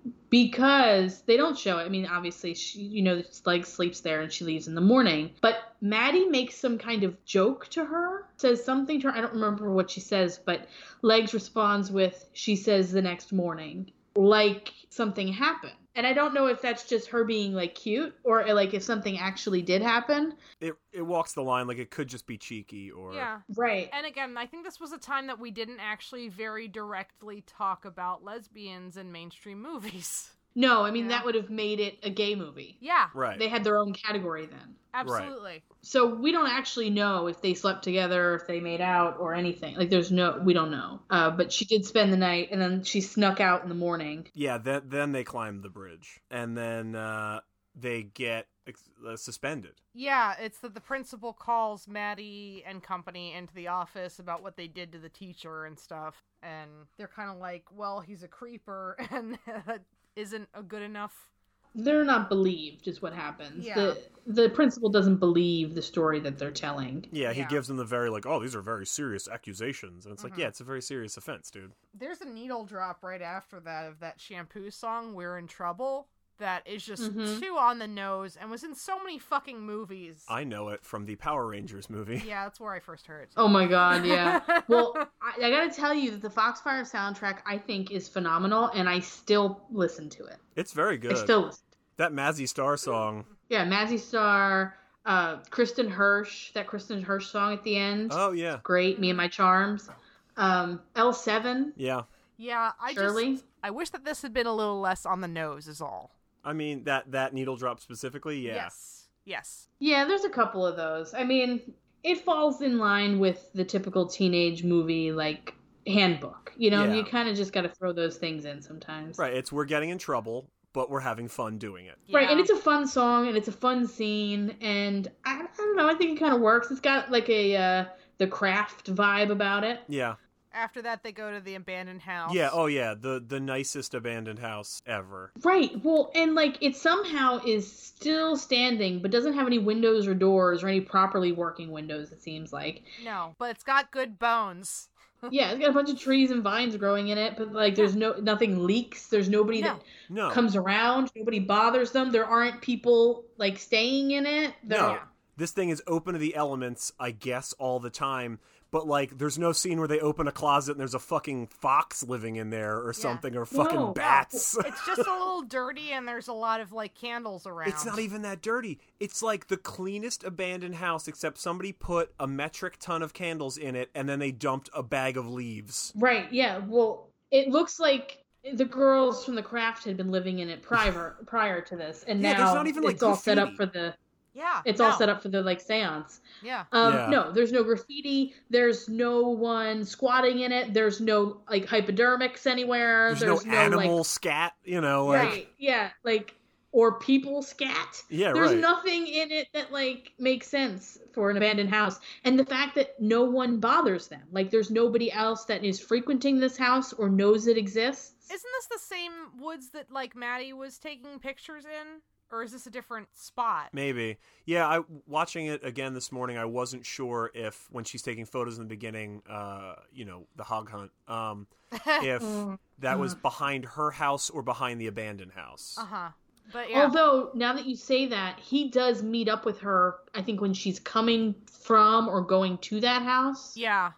Speaker 1: because they don't show it. I mean, obviously, she, you know, it's like sleeps there and she leaves in the morning. But Maddie makes some kind of joke to her, says something to her. I don't remember what she says, but Legs responds with, she says the next morning, like something happened. And I don't know if that's just her being like cute or like if something actually did happen.
Speaker 2: it it walks the line like it could just be cheeky or
Speaker 3: Yeah.
Speaker 1: Right.
Speaker 3: And again, I think this was a time that we didn't actually very directly talk about lesbians in mainstream movies.
Speaker 1: No, I mean,
Speaker 3: Yeah.
Speaker 1: that would have made it a gay movie.
Speaker 3: Yeah,
Speaker 2: right.
Speaker 1: They had their own category then.
Speaker 3: absolutely.
Speaker 1: so we don't actually know if they slept together if they made out or anything like there's no we don't know uh, but she did spend the night and then she snuck out in the morning
Speaker 2: yeah, then then they climb the bridge and then uh, they get ex- uh, suspended.
Speaker 3: Yeah, it's that the principal calls Maddie and company into the office about what they did to the teacher and stuff. And they're kind of like, well, he's a creeper and that isn't a good enough
Speaker 1: they're not believed is what happens.
Speaker 3: Yeah.
Speaker 1: The the principal doesn't believe the story that they're telling.
Speaker 2: Yeah, he
Speaker 3: Yeah.
Speaker 2: gives them the very like, oh, these are very serious accusations, and it's like, yeah, it's a very serious offense, dude.
Speaker 3: There's a needle drop right after that of that shampoo song, We're in Trouble, that is just
Speaker 1: Mhm.
Speaker 3: too on the nose and was in so many fucking movies.
Speaker 2: I know it from the Power Rangers movie.
Speaker 3: Yeah, that's where I first heard. it.
Speaker 1: Oh my god, yeah. well, I, I gotta tell you that the Foxfire soundtrack I think is phenomenal, and I still listen to it.
Speaker 2: It's very good.
Speaker 1: I still Mm-hmm. listen.
Speaker 2: That Mazzy Star song.
Speaker 1: Yeah, Mazzy Star, uh, Kristen Hirsch, that Kristen Hirsch song at the end,
Speaker 2: Oh yeah,
Speaker 1: great. Me and my charms. Um, L seven,
Speaker 2: yeah.
Speaker 3: yeah, I
Speaker 1: Shirley.
Speaker 3: just I wish that this had been a little less on the nose is all.
Speaker 2: I mean that that needle drop specifically. Yeah,
Speaker 3: Yes. Yes.
Speaker 1: Yeah, there's a couple of those. I mean, it falls in line with the typical teenage movie like handbook. You know,
Speaker 2: Yeah.
Speaker 1: you kind of just got to throw those things in sometimes.
Speaker 2: right. It's we're getting in trouble, but we're having fun doing it.
Speaker 1: Right, and
Speaker 3: Yeah.
Speaker 1: it's a fun song and it's a fun scene and I, I don't know, I think it kind of works. It's got like a uh, the craft vibe about it.
Speaker 2: Yeah,
Speaker 3: after that they go to the abandoned house.
Speaker 2: yeah. Oh yeah, the the nicest abandoned house ever.
Speaker 1: Right. Well, and like it somehow is still standing but doesn't have any windows or doors or any properly working windows it seems like.
Speaker 3: No, but it's got good bones.
Speaker 1: yeah, it's got a bunch of trees and vines growing in it, but like there's no nothing leaks. There's nobody
Speaker 3: No.
Speaker 1: that
Speaker 2: No,
Speaker 1: comes around. Nobody bothers them. There aren't people like staying in it. There
Speaker 2: no.
Speaker 1: are-
Speaker 2: This thing is open to the elements, I guess, all the time. But like, there's no scene where they open a closet and there's a fucking fox living in there or something, or fucking
Speaker 1: No.
Speaker 2: bats.
Speaker 3: It's just a little dirty and there's a lot of like candles around.
Speaker 2: It's not even that dirty. It's like the cleanest abandoned house, except somebody put a metric ton of candles in it and then they dumped a bag of leaves.
Speaker 1: Right. Yeah. Well, it looks like the girls from the craft had been living in it prior prior to this, and
Speaker 2: Yeah,
Speaker 1: now
Speaker 2: there's not even, like,
Speaker 1: it's all set up
Speaker 2: graffiti.
Speaker 1: for the
Speaker 3: Yeah.
Speaker 1: it's all set up for the like seance.
Speaker 3: Yeah.
Speaker 1: Um,
Speaker 2: Yeah.
Speaker 1: No, there's no graffiti. There's no one squatting in it. There's no like hypodermics anywhere.
Speaker 2: There's, no, animal
Speaker 1: Like,
Speaker 2: scat, you know, like
Speaker 1: right. Yeah. Like or people scat.
Speaker 2: yeah,
Speaker 1: There's
Speaker 2: right.
Speaker 1: nothing in it that like makes sense for an abandoned house, and the fact that no one bothers them, like there's nobody else that is frequenting this house or knows it exists.
Speaker 3: Isn't this the same woods that like Maddie was taking pictures in? Or is this a different spot?
Speaker 2: Maybe. Yeah, I watching it again this morning, I wasn't sure if when she's taking photos in the beginning, uh, you know, the hog hunt, um, if
Speaker 1: Mm.
Speaker 2: that was behind her house or behind the abandoned house.
Speaker 3: Uh huh. But yeah.
Speaker 1: Although now that you say that, he does meet up with her. I think when she's coming from or going to that house,
Speaker 3: yeah.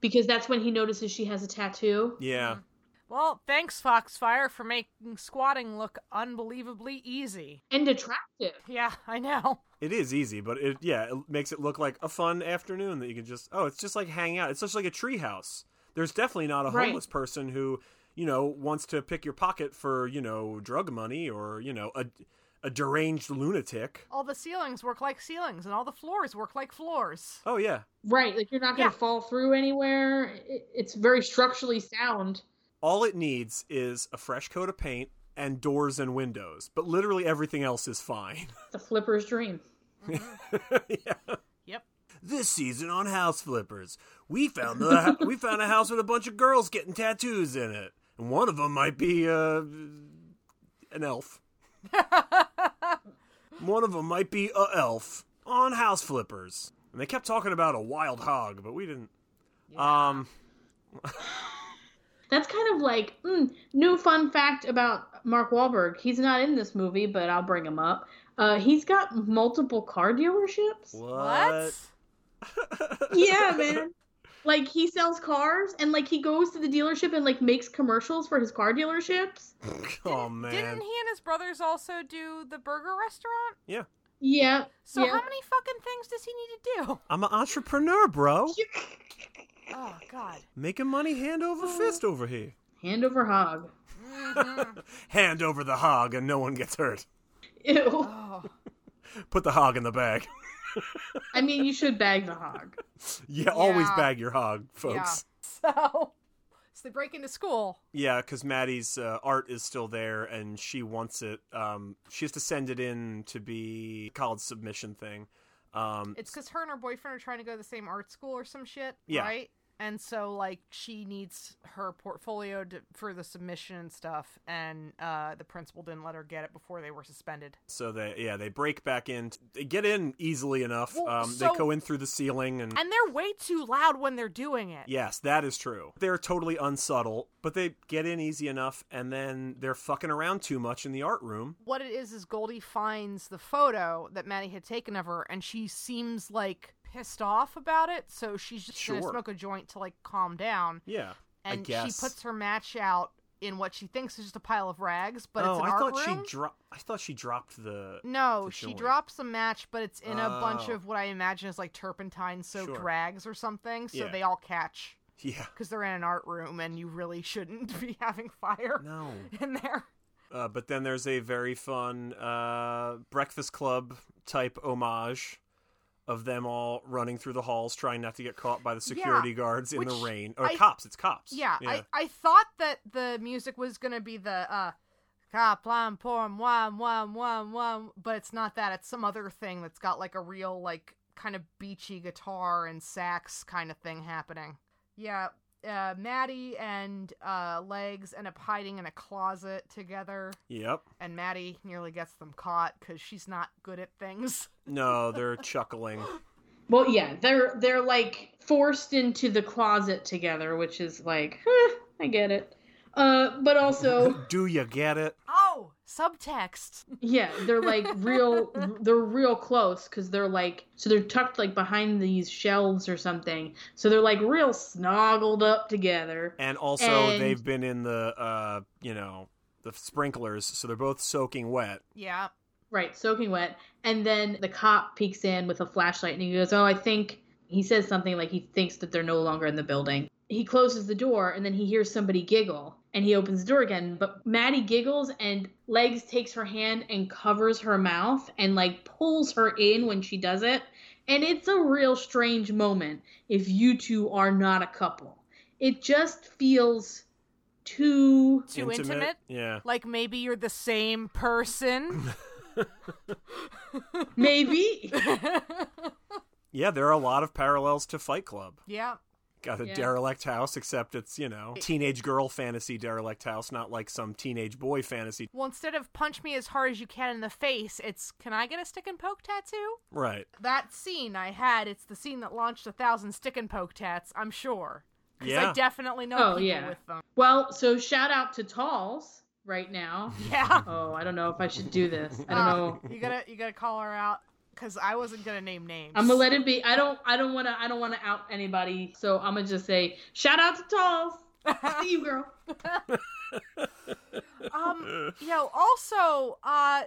Speaker 1: because that's when he notices she has a tattoo.
Speaker 2: Yeah.
Speaker 3: Well, thanks, Foxfire, for making squatting look unbelievably easy.
Speaker 1: And attractive.
Speaker 3: Yeah, I know.
Speaker 2: It is easy, but it yeah, it makes it look like a fun afternoon that you can just oh, it's just like hanging out. It's just like a treehouse. There's definitely not a
Speaker 1: Right.
Speaker 2: homeless person who you know wants to pick your pocket for you know drug money or you know a a deranged lunatic.
Speaker 3: All the ceilings work like ceilings, and all the floors work like floors.
Speaker 2: Oh yeah,
Speaker 1: Right, like you're not going
Speaker 3: Yeah.
Speaker 1: to fall through anywhere. It- It's very structurally sound.
Speaker 2: all it needs is a fresh coat of paint and doors and windows, but literally everything else is fine.
Speaker 1: The flipper's dream.
Speaker 2: yeah.
Speaker 3: Yep.
Speaker 2: This season on House Flippers, we found the we found a house with a bunch of girls getting tattoos in it, and one of them might be uh, an elf. One of them might be a elf on House Flippers, and they kept talking about a wild hog, but we didn't. Um,
Speaker 1: That's kind of like mm, new fun fact about Mark Wahlberg. He's not in this movie, but I'll bring him up. Uh, he's got multiple car dealerships.
Speaker 3: What?
Speaker 1: yeah, man. Like he sells cars and like he goes to the dealership and like makes commercials for his car dealerships.
Speaker 2: Oh
Speaker 3: Didn't
Speaker 2: man.
Speaker 3: he and his brothers also do the burger restaurant?
Speaker 1: Yeah.
Speaker 3: So
Speaker 1: yeah.
Speaker 3: how many fucking things does he need to do?
Speaker 2: I'm an entrepreneur, bro.
Speaker 3: Oh God.
Speaker 2: Making money hand over
Speaker 3: Uh-huh.
Speaker 2: fist over here.
Speaker 1: Hand over hog.
Speaker 2: Hand over the hog and no one gets hurt.
Speaker 1: Ew.
Speaker 3: Oh.
Speaker 2: Put the hog in the bag.
Speaker 1: I mean, you should bag the hog.
Speaker 2: Yeah, always
Speaker 3: Yeah.
Speaker 2: bag your hog, folks.
Speaker 3: Yeah. So, so they break into school.
Speaker 2: Yeah, because Maddie's uh, art is still there, and she wants it. Um, she has to send it in to be college submission thing. Um,
Speaker 3: It's because her and her boyfriend are trying to go to the same art school or some shit,
Speaker 2: Yeah.
Speaker 3: right? and so like she needs her portfolio to, for the submission and stuff and uh, the principal didn't let her get it before they were suspended
Speaker 2: So they yeah they break back in. They get in easily enough.
Speaker 3: Well,
Speaker 2: um,
Speaker 3: so-
Speaker 2: they go in through the ceiling and.
Speaker 3: and they're way too loud when they're doing it
Speaker 2: Yes, that is true. They're totally unsubtle, but they get in easy enough, and then they're fucking around too much in the art room.
Speaker 3: what it is is Goldie finds the photo that Maddie had taken of her, and she seems like pissed off about it. So she's just gonna
Speaker 2: Sure.
Speaker 3: smoke a joint to like calm down,
Speaker 2: Yeah, I
Speaker 3: and
Speaker 2: guess.
Speaker 3: she puts her match out in what she thinks is just a pile of rags, but
Speaker 2: oh,
Speaker 3: it's an
Speaker 2: I
Speaker 3: art
Speaker 2: thought
Speaker 3: room.
Speaker 2: she dropped. I thought she dropped the.
Speaker 3: no,
Speaker 2: the
Speaker 3: she
Speaker 2: joint.
Speaker 3: drops a match, but it's in a bunch
Speaker 2: Oh.
Speaker 3: of what I imagine is like turpentine soaked
Speaker 2: Sure.
Speaker 3: rags or something. So
Speaker 2: Yeah.
Speaker 3: they all catch
Speaker 2: Yeah.
Speaker 3: because they're in an art room, and you really shouldn't be having fire
Speaker 2: No.
Speaker 3: in there.
Speaker 2: Uh, but then there's a very fun uh, Breakfast Club type homage of them all running through the halls, trying not to get caught by the security guards in the
Speaker 3: which
Speaker 2: rain or
Speaker 3: I-
Speaker 2: cops. It's cops.
Speaker 3: Yeah, I, I thought that the music was gonna be the uh Kaplan porm wham wham wham wham but it's not that, it's some other thing that's got like a real like kind of beachy guitar and sax kind of thing happening. Yeah. Uh, Maddie and uh, Legs end up hiding in a closet together,
Speaker 2: Yep.
Speaker 3: and Maddie nearly gets them caught because she's not good at things.
Speaker 2: No, they're chuckling.
Speaker 1: Well, yeah, they're they're like forced into the closet together, which is like, huh, I get it. Uh, but also,
Speaker 2: Do you get it?
Speaker 3: Oh, subtext.
Speaker 1: yeah, they're like real. They're real close because they're like so they're tucked like behind these shelves or something. So they're like real snuggled up together.
Speaker 2: And also,
Speaker 1: And-
Speaker 2: they've been in the uh, you know the sprinklers, so they're both soaking wet.
Speaker 3: Yeah.
Speaker 1: Right, soaking wet. And then the cop peeks in with a flashlight and he goes, Oh, I think he says something like he thinks that they're no longer in the building. He closes the door and then he hears somebody giggle and he opens the door again. But Maddie giggles and Legs takes her hand and covers her mouth and like pulls her in when she does it. And it's a real strange moment if you two are not a couple. It just feels too
Speaker 3: Too intimate?
Speaker 2: Yeah.
Speaker 3: Like maybe you're the same person.
Speaker 1: maybe
Speaker 2: Yeah, there are a lot of parallels to Fight Club.
Speaker 3: yeah.
Speaker 2: Got a
Speaker 1: Yeah.
Speaker 2: derelict house, except it's, you know, teenage girl fantasy derelict house, not like some teenage boy fantasy.
Speaker 3: Well, instead of punch me as hard as you can in the face, it's can I get a stick and poke tattoo?
Speaker 2: Right.
Speaker 3: That scene I had, it's the scene that launched a thousand stick and poke tats, I'm sure. Because
Speaker 2: Yeah.
Speaker 3: I definitely know
Speaker 1: Oh,
Speaker 3: people
Speaker 1: yeah.
Speaker 3: with them.
Speaker 1: Well, so shout out to Talls right now.
Speaker 3: Yeah.
Speaker 1: Oh, I don't know if I should do this. I don't
Speaker 3: Uh,
Speaker 1: know.
Speaker 3: You gotta you gotta call her out because I wasn't gonna name names.
Speaker 1: I'm gonna let it be. I don't. I don't wanna. I don't wanna out anybody. So I'm gonna just say shout out to Talls. See you, girl.
Speaker 3: um yo, also, uh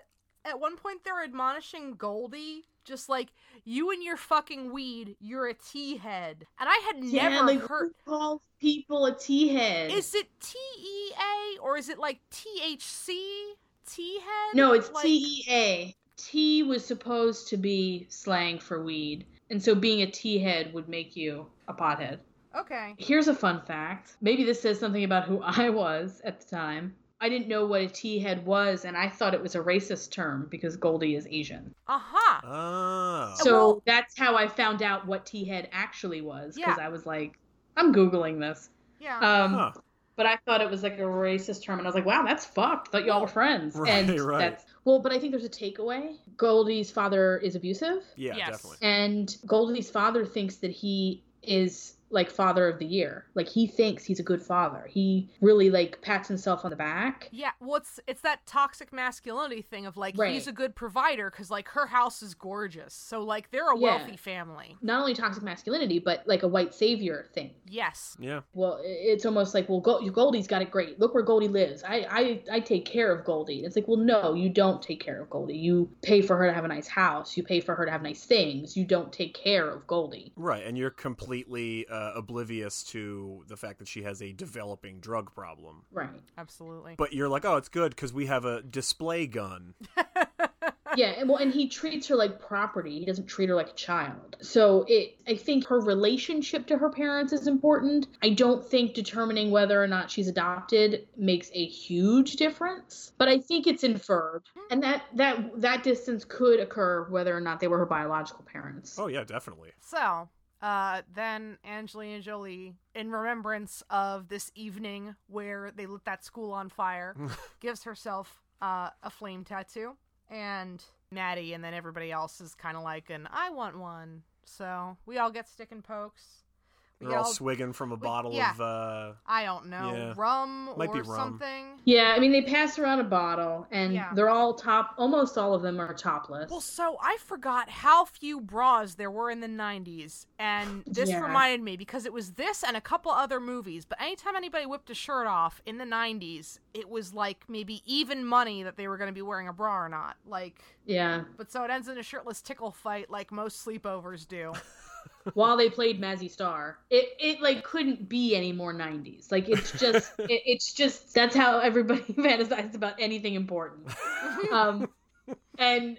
Speaker 3: at one point they're admonishing Goldie just like you and your fucking weed, you're a tea head. And I had never heard
Speaker 1: calls people a tea head.
Speaker 3: Is it T E A or is it like T H C T head?
Speaker 1: no, it's
Speaker 3: like,
Speaker 1: T E A. Tea was supposed to be slang for weed, and so being a tea head would make you a pothead.
Speaker 3: Okay.
Speaker 1: Here's a fun fact. Maybe this says something about who I was at the time. I didn't know what a tea head was, and I thought it was a racist term because Goldie is Asian.
Speaker 3: Aha. uh
Speaker 2: Oh.
Speaker 1: So
Speaker 3: Well-
Speaker 1: that's how I found out what tea head actually was because
Speaker 3: Yeah.
Speaker 1: I was like, I'm Googling this.
Speaker 3: yeah.
Speaker 1: Um,
Speaker 2: Huh.
Speaker 1: But I thought it was like a racist term, and I was like, wow, that's fucked. Thought y'all were friends.
Speaker 2: Right,
Speaker 1: and
Speaker 2: right.
Speaker 1: That's, well, but I think there's a takeaway. Goldie's father is abusive.
Speaker 2: Yeah,
Speaker 3: Yes.
Speaker 2: definitely.
Speaker 1: and Goldie's father thinks that he is like father of the year. Like he thinks he's a good father. He really like pats himself on the back.
Speaker 3: yeah. Well, it's it's that toxic masculinity thing of like he's
Speaker 1: Right.
Speaker 3: a good provider because like her house is gorgeous, so like they're a
Speaker 1: Yeah.
Speaker 3: wealthy family.
Speaker 1: Not only toxic masculinity, but like a white savior thing.
Speaker 3: Yes.
Speaker 2: Yeah.
Speaker 1: Well, i- it's almost like, well, Gold- Goldie's got it great. Look where Goldie lives. I, I, I take care of Goldie. It's like, well, no, you don't take care of Goldie. You pay for her to have a nice house. You pay for her to have nice things. You don't take care of Goldie.
Speaker 2: Right. And you're completely uh, oblivious to the fact that she has a developing drug problem.
Speaker 1: Right.
Speaker 3: Absolutely.
Speaker 2: But you're like, oh, it's good because we have a display gun.
Speaker 1: yeah and well and he treats her like property he doesn't treat her like a child so it i think her relationship to her parents is important i don't think determining whether or not she's adopted makes a huge difference but i think it's inferred and that
Speaker 3: Oh,
Speaker 1: that that distance could occur whether or not they were her biological parents
Speaker 2: Oh, yeah, definitely.
Speaker 3: so Uh, then Angelina Jolie, in remembrance of this evening where they lit that school on fire, gives herself uh, a flame tattoo. And Maddie and then everybody else is kind of like an I want one. So we all get stick and pokes. We
Speaker 2: They're all swigging from a bottle
Speaker 3: yeah.
Speaker 2: of. uh
Speaker 3: I don't know,
Speaker 2: Yeah.
Speaker 3: rum
Speaker 2: Might
Speaker 3: or
Speaker 2: be rum.
Speaker 3: something.
Speaker 1: Yeah, I mean they pass around a bottle, and
Speaker 3: Yeah.
Speaker 1: they're all top. Almost all of them are topless.
Speaker 3: Well, so I forgot how few bras there were in the 90s, and this
Speaker 1: Yeah.
Speaker 3: reminded me because it was this and a couple other movies. But anytime anybody whipped a shirt off in the 90s, it was like maybe even money that they were going to be wearing a bra or not. Like,
Speaker 1: yeah,
Speaker 3: but so it ends in a shirtless tickle fight, like most sleepovers do.
Speaker 1: while they played Mazzy Star, it it like couldn't be any more '90s. Like it's just it, it's just that's how everybody fantasized about anything important. Um, and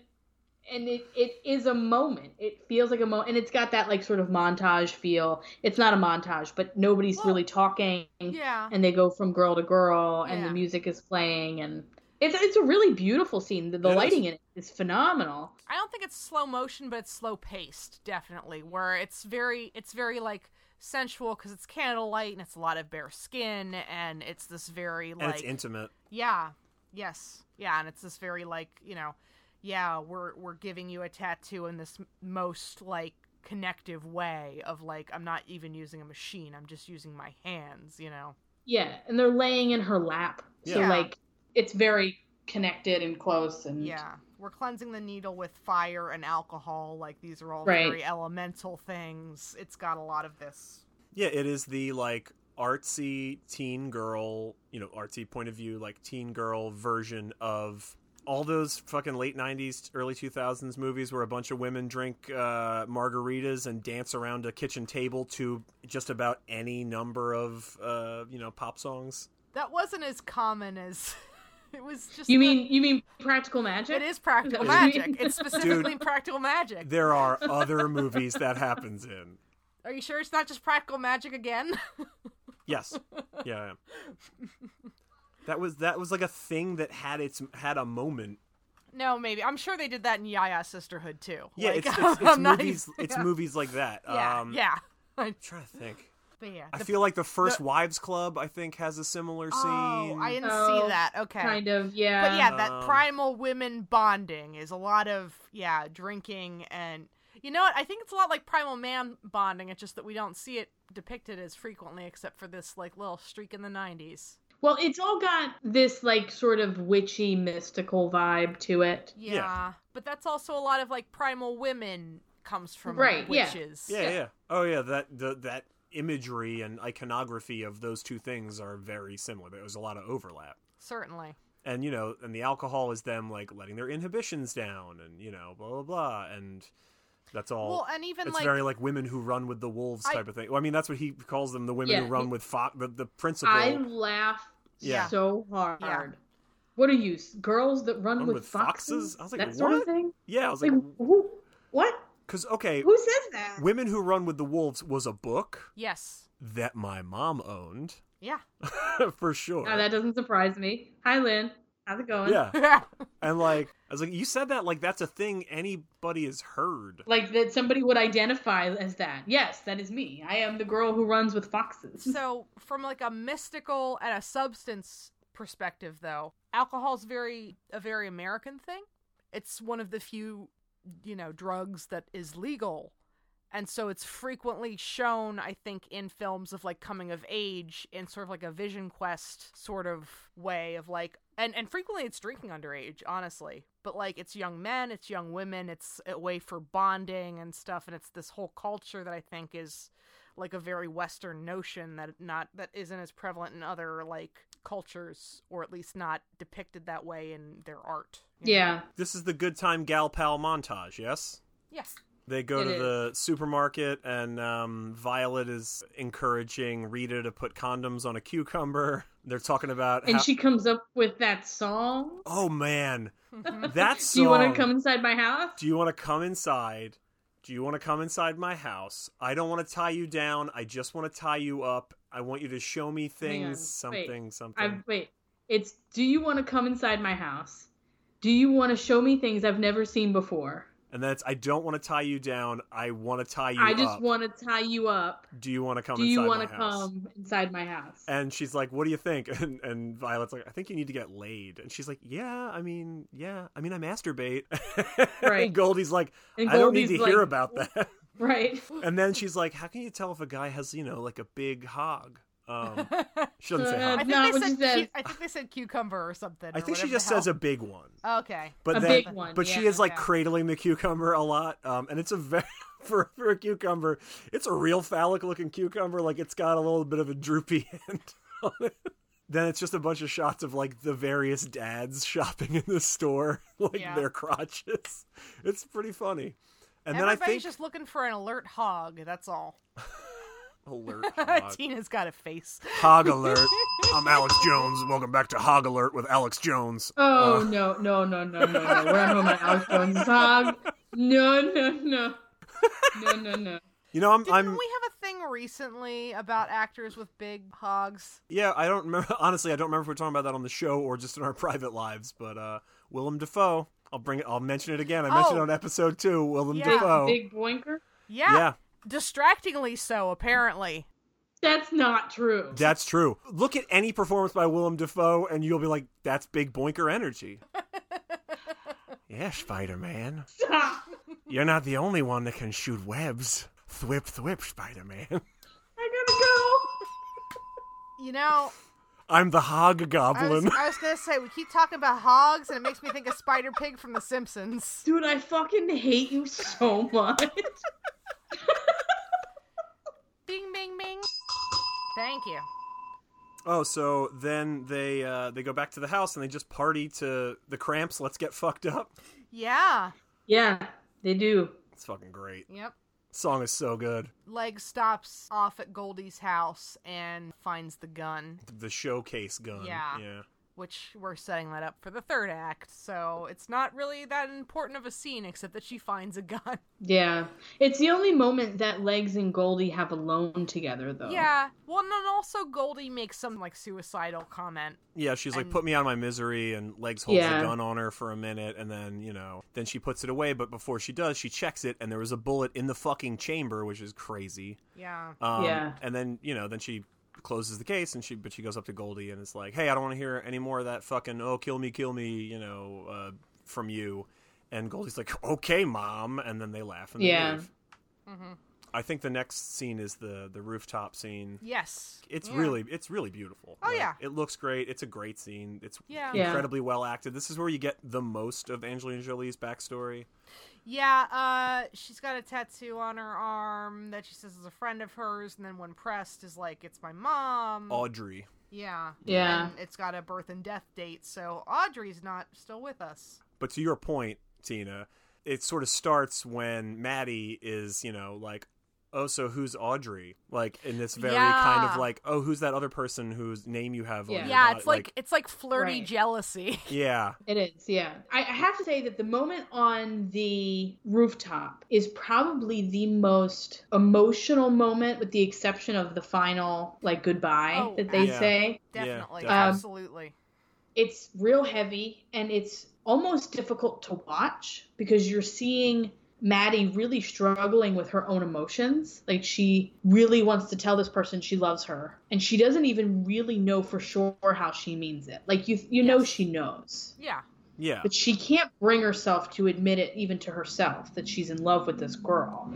Speaker 1: and it, it is a moment. It feels like a moment, and it's got that like sort of montage feel. It's not a montage, but nobody's
Speaker 3: Well,
Speaker 1: really talking.
Speaker 3: yeah.
Speaker 1: and they go from girl to girl and
Speaker 3: Yeah.
Speaker 1: the music is playing and it's it's a really beautiful scene the, the
Speaker 2: It is.
Speaker 1: lighting in it is phenomenal
Speaker 3: I don't think it's slow motion, but it's slow paced, definitely. Where it's very, it's very like sensual because it's candlelight and it's a lot of bare skin, and it's this very like
Speaker 2: And it's intimate.
Speaker 3: Yeah. Yes. Yeah, and it's this very like, you know, yeah, we're we're giving you a tattoo in this m- most like connective way of like I'm not even using a machine, I'm just using my hands, you know.
Speaker 1: yeah and they're laying in her lap so
Speaker 3: Yeah.
Speaker 1: like it's very connected and close and
Speaker 3: Yeah. We're cleansing the needle with fire and alcohol, like these are all
Speaker 1: Right.
Speaker 3: very elemental things. It's got a lot of this.
Speaker 2: Yeah, it is the like artsy teen girl, you know, artsy point of view, like teen girl version of all those fucking late 90s, early 2000s movies where a bunch of women drink uh, margaritas and dance around a kitchen table to just about any number of, uh, you know, pop songs.
Speaker 3: That wasn't as common as it was just
Speaker 1: you
Speaker 3: the-
Speaker 1: mean you mean practical magic
Speaker 3: it is practical
Speaker 1: Is that-
Speaker 3: magic. It's specifically practical magic.
Speaker 2: There are other movies that happens in.
Speaker 3: Are you sure it's not just practical magic again?
Speaker 2: Yes. Yeah. yeah. That was that was like a thing that had its had a moment
Speaker 3: No, maybe. I'm sure they did that in Yaya Sisterhood too.
Speaker 2: Yeah,
Speaker 3: Like,
Speaker 2: it's, it's, it's
Speaker 3: I'm not
Speaker 2: movies.
Speaker 3: even-
Speaker 2: It's movies like that.
Speaker 3: Yeah,
Speaker 2: um,
Speaker 3: yeah.
Speaker 2: I'm trying to think.
Speaker 3: But yeah.
Speaker 2: I
Speaker 3: the-
Speaker 2: feel like the first
Speaker 3: the-
Speaker 2: Wives Club. I think has a similar scene.
Speaker 3: oh, I didn't see
Speaker 1: Oh,
Speaker 3: that. Okay.
Speaker 1: kind of yeah
Speaker 3: But yeah, that
Speaker 2: Um,
Speaker 3: primal women bonding is a lot of yeah drinking and you know what? I think it's a lot like primal man bonding. It's just that we don't see it depicted as frequently, except for this like little streak in the '90s.
Speaker 1: well it's all got this like sort of witchy mystical vibe to it
Speaker 3: Yeah.
Speaker 2: Yeah.
Speaker 3: But that's also a lot of like primal women comes from
Speaker 1: Right, yeah.
Speaker 3: witches.
Speaker 2: yeah, yeah, Oh yeah, that the, that imagery and iconography of those two things are very similar. There was a lot of overlap,
Speaker 3: Certainly.
Speaker 2: and you know, and the alcohol is them like letting their inhibitions down, and you know, blah blah blah, and that's all.
Speaker 3: Well, and even
Speaker 2: it's
Speaker 3: like
Speaker 2: very like women who run with the wolves
Speaker 3: I-
Speaker 2: type of thing. Well, I mean, that's what he calls them—the women who
Speaker 1: Yeah.
Speaker 2: run with fo- the, the principal.
Speaker 1: i laugh
Speaker 2: Yeah.
Speaker 1: so hard what are you s- girls that run,
Speaker 2: Run
Speaker 1: with,
Speaker 2: with
Speaker 1: foxes?
Speaker 2: foxes? I was like,
Speaker 1: that sort of
Speaker 2: what?
Speaker 1: thing
Speaker 2: yeah, I was
Speaker 1: like
Speaker 2: like,
Speaker 1: who what
Speaker 2: because okay,
Speaker 6: Who says that?
Speaker 2: Women Who Run with the Wolves was a book
Speaker 3: yes.
Speaker 2: that my mom owned
Speaker 3: Yeah.
Speaker 2: for sure.
Speaker 1: Oh, that doesn't surprise me. Hi, Lynn. How's it going?
Speaker 2: yeah, and like I was like, you said that like that's a thing anybody has heard.
Speaker 1: Like that somebody would identify as that. Yes, that is me. I am the girl who runs with foxes.
Speaker 3: so from like a mystical and a substance perspective though alcohol's very a very american thing it's one of the few you know drugs that is legal and so it's frequently shown i think in films of like coming of age in sort of like a vision quest sort of way of like and and frequently it's drinking underage honestly but like it's young men it's young women it's a way for bonding and stuff and it's this whole culture that i think is like a very western notion that not that isn't as prevalent in other like cultures or at least not depicted that way in their art you know?
Speaker 1: yeah.
Speaker 2: This is the good time gal pal montage. Yes,
Speaker 3: yes
Speaker 2: they go
Speaker 1: It
Speaker 2: to the supermarket and um, Violet is encouraging Rita to put condoms on a cucumber. They're talking about
Speaker 1: And
Speaker 2: how-
Speaker 1: she comes up with that song.
Speaker 2: Oh man, that song.
Speaker 1: Do you want to come inside my house?
Speaker 2: Do you want to come inside? Do you want to come inside my house? I don't want to tie you down. I just want to tie you up. I want you to show me
Speaker 1: Hang on.
Speaker 2: things, something, something.
Speaker 1: I wait. It's do you want to come inside my house? Do you want to show me things I've never seen before?
Speaker 2: And that's I don't want to tie you down. I want to tie you
Speaker 1: I just
Speaker 2: up.
Speaker 1: want to tie you up.
Speaker 2: Do you want to come
Speaker 1: Do you
Speaker 2: inside
Speaker 1: want
Speaker 2: my
Speaker 1: to
Speaker 2: house?
Speaker 1: come inside my house?
Speaker 2: And she's like, "What do you think?" And, and Violet's like, "I think you need to get laid." And she's like, "Yeah, I mean, yeah, I mean, I masturbate."
Speaker 1: Right.
Speaker 2: and Goldie's like,
Speaker 1: And
Speaker 2: "I don't need to
Speaker 1: Goldie's
Speaker 2: hear
Speaker 1: like-
Speaker 2: about that."
Speaker 1: right.
Speaker 2: And then she's like, "How can you tell if a guy has, you know, like a big hog?" Um, she doesn't say
Speaker 1: Uh,
Speaker 2: hog.
Speaker 3: I think,
Speaker 1: No,
Speaker 3: they
Speaker 1: what she
Speaker 3: said
Speaker 1: says-
Speaker 3: cu- I think they said cucumber or something.
Speaker 2: I
Speaker 3: or
Speaker 2: think she
Speaker 3: whatever
Speaker 2: just
Speaker 3: the
Speaker 2: says a
Speaker 3: hell. Oh,
Speaker 2: big one.
Speaker 3: Okay.
Speaker 2: But
Speaker 1: a
Speaker 2: then,
Speaker 1: big one.
Speaker 2: but she
Speaker 1: yeah.
Speaker 2: is like
Speaker 3: okay.
Speaker 2: cradling the cucumber a lot, um, and it's a very for, for a cucumber, it's a real phallic looking cucumber. Like it's got a little bit of a droopy end. On it. Then it's just a bunch of shots of like the various dads shopping in the store, like
Speaker 3: Yeah.
Speaker 2: their crotches. It's pretty funny. And
Speaker 3: Everybody's
Speaker 2: then I think
Speaker 3: just looking for an alert hog. That's all.
Speaker 2: alert hog.
Speaker 3: Tina's got a face.
Speaker 2: hog alert. I'm Alex Jones. Welcome back to Hog Alert with Alex Jones.
Speaker 1: Oh
Speaker 2: Uh,
Speaker 1: no no no no no no! We're not talking about Alex Jones' hog. No no no no no no.
Speaker 2: you know, I'm
Speaker 3: Didn't
Speaker 2: I'm
Speaker 3: we have a thing recently about actors with big hogs?
Speaker 2: Yeah, I don't remember. Honestly, I don't remember if we're talking about that on the show or just in our private lives. But uh, Willem Dafoe, I'll bring it. I'll mention it again. I mentioned it
Speaker 3: Oh.
Speaker 2: on episode two. Willem
Speaker 3: Yeah.
Speaker 2: Dafoe.
Speaker 1: Big boinker.
Speaker 3: Yeah.
Speaker 2: yeah,
Speaker 3: Distractingly so, apparently.
Speaker 1: That's not true.
Speaker 2: that's true. Look at any performance by Willem Dafoe, and you'll be like, "That's big boinker energy." yeah, Spider Man,
Speaker 1: Stop.
Speaker 2: you're not the only one that can shoot webs. Thwip thwip, Spider Man.
Speaker 1: I
Speaker 3: You know,
Speaker 2: I'm the hog
Speaker 3: I was,
Speaker 2: goblin.
Speaker 3: I was gonna say we keep talking about hogs, and it makes me think of Spider Pig from The Simpsons.
Speaker 1: gotta go, dude. I fucking hate you so much.
Speaker 3: Bing, bing, bing. Thank you.
Speaker 2: Oh, so then they uh, they go back to the house and they just party to the Cramps. Let's get fucked up.
Speaker 3: Yeah.
Speaker 1: Yeah, they do.
Speaker 2: It's fucking great.
Speaker 3: Yep.
Speaker 2: Song is so good.
Speaker 3: Leg stops off at Goldie's house and finds the gun,
Speaker 2: The showcase gun.
Speaker 3: Yeah.
Speaker 2: Yeah.
Speaker 3: which we're setting that up for the third act. So it's not really that important of a scene, except that she finds a gun.
Speaker 1: Yeah, it's the only moment that Legs and Goldie have alone together, though.
Speaker 3: Yeah. Well, and then also Goldie makes some like suicidal comment.
Speaker 2: Yeah, she's like,
Speaker 3: And-
Speaker 2: put me out of my misery, and Legs holds
Speaker 1: Yeah.
Speaker 2: the gun on her for a minute, and then, you know, then she puts it away, but before she does, she checks it, and there was a bullet in the fucking chamber, which is crazy.
Speaker 3: Yeah.
Speaker 2: Um,
Speaker 1: Yeah.
Speaker 2: And then, you know, then she closes the case, and she, but she goes up to Goldie and it's like, hey, I don't want to hear any more of that fucking, oh, kill me, kill me, you know, uh, from you. And Goldie's like, okay, mom. And then they laugh and they
Speaker 1: Yeah.
Speaker 2: leave.
Speaker 3: hmm
Speaker 2: I think the next scene is the the rooftop scene.
Speaker 3: Yes.
Speaker 2: It's
Speaker 3: Yeah.
Speaker 2: really it's really beautiful.
Speaker 3: Oh, yeah.
Speaker 2: It looks great. It's a great scene. It's
Speaker 3: Yeah.
Speaker 1: Yeah.
Speaker 2: incredibly well acted. This is where you get the most of Angelina Jolie's backstory.
Speaker 3: Yeah, uh, she's got a tattoo on her arm that she says is a friend of hers, and then when pressed, is like, it's my mom.
Speaker 2: Audrey.
Speaker 3: yeah.
Speaker 1: Yeah.
Speaker 3: And it's got a birth and death date, so Audrey's not still with us.
Speaker 2: But to your point, Tina, it sort of starts when Maddie is, you know, like Oh, so who's Audrey? Like in this very kind
Speaker 3: Yeah.
Speaker 2: of like, oh, who's that other person whose name you have? on
Speaker 1: Yeah.
Speaker 2: your
Speaker 3: Yeah,
Speaker 2: body?"
Speaker 3: it's like, it's like flirty
Speaker 1: Right.
Speaker 3: jealousy.
Speaker 2: yeah,
Speaker 1: It is, yeah. I, I have to say that the moment on the rooftop is probably the most emotional moment, with the exception of the final, like, goodbye
Speaker 3: Oh,
Speaker 1: that they
Speaker 2: Yeah.
Speaker 1: say.
Speaker 2: Yeah,
Speaker 3: Definitely,
Speaker 2: definitely.
Speaker 3: absolutely.
Speaker 1: It's real heavy and it's almost difficult to watch because you're seeing Maddie really struggling with her own emotions. Like, she really wants to tell this person she loves her, and she doesn't even really know for sure how she means it. Like, you, you know,
Speaker 3: Yes.
Speaker 1: she knows
Speaker 3: Yeah,
Speaker 2: yeah.
Speaker 1: but she can't bring herself to admit it even to herself that she's in love with this girl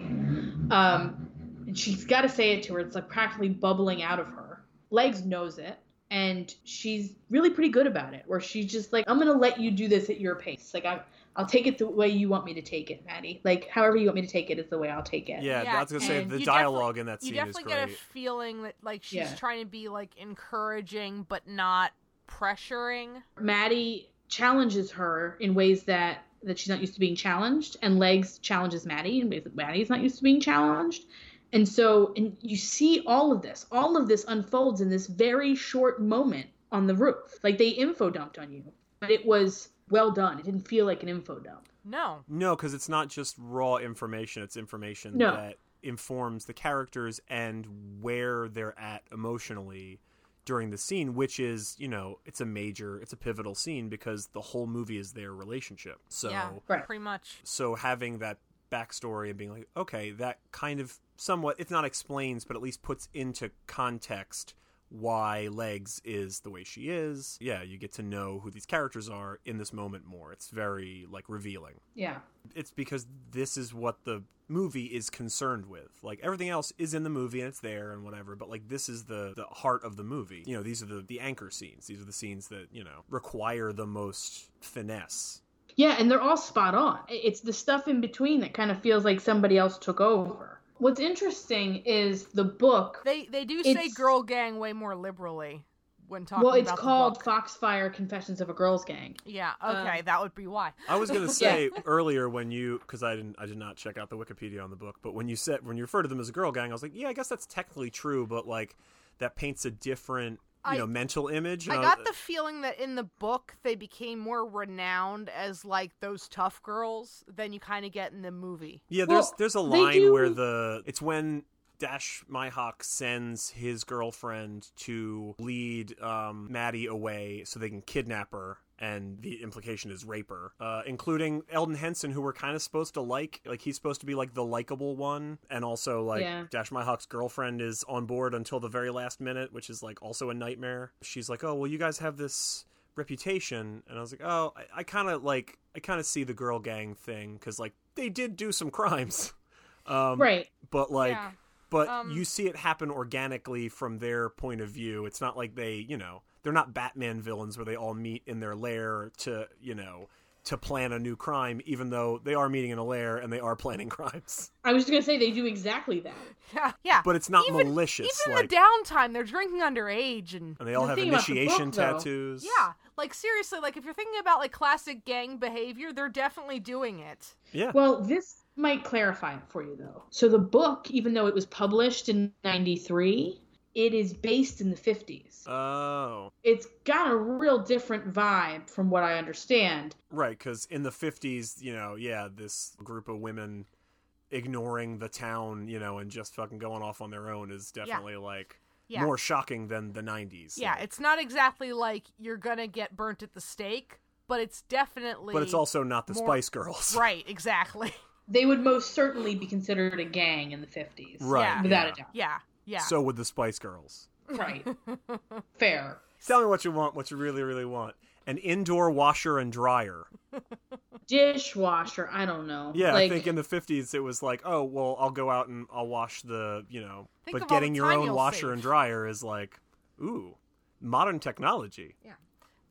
Speaker 1: um, and she's got to say it to her it's like practically bubbling out of her legs knows it and she's really pretty good about it where she's just like i'm gonna let you do this at your pace like I, i'll take it the way you want me to take it maddie like however you want me to take it is the way i'll take it
Speaker 2: yeah,
Speaker 3: Yeah,
Speaker 2: That's gonna say
Speaker 1: and
Speaker 2: the
Speaker 3: you
Speaker 2: dialogue in that
Speaker 3: you
Speaker 2: scene is
Speaker 3: definitely
Speaker 2: great.
Speaker 3: get a feeling that like she's
Speaker 1: Yeah.
Speaker 3: trying to be like encouraging but not pressuring.
Speaker 1: maddie challenges her in ways that that she's not used to being challenged and legs challenges maddie in ways that maddie's not used to being challenged and so and you see all of this all of this unfolds in this very short moment on the roof like they info dumped on you but it was well done it didn't feel like an info dump
Speaker 3: No,
Speaker 2: No, because it's not just raw information. It's information
Speaker 1: No.
Speaker 2: that informs the characters and where they're at emotionally during the scene, which is, you know, it's a major, it's a pivotal scene because the whole movie is their relationship. So
Speaker 3: yeah,
Speaker 1: Right.
Speaker 3: pretty much.
Speaker 2: so having that backstory and being like okay that kind of somewhat it's not explains but at least puts into context why legs is the way she is yeah you get to know who these characters are in this moment more it's very like revealing
Speaker 1: Yeah.
Speaker 2: it's because this is what the movie is concerned with like everything else is in the movie and it's there and whatever but like this is the the heart of the movie you know these are the the anchor scenes these are the scenes that you know require the most finesse
Speaker 1: Yeah, and they're all spot on. I- It's the stuff in between that kind of feels like somebody else took over. What's interesting is the book.
Speaker 3: They they do say
Speaker 1: It's-
Speaker 3: girl gang way more liberally when talking.
Speaker 1: Well, it's
Speaker 3: about the
Speaker 1: called Um,
Speaker 3: book.
Speaker 1: Foxfire Confessions of a Girls Gang.
Speaker 3: Yeah. Okay, that would be why.
Speaker 2: I was gonna say earlier when you because I didn't I did not check out the Wikipedia on the book, but when you said when you refer to them as a girl gang, I was like, yeah, I guess that's technically true, but like that paints a different you
Speaker 3: I-
Speaker 2: know mental image.
Speaker 3: I
Speaker 2: and
Speaker 3: got the feeling that in the book they became more renowned as like those tough girls than you kind of get in the movie.
Speaker 2: yeah. There's
Speaker 1: Well,
Speaker 2: there's a
Speaker 1: they
Speaker 2: line
Speaker 1: do-
Speaker 2: where the it's when Dash Myhawk sends his girlfriend to lead um, Maddie away so they can kidnap her. And the implication is rape her, uh, including Eldon Henson, who we're kind of supposed to like. Like he's supposed to be like the likable one, and also like
Speaker 1: Yeah.
Speaker 2: Dash Myhawk's girlfriend is on board until the very last minute, which is like also a nightmare. She's like, "Oh, well, you guys have this reputation," and I was like, "Oh, I, I kind of like, I kind of see the girl gang thing because like they did do some crimes, um,
Speaker 1: Right.
Speaker 2: But like,
Speaker 3: Yeah.
Speaker 2: but
Speaker 3: Um,
Speaker 2: you see it happen organically from their point of view. It's not like they, you know, they're not Batman villains where they all meet in their lair to, you know." To plan a new crime, even though they are meeting in a lair and they are planning crimes,
Speaker 1: I was just going to say they do exactly that.
Speaker 3: Yeah. Yeah.
Speaker 2: but it's not
Speaker 3: Even-
Speaker 2: malicious.
Speaker 3: Even
Speaker 2: like,
Speaker 3: in the downtime, they're drinking underage and
Speaker 2: and they all
Speaker 1: The
Speaker 2: have
Speaker 1: thing about the
Speaker 2: initiation
Speaker 1: book, though-
Speaker 2: tattoos.
Speaker 3: yeah. Like seriously, like if you're thinking about like classic gang behavior, they're definitely doing it.
Speaker 2: yeah.
Speaker 1: Well, this might clarify it for you, though. So the book, even though it was published in 93, it is based in the 50s.
Speaker 2: oh,
Speaker 1: It's got a real different vibe from what I understand.
Speaker 2: right. Because in the fifties, you know, yeah, this group of women ignoring the town, you know, and just fucking going off on their own is definitely like
Speaker 3: Yeah.
Speaker 2: more shocking than the nineties.
Speaker 3: Yeah, it's not exactly like you're gonna get burnt at the stake, but it's definitely.
Speaker 2: but it's also not the
Speaker 3: more-
Speaker 2: Spice Girls,
Speaker 3: right. Exactly.
Speaker 1: They would most certainly be considered a gang in the 50s.
Speaker 2: Right,
Speaker 3: Yeah.
Speaker 1: Without
Speaker 2: yeah.
Speaker 1: a doubt.
Speaker 3: Yeah. Yeah.
Speaker 2: So would the Spice Girls.
Speaker 1: Right. Fair.
Speaker 2: Tell me what you want, what you really, really want. An indoor washer and dryer.
Speaker 1: Dishwasher. I don't know.
Speaker 2: Yeah,
Speaker 1: Like,
Speaker 2: I think in the fifties it was like, oh well, I'll go out and I'll wash the, you know,
Speaker 3: Think
Speaker 2: but
Speaker 3: of all the
Speaker 2: getting your
Speaker 3: time
Speaker 2: own
Speaker 3: you'll
Speaker 2: washer
Speaker 3: save.
Speaker 2: and dryer is like, ooh, modern technology.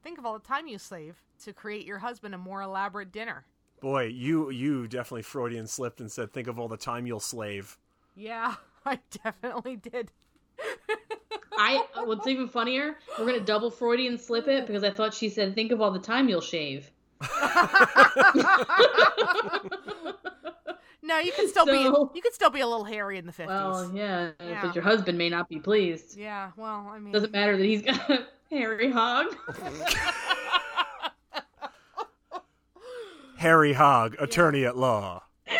Speaker 3: Think of all the time you save to create your husband a more elaborate dinner.
Speaker 2: Boy, you you definitely Freudian slipped and said, think of all the time you'll slave.
Speaker 3: Yeah, I definitely did.
Speaker 1: I what's even funnier, we're gonna double Freudian slip it because I thought she said, "Think of all the time you'll shave."
Speaker 3: No, you can still
Speaker 1: So-
Speaker 3: be you can still be a little hairy in the fifties.
Speaker 1: Well, yeah,
Speaker 3: Yeah.
Speaker 1: but your husband may not be pleased.
Speaker 3: yeah, well, I mean,
Speaker 1: Doesn't matter that he's got a hairy hog.
Speaker 2: Harry Hogg, attorney at law.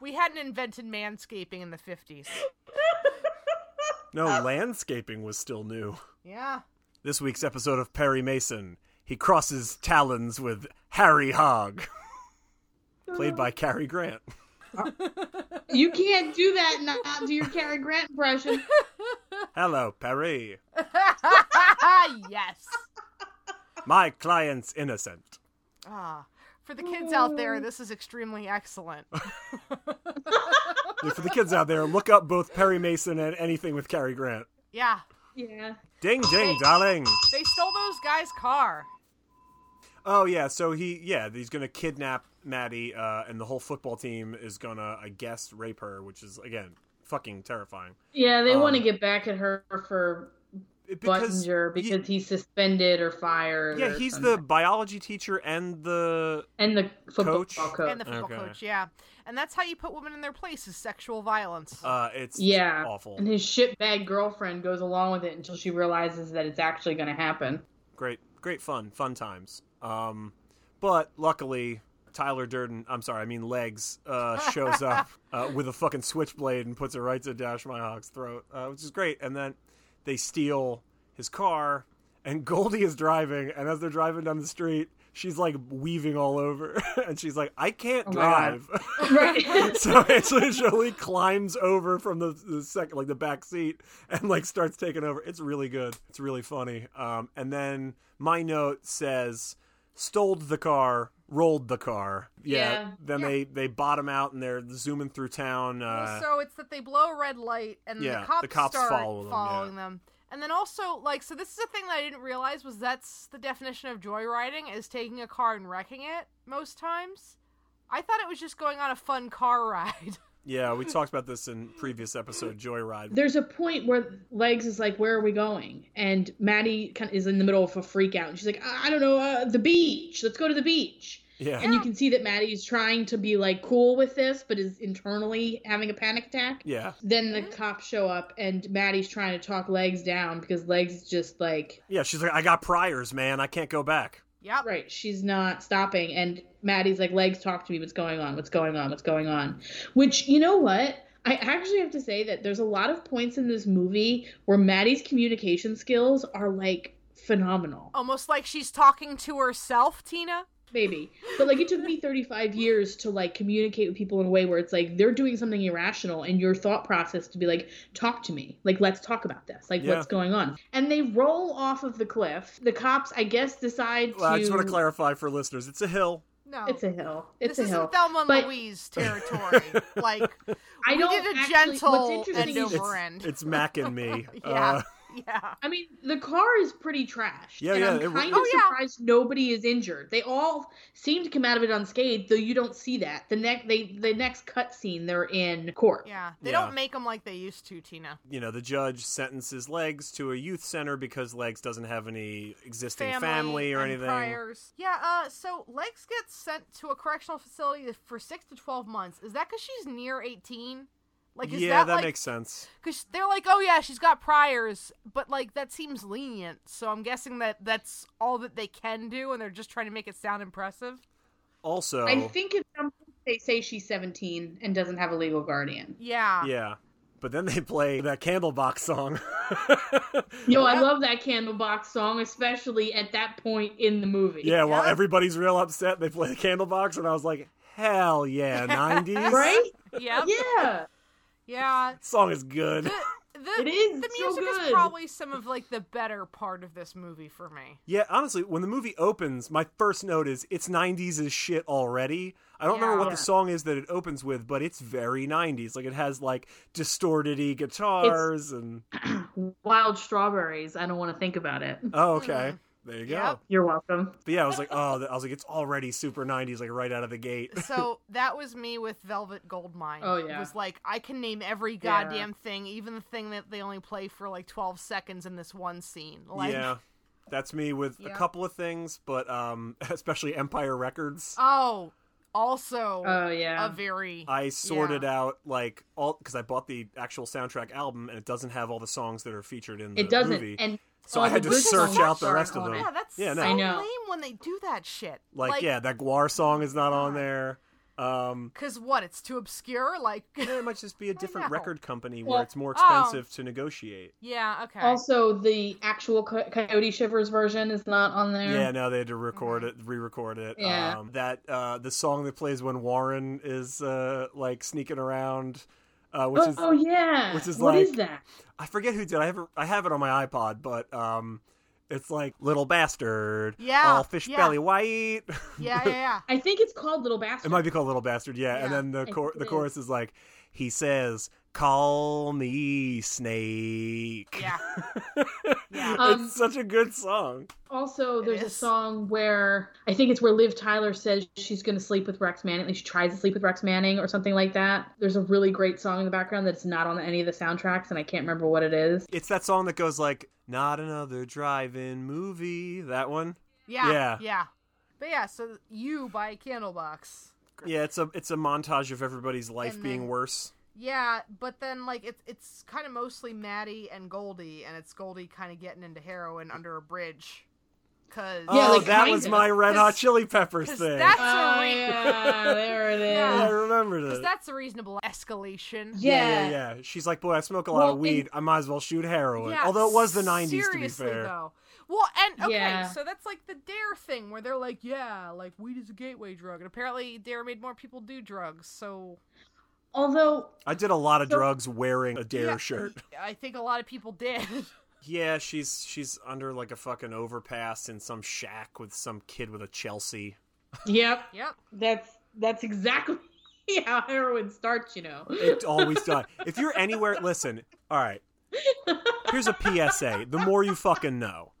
Speaker 3: we hadn't invented manscaping in the fifties.
Speaker 2: No, landscaping was still new.
Speaker 3: Yeah,
Speaker 2: This week's episode of Perry Mason. He crosses talons with Harry Hogg. Played by Cary Grant.
Speaker 1: You can't do that and not do your Cary Grant impression.
Speaker 2: Hello, Perry.
Speaker 3: yes.
Speaker 2: My client's innocent.
Speaker 3: Ah, for the kids out there, this is extremely excellent.
Speaker 2: Yeah, for the kids out there, look up both Perry Mason and anything with Cary Grant.
Speaker 3: Yeah,
Speaker 1: Yeah.
Speaker 2: Ding ding, darling.
Speaker 3: they stole those guys' car.
Speaker 2: Oh yeah, so he yeah he's gonna kidnap Maddie, uh, and the whole football team is gonna I guess rape her, which is again fucking terrifying.
Speaker 1: Yeah, they
Speaker 2: Um,
Speaker 1: want to get back at her for
Speaker 2: It-
Speaker 1: Buttinger
Speaker 2: ye-
Speaker 1: because he's suspended or fired.
Speaker 2: yeah
Speaker 1: or
Speaker 2: he's
Speaker 1: something.
Speaker 2: the biology teacher and the
Speaker 1: and the football
Speaker 2: coach.
Speaker 1: coach.
Speaker 3: And the football
Speaker 2: Uh, Okay.
Speaker 3: coach, yeah, and that's how you put women in their place is sexual violence.
Speaker 2: uh it's
Speaker 1: Yeah.
Speaker 2: awful
Speaker 1: And his shitbag girlfriend goes along with it until she realizes that it's actually going to happen.
Speaker 2: great great fun fun times. Um, but luckily. Tyler Durden, I'm sorry, I mean Legs, uh, shows up uh, with a fucking switchblade and puts it right to Dash Myhawk's throat, uh, which is great. And then They steal his car, and Goldie is driving. And as they're driving down the street, she's like weaving all over, and she's like, "I can't
Speaker 1: Oh my God.
Speaker 2: drive."
Speaker 1: Right.
Speaker 2: so Angelina Jolie climbs over from the, the second, like the back seat, and like starts taking over. It's really good. It's really funny. Um, and then my note says, "Stole the car, rolled the car."
Speaker 1: Yeah.
Speaker 2: Then they they bottom out and they're zooming through town. Uh,
Speaker 7: Well,
Speaker 3: so it's that they blow a red light and then
Speaker 2: yeah,
Speaker 3: the cops,
Speaker 2: the cops
Speaker 3: start
Speaker 2: follow them,
Speaker 3: following
Speaker 2: yeah.
Speaker 3: them. And then also, like, so this is a thing that I didn't realize was that's the definition of joyriding is taking a car and wrecking it most times. I thought it was just going on a fun car ride.
Speaker 2: yeah, we talked about this in previous episode, Joyride.
Speaker 1: There's a point where Legs is like, "Where are we going?" And Maddie kind of is in the middle of a freak out, and she's like, "I I don't know, uh, the beach. Let's go to the beach."
Speaker 2: Yeah,
Speaker 1: And you can see that Maddie is trying to be like cool with this, but is internally having a panic attack.
Speaker 2: yeah,
Speaker 1: Then the cops show up, and Maddie's trying to talk Legs down because Legs is just like,
Speaker 2: yeah. She's like, "I got priors, man. I can't go back."
Speaker 3: yep.
Speaker 1: right, she's not stopping. And Maddie's like, Legs, talk to me. What's going on? What's going on? What's going on? Which, you know what? I actually have to say that there's a lot of points in this movie where Maddie's communication skills are like phenomenal.
Speaker 3: Almost like she's talking to herself, Tina.
Speaker 1: maybe but like it took me 35 years to like communicate with people in a way where it's like they're doing something irrational and your thought process to be like talk to me like let's talk about this like
Speaker 2: Yeah.
Speaker 1: what's going on and they roll off of the cliff the cops i guess decide
Speaker 2: Well, I just
Speaker 1: to
Speaker 2: want to clarify for listeners, it's a hill.
Speaker 3: No.
Speaker 1: it's a hill it's
Speaker 3: this
Speaker 1: a
Speaker 3: isn't
Speaker 1: hill
Speaker 3: Thelma and
Speaker 1: But-
Speaker 3: Louise territory. like,
Speaker 1: i
Speaker 3: we
Speaker 1: don't
Speaker 3: did a
Speaker 1: actually,
Speaker 3: gentle
Speaker 1: what's interesting
Speaker 3: end
Speaker 1: is
Speaker 3: over
Speaker 2: it's,
Speaker 3: end.
Speaker 2: It's Mac and me.
Speaker 3: Yeah.
Speaker 2: Uh,
Speaker 3: yeah.
Speaker 1: I mean, the car is pretty trashed.
Speaker 2: Yeah,
Speaker 1: and
Speaker 2: yeah,
Speaker 1: I'm
Speaker 2: it w-
Speaker 1: kind
Speaker 3: Oh,
Speaker 1: of
Speaker 3: yeah.
Speaker 1: surprised nobody is injured. They all seem to come out of it unscathed, though you don't see that. The next they the next cut scene they're in court.
Speaker 3: Yeah. They
Speaker 2: Yeah.
Speaker 3: don't make them like they used to, Tina.
Speaker 2: you know, the judge sentences Legs to a youth center because Legs doesn't have any existing family, or
Speaker 3: and
Speaker 2: anything.
Speaker 3: priors. Yeah, uh, so Legs gets sent to a correctional facility for six to twelve months. Is that because she's near eighteen? Like, is
Speaker 2: yeah, that,
Speaker 3: like,
Speaker 2: makes sense.
Speaker 3: Because they're like, oh yeah, she's got priors, but like that seems lenient. So I'm guessing that that's all that they can do, and they're just trying to make it sound impressive.
Speaker 2: Also,
Speaker 1: I think at some point they say she's 17 and doesn't have a legal guardian.
Speaker 3: Yeah.
Speaker 2: yeah. But then they play that Candlebox song.
Speaker 1: Yo, I love that Candlebox song, especially at that point in the movie.
Speaker 2: yeah, while
Speaker 3: Yeah.
Speaker 2: everybody's real upset, they play the Candlebox, and I was like, hell yeah, 90s.
Speaker 1: Right?
Speaker 3: Yeah.
Speaker 1: Yeah.
Speaker 3: yeah.
Speaker 2: Song is good.
Speaker 3: The, the,
Speaker 1: It is
Speaker 3: the
Speaker 1: so
Speaker 3: music is
Speaker 1: good.
Speaker 3: probably some of like the better part of this movie for me.
Speaker 2: Yeah, honestly, when the movie opens, my first note is it's 90s as shit already. I don't remember what
Speaker 3: Yeah.
Speaker 2: the song is that it opens with, but it's very 90s. Like it has like distorted y guitars and
Speaker 1: Wild strawberries. I don't want to think about it.
Speaker 2: Oh, okay. There you go.
Speaker 3: Mm-hmm. Yep.
Speaker 1: You're welcome.
Speaker 2: But yeah, I was like, oh, I was like, it's already super '90s, like right out of the gate.
Speaker 3: So that was me with Velvet Goldmine.
Speaker 1: Oh, yeah.
Speaker 3: was like I can name every
Speaker 1: Yeah.
Speaker 3: goddamn thing, even the thing that they only play for like twelve seconds in this one scene. Like,
Speaker 2: yeah, that's me with a
Speaker 3: Yeah.
Speaker 2: couple of things, but um, especially Empire Records.
Speaker 3: Oh, also
Speaker 1: Oh, yeah.
Speaker 3: a very
Speaker 2: I sorted out like all because I bought the actual soundtrack album, and it doesn't have all the songs that are featured in the
Speaker 1: It doesn't.
Speaker 2: movie.
Speaker 1: And
Speaker 2: so
Speaker 1: all
Speaker 2: I had
Speaker 1: Oh, the
Speaker 2: to
Speaker 1: original
Speaker 2: search out the
Speaker 1: songs
Speaker 2: rest of
Speaker 1: aren't
Speaker 2: them.
Speaker 1: on
Speaker 3: yeah, that's
Speaker 2: Yeah, no.
Speaker 3: so
Speaker 1: I know.
Speaker 3: lame when they do that shit.
Speaker 2: like, yeah, that Guar song is not on there. Um,
Speaker 3: Cause what? It's too obscure. Like,
Speaker 2: it might just be a different
Speaker 3: know.
Speaker 2: record company where
Speaker 1: Yeah.
Speaker 2: it's more
Speaker 3: Oh.
Speaker 2: expensive to negotiate.
Speaker 3: yeah, okay.
Speaker 1: Also, the actual Co- Coyote Shivers version is not on there.
Speaker 2: Yeah, no, they had to record it, re-record it.
Speaker 1: Mm-hmm. Yeah.
Speaker 2: Um, that uh, the song that plays when Warren is uh, like sneaking around, uh, which
Speaker 1: oh,
Speaker 2: is
Speaker 1: oh, yeah.
Speaker 2: which is
Speaker 1: What is
Speaker 2: like-
Speaker 1: that?
Speaker 2: I forget who did. I have it- I have it on my iPod, but um, it's like little bastard,
Speaker 3: Yeah,
Speaker 2: all fish
Speaker 3: yeah.
Speaker 2: belly white.
Speaker 3: yeah, yeah, yeah.
Speaker 1: I think it's called Little Bastard.
Speaker 2: it might be called little bastard, yeah. and
Speaker 3: Yeah,
Speaker 2: then the
Speaker 1: I
Speaker 2: chor-
Speaker 1: think
Speaker 2: the
Speaker 1: it
Speaker 2: chorus is like he says, "Call me Snake."
Speaker 3: Yeah. Yeah.
Speaker 1: Um,
Speaker 2: it's such a good song.
Speaker 1: Also, there's a
Speaker 3: is.
Speaker 1: song where I think it's where Liv Tyler says she's going to sleep with Rex Manning. Like she tries to sleep with Rex Manning or something like that. There's a really great song in the background that's not on any of the soundtracks, and I can't remember what it is.
Speaker 2: It's that song that goes like, "Not another drive-in movie." That one.
Speaker 3: yeah,
Speaker 2: Yeah.
Speaker 3: But yeah, so you buy Candlebox.
Speaker 2: Yeah, it's a it's a montage of everybody's life
Speaker 3: And
Speaker 2: being
Speaker 3: then-
Speaker 2: worse.
Speaker 3: Yeah, but then like it's it's kind of mostly Maddie and Goldie, and it's Goldie kind of getting into heroin under a bridge. Cause
Speaker 1: Yeah,
Speaker 2: oh,
Speaker 1: like,
Speaker 2: that
Speaker 1: kinda.
Speaker 2: was my Red Hot Chili Peppers
Speaker 3: 'cause
Speaker 2: thing.
Speaker 3: that's
Speaker 1: Oh,
Speaker 3: a re-
Speaker 1: yeah, there it is.
Speaker 3: Yeah.
Speaker 2: I remember
Speaker 3: Because
Speaker 2: that.
Speaker 3: that's a reasonable escalation.
Speaker 2: yeah.
Speaker 1: Yeah.
Speaker 2: yeah, yeah. She's like, boy, I smoke a lot
Speaker 1: Well,
Speaker 2: of weed. I might as well shoot heroin.
Speaker 3: Yeah,
Speaker 2: Although it was the '90s, to be
Speaker 3: seriously,
Speaker 2: fair.
Speaker 3: Though. Well, and okay,
Speaker 1: Yeah.
Speaker 3: so that's like the Dare thing where they're like, yeah, like weed is a gateway drug, and apparently Dare made more people do drugs. So
Speaker 1: Although
Speaker 2: I did a lot of
Speaker 1: So-
Speaker 2: drugs wearing a Dare
Speaker 3: Yeah,
Speaker 2: shirt.
Speaker 3: I think a lot of people did.
Speaker 2: Yeah, she's she's under like a fucking overpass in some shack with some kid with a Chelsea.
Speaker 1: Yep.
Speaker 3: yep.
Speaker 1: That's that's exactly how heroin starts, you know.
Speaker 2: It always does. If you're anywhere, listen. All right. Here's a PSA. The more you fucking know.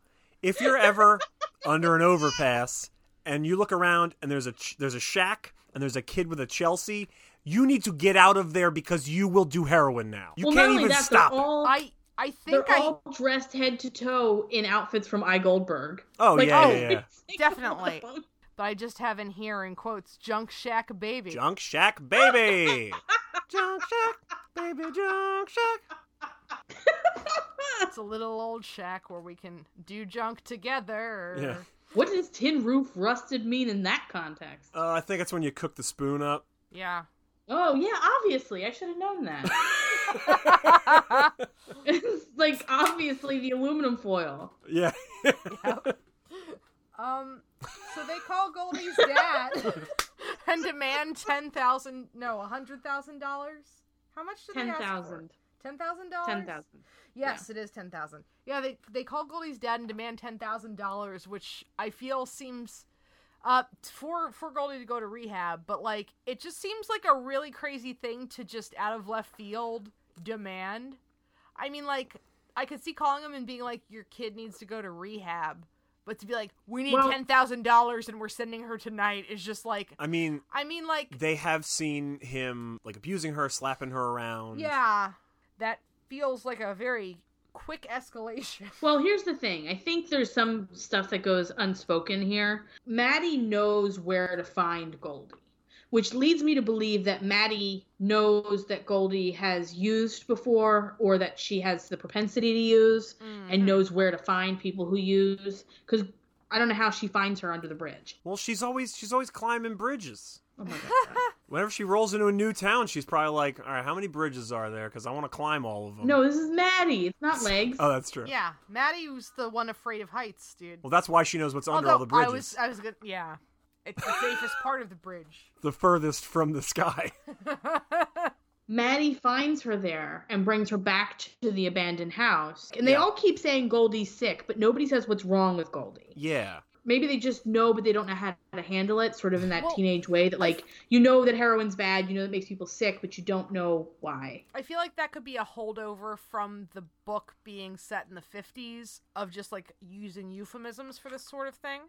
Speaker 2: If you're ever under an overpass and you look around and there's a ch- there's a shack and there's a kid with a Chelsea, you need to get out of there because you will do heroin now. You
Speaker 1: well, not
Speaker 2: can't
Speaker 1: only
Speaker 2: even
Speaker 1: that,
Speaker 2: stop.
Speaker 1: they're
Speaker 2: it.
Speaker 1: all
Speaker 3: I I
Speaker 1: they're
Speaker 3: think I
Speaker 1: all dressed head to toe in outfits from I Goldberg.
Speaker 2: Oh
Speaker 1: Like,
Speaker 2: yeah,
Speaker 1: oh,
Speaker 2: yeah, yeah.
Speaker 1: it's like-
Speaker 3: Definitely. but I just have in here in quotes junk shack baby.
Speaker 2: Junk Shack, baby. junk Shack, baby. Junk Shack.
Speaker 3: It's a little old shack where we can do junk together.
Speaker 2: Yeah.
Speaker 1: What does tin roof rusted mean in that context?
Speaker 2: Uh, I think it's when you cook the spoon up.
Speaker 3: Yeah.
Speaker 1: oh yeah, obviously. I should have known that. it's like obviously the aluminum foil.
Speaker 2: Yeah.
Speaker 3: Um, so they call Goldie's dad and demand ten thousand, no, a hundred thousand dollars. How much did
Speaker 1: Ten
Speaker 3: they ask
Speaker 1: thousand.
Speaker 3: for? Ten thousand dollars.
Speaker 1: Ten thousand.
Speaker 3: Yes, it is ten thousand. Yeah, they they call Goldie's dad and demand ten thousand dollars, which I feel seems uh for for Goldie to go to rehab, but like it just seems like a really crazy thing to just out of left field demand. I mean, like I could see calling him and being like, "Your kid needs to go to rehab," but to be like, "We need
Speaker 1: Well-
Speaker 3: ten thousand dollars and we're sending her tonight" is just like,
Speaker 2: I mean,
Speaker 3: I mean, like
Speaker 2: they have seen him like abusing her, slapping her around.
Speaker 3: yeah, that feels like a very quick escalation.
Speaker 1: Well, here's the thing. I think there's some stuff that goes unspoken here. Maddie knows where to find Goldie, which leads me to believe that Maddie knows that Goldie has used before or that she has the propensity to use and
Speaker 3: Mm-hmm.
Speaker 1: knows where to find people who use cuz I don't know how she finds her under the bridge.
Speaker 2: Well, she's always she's always climbing bridges.
Speaker 1: Oh my god.
Speaker 2: Whenever she rolls into a new town, she's probably like, "All right, how many bridges are there? Because I want to climb all of them."
Speaker 1: no, this is Maddie. It's not legs.
Speaker 2: Oh, that's true.
Speaker 3: Yeah, Maddie was the one afraid of heights, dude.
Speaker 2: Well, that's why she knows what's under all the
Speaker 3: Although
Speaker 2: bridges.
Speaker 3: I was, I was gonna, yeah, it's the safest part of the bridge.
Speaker 2: The furthest from the sky.
Speaker 1: Maddie finds her there and brings her back to the abandoned house. And they
Speaker 2: Yeah.
Speaker 1: all keep saying Goldie's sick, but nobody says what's wrong with Goldie.
Speaker 2: yeah.
Speaker 1: maybe they just know but they don't know how to handle it sort of in that
Speaker 3: Well,
Speaker 1: teenage way that like you know that heroin's bad you know that makes people sick but you don't know why
Speaker 3: I feel like that could be a holdover from the book being set in the fifties of just like using euphemisms for this sort of thing.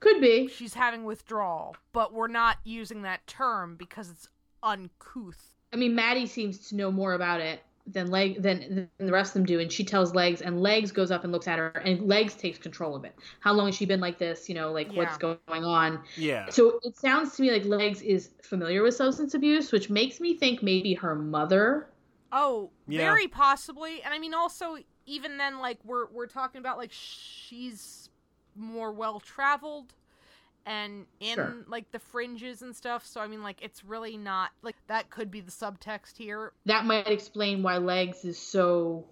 Speaker 1: could be
Speaker 3: She's having withdrawal, but we're not using that term because it's uncouth.
Speaker 1: i mean maddie seems to know more about it than leg than, than the rest of them do and she tells legs and legs goes up and looks at her and legs takes control of it how long has she been like this you know like what's going on
Speaker 2: Yeah.
Speaker 1: so it sounds to me like legs is familiar with substance abuse which makes me think maybe her mother
Speaker 3: Oh,
Speaker 2: Yeah.
Speaker 3: very possibly, and I mean also even then, like we're we're talking about like she's more well traveled and in
Speaker 1: Sure.
Speaker 3: like the fringes and stuff. So I mean, like it's really not like that could be the subtext here.
Speaker 1: that might explain why Legs is so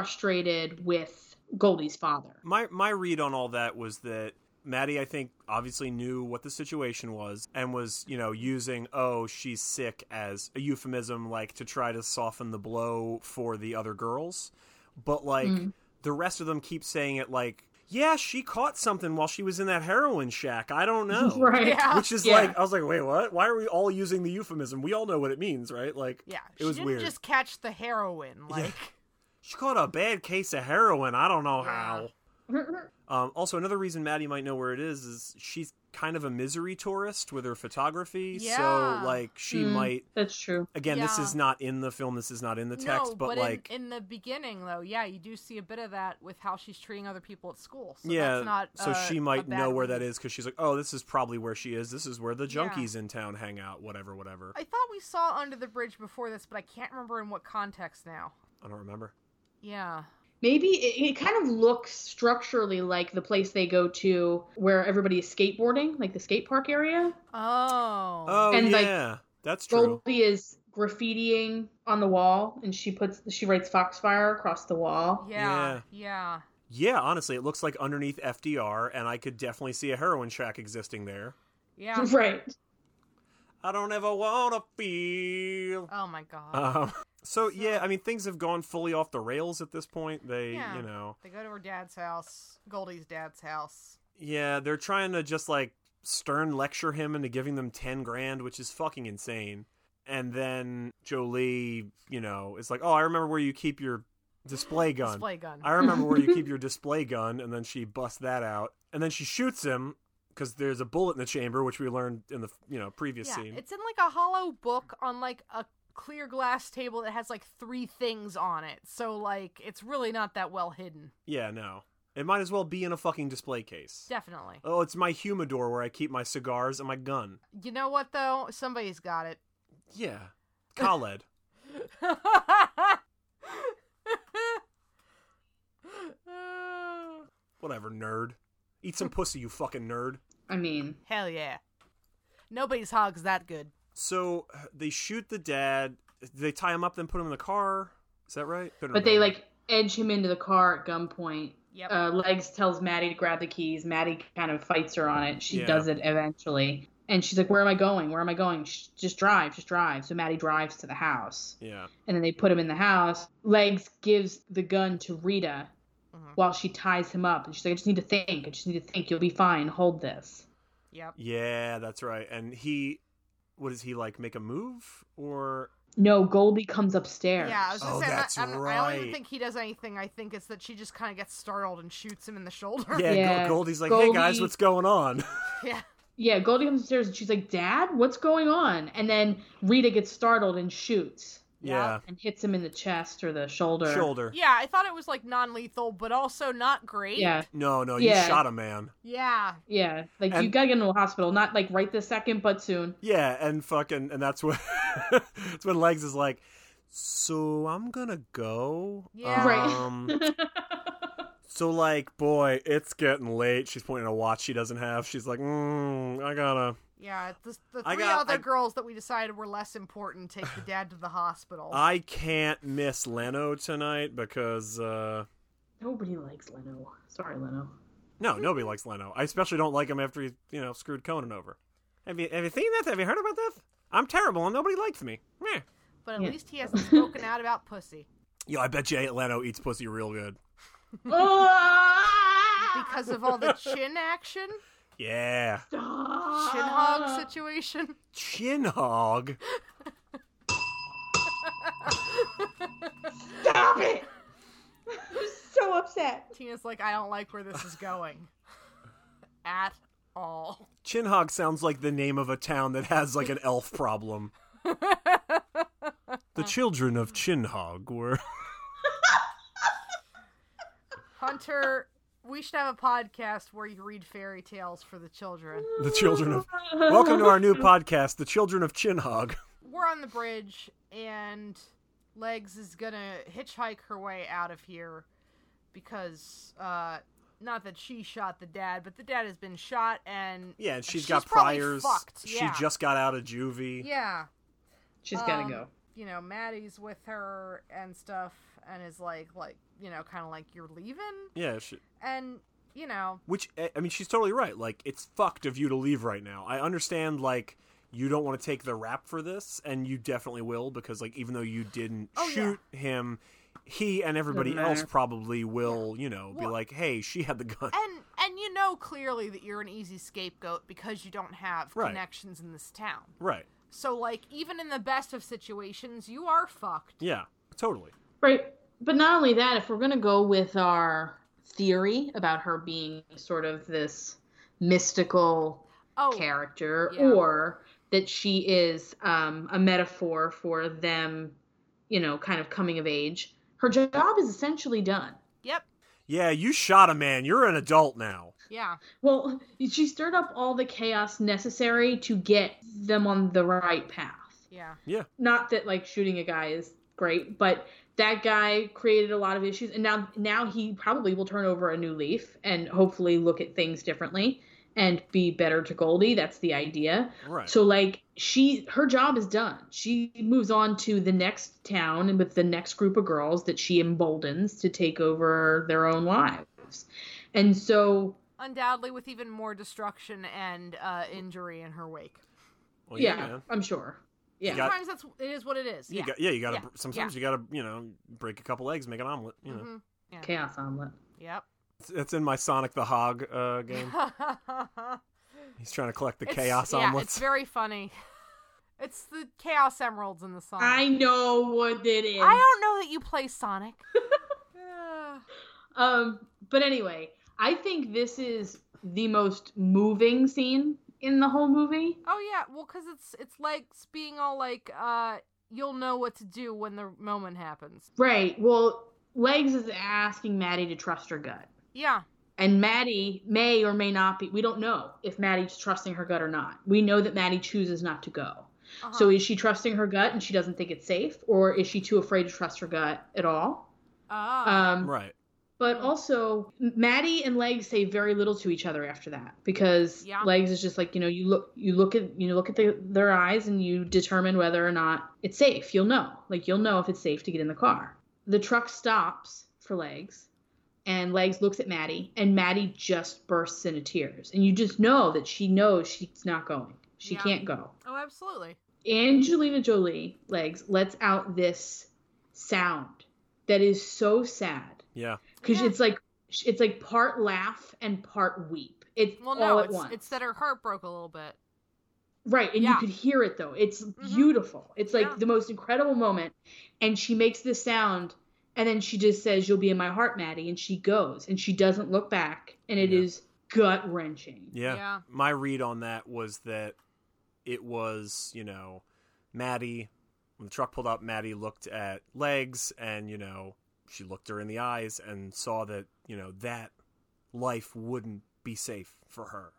Speaker 1: frustrated with Goldie's father.
Speaker 2: my my read on all that was that Maddie, I think, obviously knew what the situation was and was, you know, using "oh, she's sick" as a euphemism, like to try to soften the blow for the other girls. But like
Speaker 1: Mm.
Speaker 2: the rest of them keep saying it, like, "Yeah, she caught something while she was in that heroin shack." I don't know,
Speaker 1: Right.
Speaker 3: Yeah,
Speaker 2: Which is
Speaker 1: Yeah.
Speaker 2: like, I was like, "Wait, what? Why are we all using the euphemism? We all know what it means, right?" Like,
Speaker 3: yeah.
Speaker 2: it
Speaker 3: She
Speaker 2: was
Speaker 3: didn't
Speaker 2: weird.
Speaker 3: just catch the heroin. Like
Speaker 2: she caught a bad case of heroin. I don't know
Speaker 3: Yeah.
Speaker 2: how. Um, also, another reason Maddie might know where it is is she's kind of a misery tourist with her photography.
Speaker 3: Yeah.
Speaker 2: So, like, she
Speaker 1: Mm.
Speaker 2: might.
Speaker 1: That's true.
Speaker 2: Again, this
Speaker 3: Yeah.
Speaker 2: is not in the film. This is not in the text.
Speaker 3: no,
Speaker 2: but,
Speaker 3: but
Speaker 2: like,
Speaker 3: in, in the beginning though, yeah, you do see a bit of that with how she's treating other people at school. So
Speaker 2: yeah.
Speaker 3: that's not
Speaker 2: so
Speaker 3: a-
Speaker 2: she
Speaker 3: a
Speaker 2: might
Speaker 3: bad
Speaker 2: know where
Speaker 3: read.
Speaker 2: that is because she's like, oh, this is probably where she is. This is where the
Speaker 3: Yeah.
Speaker 2: junkies in town hang out. Whatever, whatever. I,
Speaker 3: I thought we saw Under the Bridge before this, but I can't remember in what context now.
Speaker 2: don't remember.
Speaker 3: Yeah.
Speaker 1: maybe it, it kind of looks structurally like the place they go to where everybody is skateboarding, like the skate park area.
Speaker 3: Oh.
Speaker 2: Oh
Speaker 1: And, like,
Speaker 2: yeah, that's true.
Speaker 1: Goldie is graffitiing on the wall, and she puts she writes Foxfire across the wall.
Speaker 3: Yeah. Yeah.
Speaker 2: Oh. Yeah, honestly, it looks like underneath FDR, and I could definitely see a heroin shack existing there.
Speaker 3: Yeah.
Speaker 1: Right.
Speaker 2: I don't ever wanna feel.
Speaker 3: Oh my god.
Speaker 2: Um, so yeah, I mean, things have gone fully off the rails at this point. They,
Speaker 3: Yeah.
Speaker 2: you know,
Speaker 3: They go to her dad's house, Goldie's dad's house.
Speaker 2: yeah, they're trying to just like stern lecture him into giving them ten grand, which is fucking insane. And then Jolie, you know, it's like, oh, I remember where you keep your display gun.
Speaker 3: Display gun.
Speaker 2: I remember where you keep your display gun, and then she busts that out, and then she shoots him because there's a bullet in the chamber, which we learned in the you know previous
Speaker 3: yeah,
Speaker 2: scene.
Speaker 3: it's in like a hollow book on like a clear glass table that has like three things on it. So like it's really not that well hidden.
Speaker 2: Yeah, no, it might as well be in a fucking display case.
Speaker 3: Definitely.
Speaker 2: Oh, it's my humidor where I keep my cigars and my gun.
Speaker 3: You know what though? Somebody's got it.
Speaker 2: Yeah, Khaled. Whatever, nerd. Eat some pussy, you fucking nerd.
Speaker 1: I mean,
Speaker 3: Hell yeah. Nobody's hog's that good.
Speaker 2: So they shoot the dad. They tie him up, then put him in the car. Is that right? Couldn't
Speaker 1: but they
Speaker 2: remember.
Speaker 1: like edge him into the car at gunpoint.
Speaker 3: Yep.
Speaker 1: Uh, Legs tells Maddie to grab the keys. Maddie kind of fights her on it. She
Speaker 2: Yeah.
Speaker 1: does it eventually. And she's like, Where am I going? Where am I going? Sh just drive, just drive. So Maddie drives to the house.
Speaker 2: Yeah.
Speaker 1: And then they put him in the house. Legs gives the gun to Rita
Speaker 3: Mhm.
Speaker 1: while she ties him up. And she's like, I just need to think. I just need to think. You'll be fine. Hold this.
Speaker 3: yep.
Speaker 2: Yeah, that's right. And he, what does he like? Make a move or
Speaker 1: No, Goldie comes upstairs.
Speaker 3: Yeah, I was gonna
Speaker 2: Oh,
Speaker 3: say, I'm not-
Speaker 2: that's
Speaker 3: I'm not- I don't even
Speaker 2: right.
Speaker 3: think he does anything. I think it's that she just kind of gets startled and shoots him in the shoulder.
Speaker 2: yeah, Go-
Speaker 1: Yeah.
Speaker 2: Goldie's like, hey
Speaker 1: Goldie-
Speaker 2: guys, what's going on?
Speaker 3: yeah.
Speaker 1: Yeah, Goldie comes upstairs and she's like, Dad, what's going on? And then Rita gets startled and shoots.
Speaker 2: yeah,
Speaker 1: and hits him in the chest or the shoulder.
Speaker 2: shoulder.
Speaker 3: Yeah, I thought it was like non-lethal, but also not great.
Speaker 1: Yeah,
Speaker 2: No, no, you
Speaker 1: Yeah.
Speaker 2: shot a man.
Speaker 3: Yeah.
Speaker 1: yeah. Like you
Speaker 2: And-
Speaker 1: gotta get into a hospital, not like right this second, but soon.
Speaker 2: Yeah, and fucking, and that's when that's when Legs is like, so I'm gonna go.
Speaker 3: Yeah.
Speaker 1: Right.
Speaker 2: Um, so like, boy, it's getting late. She's pointing at a watch she doesn't have. She's like, mm, I gotta,
Speaker 3: Yeah. The, the
Speaker 2: I
Speaker 3: three
Speaker 2: got-
Speaker 3: other
Speaker 2: I-
Speaker 3: girls that we decided were less important take the dad to the hospital.
Speaker 2: I can't miss Leno tonight because uh
Speaker 1: Nobody likes Leno. Sorry, Leno.
Speaker 2: no, nobody likes Leno. I especially don't like him after he, you know, screwed Conan over. Have you have you seen that? Have you heard about that? I'm terrible and nobody likes me. Meh.
Speaker 3: but at
Speaker 1: Yeah.
Speaker 3: least he hasn't spoken out about pussy
Speaker 2: Yo, I bet Jay Leno eats pussy real good.
Speaker 1: Ah!
Speaker 3: because of all the chin action,
Speaker 2: Yeah.
Speaker 3: chin hog situation.
Speaker 2: Chin hog.
Speaker 1: Stop it! I'm so upset.
Speaker 3: Tina's like, I don't like where this is going at all.
Speaker 2: Chin hog sounds like the name of a town that has like an elf problem. the children of Chin hog were
Speaker 3: Hunter, we should have a podcast where you read fairy tales for the children.
Speaker 2: the children of Welcome to our new podcast, The Children of Chin hog.
Speaker 3: We're on the bridge, and Legs is gonna hitchhike her way out of here because, uh, not that she shot the dad, but the dad has been shot, and
Speaker 2: Yeah, and she's
Speaker 3: She's
Speaker 2: got
Speaker 3: probably
Speaker 2: priors.
Speaker 3: fucked, yeah.
Speaker 2: She just got out of juvie.
Speaker 3: yeah,
Speaker 1: She's gotta
Speaker 3: Um,
Speaker 1: go.
Speaker 3: you know, Maddie's with her and stuff, and is like, like, you know, kind of like you're leaving,
Speaker 2: Yeah, she,
Speaker 3: and you know,
Speaker 2: which eh, I I mean, she's totally right. Like, it's fucked of you to leave right now. I understand, like, you don't want to take the rap for this, and you definitely will because, like, even though you didn't
Speaker 3: Oh, yeah.
Speaker 2: shoot him, he and everybody
Speaker 1: Doesn't matter.
Speaker 2: else probably will, you know, be
Speaker 3: Well-
Speaker 2: like, "Hey, she had the gun."
Speaker 3: and and you know clearly that you're an easy scapegoat because you don't have
Speaker 2: Right.
Speaker 3: connections in this town.
Speaker 2: right?
Speaker 3: So like even in the best of situations, you are fucked.
Speaker 2: Yeah, totally.
Speaker 1: Right. But not only that, if we're going to go with our theory about her being sort of this mystical
Speaker 3: Oh,
Speaker 1: character
Speaker 3: yeah.
Speaker 1: or that she is um, a metaphor for them, you know, kind of coming of age, her job is essentially done.
Speaker 3: yep,
Speaker 2: Yeah, you shot a man. You're an adult now.
Speaker 3: yeah,
Speaker 1: Well, she stirred up all the chaos necessary to get them on the right path.
Speaker 3: yeah.
Speaker 2: Yeah,
Speaker 1: Not that like shooting a guy is great, but that guy created a lot of issues and now now he probably will turn over a new leaf and hopefully look at things differently and be better to Goldie. That's the idea.
Speaker 2: Right.
Speaker 1: So like she her job is done. She moves on to the next town and with the next group of girls that she emboldens to take over their own lives. And so
Speaker 3: Undoubtedly, with even more destruction and uh, injury in her wake.
Speaker 2: well,
Speaker 1: yeah,
Speaker 2: man.
Speaker 1: I'm sure. Yeah.
Speaker 2: got-
Speaker 3: Sometimes that's it is what it is.
Speaker 2: You
Speaker 3: Yeah.
Speaker 2: got, yeah, you gotta.
Speaker 3: Yeah.
Speaker 2: Sometimes you gotta, you know, break a couple eggs, make an omelet. You know,
Speaker 3: Mhm.
Speaker 1: Chaos omelet.
Speaker 3: Yep.
Speaker 2: that's in my Sonic the Hog uh, game. He's trying to collect the chaos
Speaker 3: yeah,
Speaker 2: omelets.
Speaker 3: It's very funny. It's the chaos emeralds in the song.
Speaker 1: I know what it is.
Speaker 3: I don't know that you play Sonic. Uh,
Speaker 1: Um, but anyway, I think this is the most moving scene in the whole movie.
Speaker 3: oh yeah, well, cause it's it's like it's being all like, uh, you'll know what to do when the moment happens.
Speaker 1: Right. Well, Legs is asking Maddie to trust her gut.
Speaker 3: Yeah,
Speaker 1: And Maddie may or may not be, we don't know if Maddie's trusting her gut or not. We know that Maddie chooses not to go.
Speaker 3: uh-huh.
Speaker 1: So is she trusting her gut and she doesn't think it's safe? Or is she too afraid to trust her gut at all?
Speaker 3: Ah.
Speaker 1: Um,
Speaker 2: right.
Speaker 1: But also, Maddie and Legs say very little to each other after that because
Speaker 3: Yeah.
Speaker 1: Legs is just like you know you look you look at you look at the, their eyes and you determine whether or not it's safe. You'll know, like you'll know if it's safe to get in the car. The truck stops for Legs, and Legs looks at Maddie, and Maddie just bursts into tears, and you just know that she knows she's not going. She
Speaker 3: Yeah.
Speaker 1: can't go.
Speaker 3: oh, absolutely.
Speaker 1: Angelina Jolie legs lets out this sound that is so sad
Speaker 2: Yeah.
Speaker 1: because
Speaker 3: Yeah.
Speaker 1: it's like it's like part laugh and part weep. It's
Speaker 3: Well,
Speaker 1: all
Speaker 3: no,
Speaker 1: at
Speaker 3: it's
Speaker 1: once.
Speaker 3: it's that her heart broke a little bit.
Speaker 1: right, and
Speaker 3: yeah. Mm-hmm.
Speaker 1: you could hear it though. It's beautiful. It's like
Speaker 3: Yeah.
Speaker 1: the most incredible moment, and she makes this sound, and then she just says, "You'll be in my heart, Maddie," and she goes, and she doesn't look back, and it
Speaker 2: Yeah.
Speaker 1: is gut wrenching.
Speaker 2: Yeah.
Speaker 3: Yeah.
Speaker 2: My read on that was that it was, you know, Maddie. When the truck pulled up, Maddie looked at legs and, you know, she looked her in the eyes and saw that, you know, that life wouldn't be safe for her.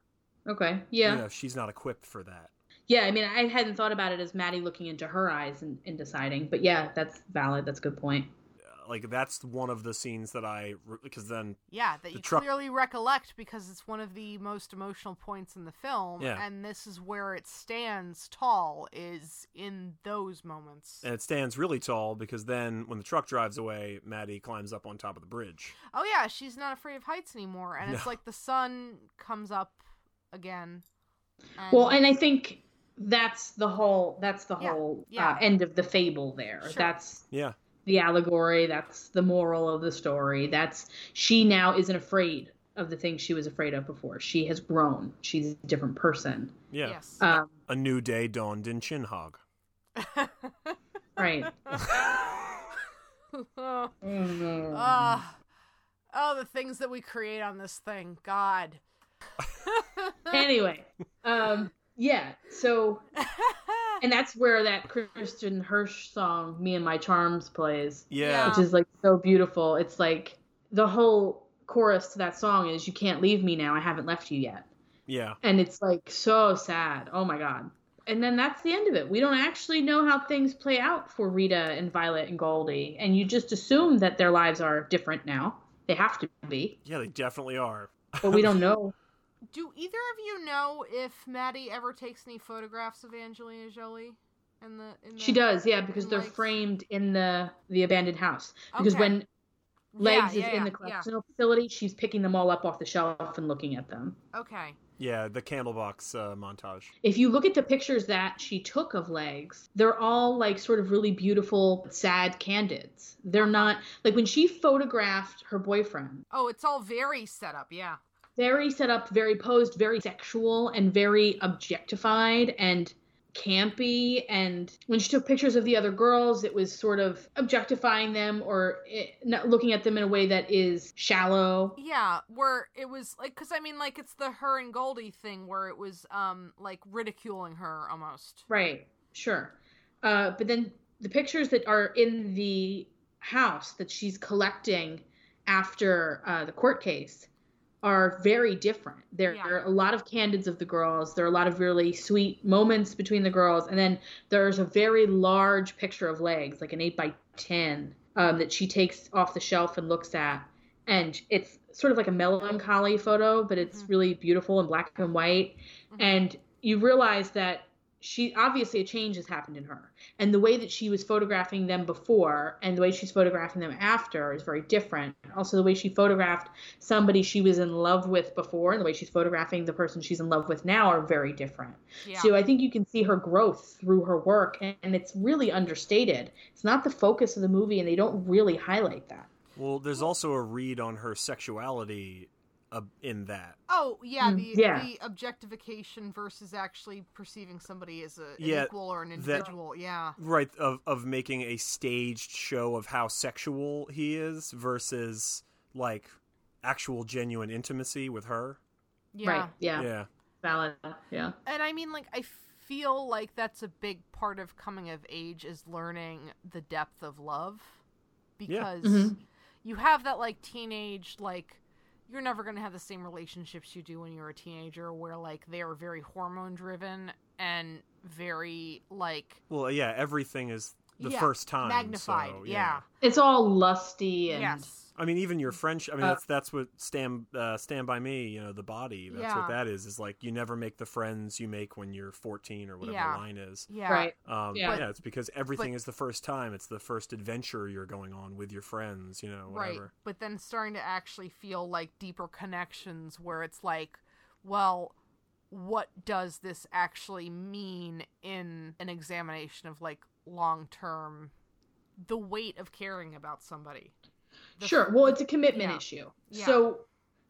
Speaker 1: Okay, yeah.
Speaker 2: You know, she's not equipped for that.
Speaker 1: Yeah, I mean, I hadn't thought about it as Maddie looking into her eyes and, and deciding, but yeah, that's valid. That's a good point.
Speaker 2: Uh, Like, that's one of the scenes that I. Because then,
Speaker 3: Yeah, that
Speaker 2: The
Speaker 3: you
Speaker 2: truck-
Speaker 3: clearly recollect because it's one of the most emotional points in the film,
Speaker 2: Yeah.
Speaker 3: and this is where it stands tall is in those moments.
Speaker 2: and it stands really tall because then when the truck drives away, Maddie climbs up on top of the bridge.
Speaker 3: oh yeah, she's not afraid of heights anymore, and it's
Speaker 2: No.
Speaker 3: like the sun comes up again. And
Speaker 1: Well, and I think that's the whole that's the
Speaker 3: Yeah,
Speaker 1: whole
Speaker 3: yeah.
Speaker 1: Uh, end of the fable there.
Speaker 3: Sure.
Speaker 1: That's
Speaker 2: Yeah.
Speaker 1: the allegory, that's the moral of the story. That's she now isn't afraid of the things she was afraid of before. She has grown. She's a different person.
Speaker 2: Yeah.
Speaker 3: yes,
Speaker 1: Um,
Speaker 2: A new day dawned in Chinhog.
Speaker 1: right.
Speaker 3: oh, Mm-hmm. oh, the things that we create on this thing, God.
Speaker 1: anyway, um, yeah. So, and that's where that Kristen Hirsch song "Me and My Charms" plays,
Speaker 2: Yeah.
Speaker 1: which is like so beautiful. It's like the whole chorus to that song is "You can't leave me now. I haven't left you yet,"
Speaker 2: Yeah.
Speaker 1: and it's like so sad. Oh my god. And then that's the end of it. We don't actually know how things play out for Rita and Violet and Goldie, and you just assume that their lives are different now. They have to be,
Speaker 2: Yeah, they definitely are.
Speaker 1: but we don't know.
Speaker 3: Do either of you know if Maddie ever takes any photographs of Angelina Jolie? In the, in the...
Speaker 1: She does, yeah, because
Speaker 3: And
Speaker 1: they're
Speaker 3: legs.
Speaker 1: framed in the the abandoned house. Because
Speaker 3: Okay.
Speaker 1: when
Speaker 3: Yeah,
Speaker 1: Legs
Speaker 3: yeah,
Speaker 1: is in
Speaker 3: yeah,
Speaker 1: the correctional facility, she's picking them all up off the shelf and looking at them.
Speaker 3: yeah. Okay.
Speaker 2: Yeah, the Candlebox uh, montage.
Speaker 1: If you look at the pictures that she took of Legs, they're all like sort of really beautiful, sad candids. They're not like when she photographed her boyfriend,
Speaker 3: Oh, it's all very set up. Yeah.
Speaker 1: very set up, very posed, very sexual, and very objectified and campy. And when she took pictures of the other girls, it was sort of objectifying them or it, not looking at them in a way that is shallow.
Speaker 3: Yeah, where it was like, because I mean, like, it's the her and Goldie thing where it was, um, like ridiculing her almost.
Speaker 1: Right, sure. Uh, but then the pictures that are in the house that she's collecting after uh, the court case are very different. There
Speaker 3: Yeah.
Speaker 1: are a lot of candids of the girls. There are a lot of really sweet moments between the girls, and then there's a very large picture of legs, like an eight by 10 um, that she takes off the shelf and looks at. And it's sort of like a melancholy photo, but it's
Speaker 3: Mhm.
Speaker 1: really beautiful in black and white.
Speaker 3: Mhm.
Speaker 1: And you realize that she obviously a change has happened in her. And the way that she was photographing them before and the way she's photographing them after is very different. Also, the way she photographed somebody she was in love with before and the way she's photographing the person she's in love with now are very different.
Speaker 3: Yeah.
Speaker 1: So I think you can see her growth through her work, and, and it's really understated. It's not the focus of the movie, and they don't really highlight that.
Speaker 2: Well, there's also a read on her sexuality uh, in that.
Speaker 8: Oh yeah,
Speaker 1: Mm,
Speaker 8: the,
Speaker 1: yeah.
Speaker 8: the objectification versus actually perceiving somebody as a, an
Speaker 2: Yeah,
Speaker 8: equal or an
Speaker 2: that-
Speaker 8: individual. yeah,
Speaker 2: Right, of of making a staged show of how sexual he is versus like actual genuine intimacy with her.
Speaker 3: yeah.
Speaker 1: Right? Yeah.
Speaker 2: yeah.
Speaker 1: Valid. Yeah.
Speaker 3: And I mean, like, I feel like that's a big part of coming of age is learning the depth of love because
Speaker 1: Mhm.
Speaker 3: you have that, like, teenage, like, you're never going to have the same relationships you do when you're a teenager where, like, they are very hormone driven and very, like,
Speaker 2: Well, yeah, everything is the
Speaker 3: Yeah,
Speaker 2: first time
Speaker 3: magnified.
Speaker 2: so,
Speaker 3: yeah.
Speaker 1: It's all lusty and
Speaker 3: Yes.
Speaker 2: I mean, even your French. I mean,
Speaker 1: Uh,
Speaker 2: that's that's what stand uh, stand by me. You know, the body. That's
Speaker 3: Yeah.
Speaker 2: what that is. Is like you never make the friends you make when you're 14 or whatever
Speaker 3: Yeah.
Speaker 2: the line is.
Speaker 3: Yeah.
Speaker 1: right.
Speaker 2: Um, yeah.
Speaker 1: Yeah.
Speaker 2: it's because everything is the first time. It's the first adventure you're going on with your friends. You know,
Speaker 3: Right.
Speaker 2: whatever.
Speaker 3: But then starting to actually feel like deeper connections where it's like, well, what does this actually mean in an examination of like long term the weight of caring about somebody? The-
Speaker 1: Sure. Well, it's a commitment
Speaker 3: yeah.
Speaker 1: issue.
Speaker 3: Yeah.
Speaker 1: So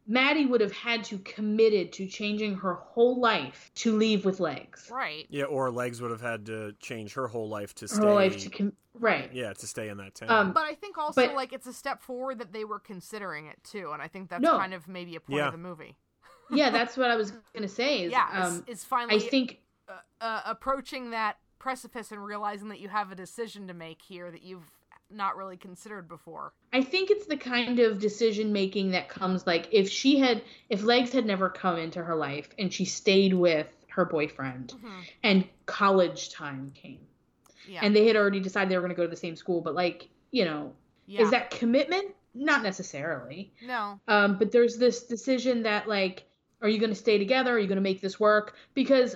Speaker 1: Maddie would have had to committed to changing her whole life to leave with legs.
Speaker 3: Right.
Speaker 2: Yeah, or legs would have had to change her whole life to stay.
Speaker 1: Her whole life to com- right.
Speaker 2: yeah, to stay in that town.
Speaker 1: Um,
Speaker 3: But I think also
Speaker 1: But-
Speaker 3: like it's a step forward that they were considering it too, and I think that's
Speaker 1: No.
Speaker 3: kind of maybe a point
Speaker 2: Yeah.
Speaker 3: of the movie.
Speaker 1: yeah, that's what I was gonna say. Is,
Speaker 3: yeah,
Speaker 1: Um,
Speaker 3: it's, it's
Speaker 1: I
Speaker 3: finally
Speaker 1: think
Speaker 3: uh, uh, approaching that precipice and realizing that you have a decision to make here that you've not really considered before.
Speaker 1: I think it's the kind of decision making that comes like if she had if legs had never come into her life and she stayed with her boyfriend and college time came
Speaker 3: Yeah.
Speaker 1: and they had already decided they were going to go to the same school but like you know
Speaker 3: yeah.
Speaker 1: is that commitment not necessarily
Speaker 3: no.
Speaker 1: um, but there's this decision that like are you going to stay together are you going to make this work because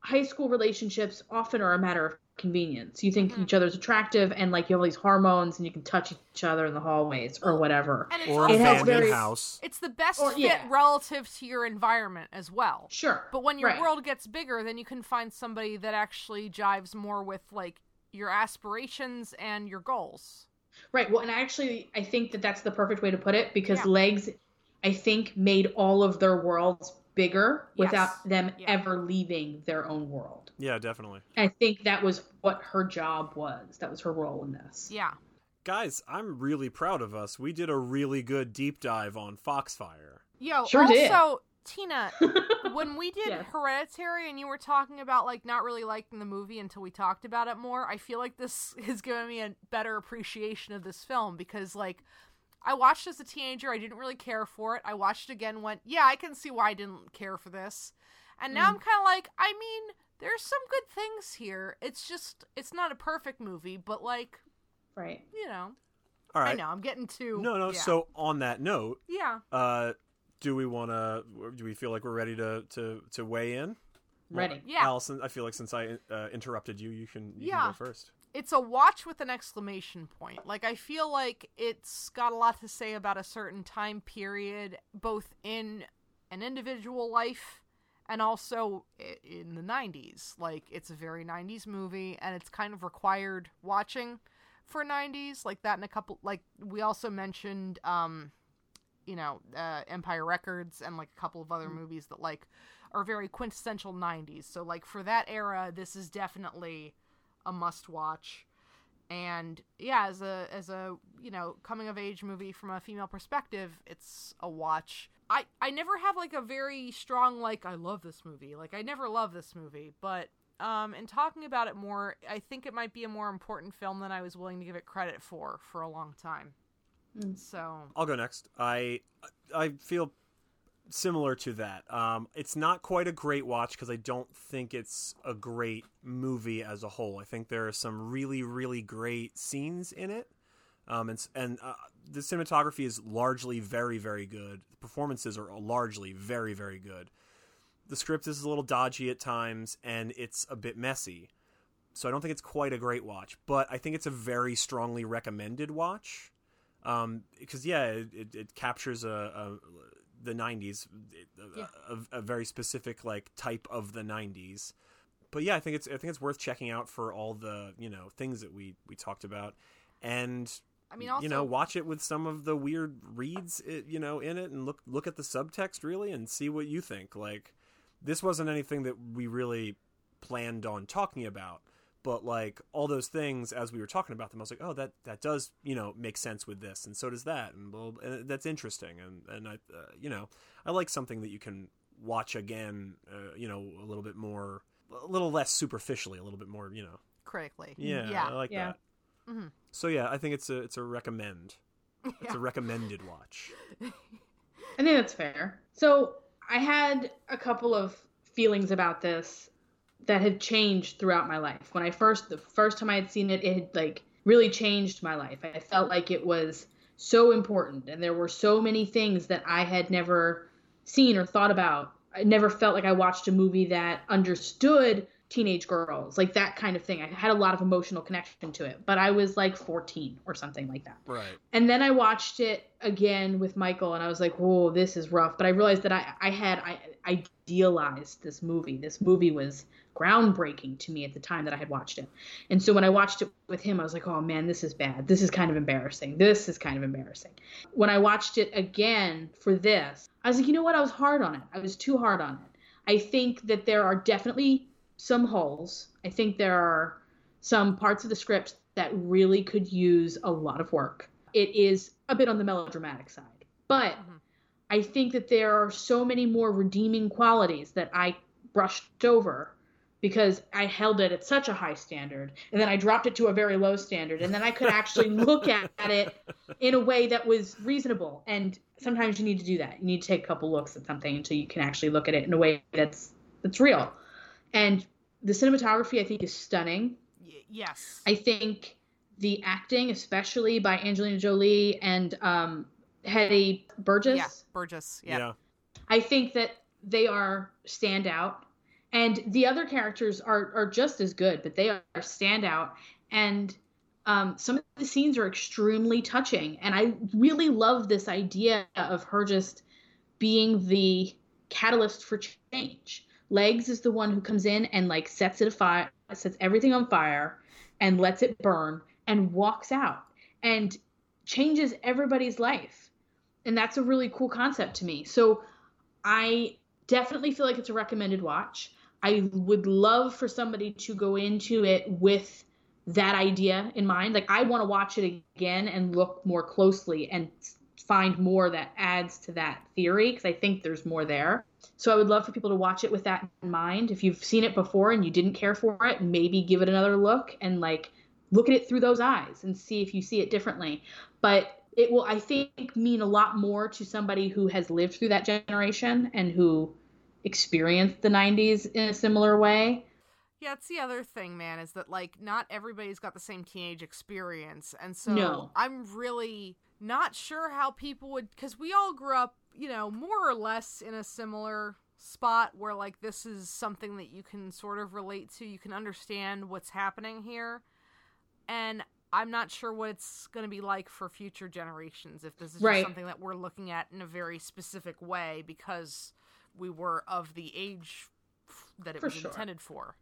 Speaker 1: high school relationships often are a matter of convenience you think
Speaker 3: Mhm.
Speaker 1: each other's attractive and like you have all these hormones and you can touch each other in the hallways or whatever
Speaker 3: And it's
Speaker 2: or
Speaker 3: also
Speaker 2: a
Speaker 1: It has
Speaker 2: abandoned
Speaker 1: very-
Speaker 2: house.
Speaker 3: it's the best
Speaker 1: Or-
Speaker 3: fit
Speaker 1: yeah.
Speaker 3: relative to your environment as well.
Speaker 1: Sure.
Speaker 3: But when your
Speaker 1: Right.
Speaker 3: world gets bigger, then you can find somebody that actually jives more with like your aspirations and your goals.
Speaker 1: Right. Well, and actually, I think that that's the perfect way to put it because
Speaker 3: Yeah.
Speaker 1: legs, I think, made all of their worlds bigger
Speaker 3: Yes.
Speaker 1: without them
Speaker 3: Yeah.
Speaker 1: ever leaving their own world.
Speaker 2: Yeah, definitely.
Speaker 1: I think that was what her job was. That was her role in this.
Speaker 3: Yeah.
Speaker 2: Guys, I'm really proud of us. We did a really good deep dive on Foxfire.
Speaker 3: Yo,
Speaker 1: Sure
Speaker 3: also
Speaker 1: did.
Speaker 3: Tina, when we did
Speaker 1: Yes.
Speaker 3: Hereditary and you were talking about like not really liking the movie until we talked about it more, I feel like this has given me a better appreciation of this film because like I watched as a teenager, I didn't really care for it. I watched it again, went, yeah, I can see why I didn't care for this, and now
Speaker 1: Mm.
Speaker 3: I'm kind of like, I mean, there's some good things here. It's just it's not a perfect movie, but like
Speaker 1: Right.
Speaker 3: you know,
Speaker 2: All right.
Speaker 3: I know I'm getting too
Speaker 2: No, no.
Speaker 3: yeah.
Speaker 2: So on that note,
Speaker 3: yeah,
Speaker 2: uh, do we want to? Do we feel like we're ready to to to weigh in?
Speaker 1: Ready.
Speaker 3: yeah.
Speaker 2: Allison. I feel like since I uh, interrupted you, you can you
Speaker 3: Yeah.
Speaker 2: can go first.
Speaker 3: it's a watch with an exclamation point. Like I feel like it's got a lot to say about a certain time period, both in an individual life and also i- in the 90s. Like it's a very 90s movie and it's kind of required watching for 90s like that in a couple like we also mentioned um you know uh, Empire Records and like a couple of other movies that like are very quintessential 90s. So like for that era this is definitely a must watch and yeah as a as a you know coming of age movie from a female perspective it's a watch i i never have like a very strong like i love this movie like i never love this movie but um in talking about it more i think it might be a more important film than i was willing to give it credit for for a long time
Speaker 1: Mm.
Speaker 3: so
Speaker 2: I'll go next. I I feel similar to that. Um, it's not quite a great watch because I don't think it's a great movie as a whole. I think there are some really, really great scenes in it. Um, and s- and uh, the cinematography is largely very, very good. The performances are largely very, very good. The script is a little dodgy at times and it's a bit messy. So I don't think it's quite a great watch, but I think it's a very strongly recommended watch. Um, because yeah, it, it, it captures a, a the 90s it- a-
Speaker 1: Yeah.
Speaker 2: a, a very specific like type of the 90s but yeah i think it's i think it's worth checking out for all the you know things that we we talked about and
Speaker 9: I mean, also,
Speaker 2: you know watch it with some of the weird reads it, you know in it and look look at the subtext really and see what you think like this wasn't anything that we really planned on talking about but like all those things as we were talking about them i was like oh that that does you know make sense with this and so does that and well and that's interesting and and i uh, you know i like something that you can watch again uh, you know a little bit more a little less superficially a little bit more you know
Speaker 3: critically.
Speaker 2: yeah, I like
Speaker 1: Yeah.
Speaker 2: that.
Speaker 3: Mhm.
Speaker 2: So yeah, I think it's a it's a recommend. It's a recommended watch.
Speaker 1: I think that's fair. So I had a couple of feelings about this that had changed throughout my life. When I first, the first time I had seen it, it had like really changed my life. I felt like it was so important and there were so many things that I had never seen or thought about. I never felt like I watched a movie that understood teenage girls, like that kind of thing. I had a lot of emotional connection to it, but I was like 14 or something like that.
Speaker 2: Right.
Speaker 1: And then I watched it again with Michael, and I was like, "Whoa, this is rough." But I realized that I, I had I idealized this movie. This movie was groundbreaking to me at the time that I had watched it. And so when I watched it with him, I was like, "Oh man, this is bad. This is kind of embarrassing. This is kind of embarrassing." When I watched it again for this, I was like, "You know what? I was hard on it. I was too hard on it." I think that there are definitely some holes. I think there are some parts of the script that really could use a lot of work. It is a bit on the melodramatic side, but
Speaker 3: Mhm.
Speaker 1: I think that there are so many more redeeming qualities that I brushed over because I held it at such a high standard and then I dropped it to a very low standard and then I could actually look at it in a way that was reasonable and sometimes you need to do that. You need to take a couple looks at something until you can actually look at it in a way that's that's real. And the cinematography I think is stunning.
Speaker 3: Y- yes.
Speaker 1: I think the acting, especially by Angelina Jolie and um, Hetty Burgess,
Speaker 3: yeah. Burgess. Yeah.
Speaker 2: Yeah.
Speaker 1: I think that they are standout. And the other characters are, are just as good, but they are standout. And um, some of the scenes are extremely touching. And I really love this idea of her just being the catalyst for change. Legs is the one who comes in and like sets it afire, sets everything on fire, and lets it burn, and walks out and changes everybody's life. And that's a really cool concept to me. So I definitely feel like it's a recommended watch. I would love for somebody to go into it with that idea in mind. Like I want to watch it again and look more closely and find more that adds to that theory because I think there's more there. So I would love for people to watch it with that in mind. If you've seen it before and you didn't care for it, maybe give it another look and like look at it through those eyes and see if you see it differently. But it will I think mean a lot more to somebody who has lived through that generation and who experienced the 90s in a similar way.
Speaker 3: Yeah, it's the other thing, man, is that like not everybody's got the same teenage experience. And so
Speaker 1: No.
Speaker 3: I'm really not sure how people would cuz we all grew up, you know, more or less in a similar spot where like this is something that you can sort of relate to, you can understand what's happening here. And I'm not sure what it's going to be like for future generations if this is
Speaker 1: Right.
Speaker 3: just something that we're looking at in a very specific way because we were of the age f- that it
Speaker 1: For
Speaker 3: was
Speaker 1: sure.
Speaker 3: intended for.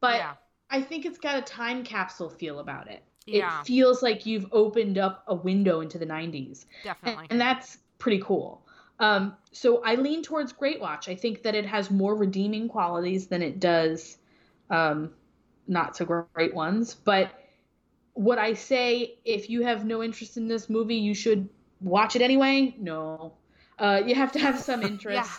Speaker 1: But
Speaker 3: yeah.
Speaker 1: I think it's got a time capsule feel about it.
Speaker 3: Yeah,
Speaker 1: It feels like you've opened up a window into the 90s. And,
Speaker 3: definitely.
Speaker 1: and that's pretty cool. Um, so I lean towards Great Watch. I think that it has more redeeming qualities than it does um, not so great ones. But would I say if you have no interest in this movie, you should watch it anyway? No. Uh, you have to have some interest.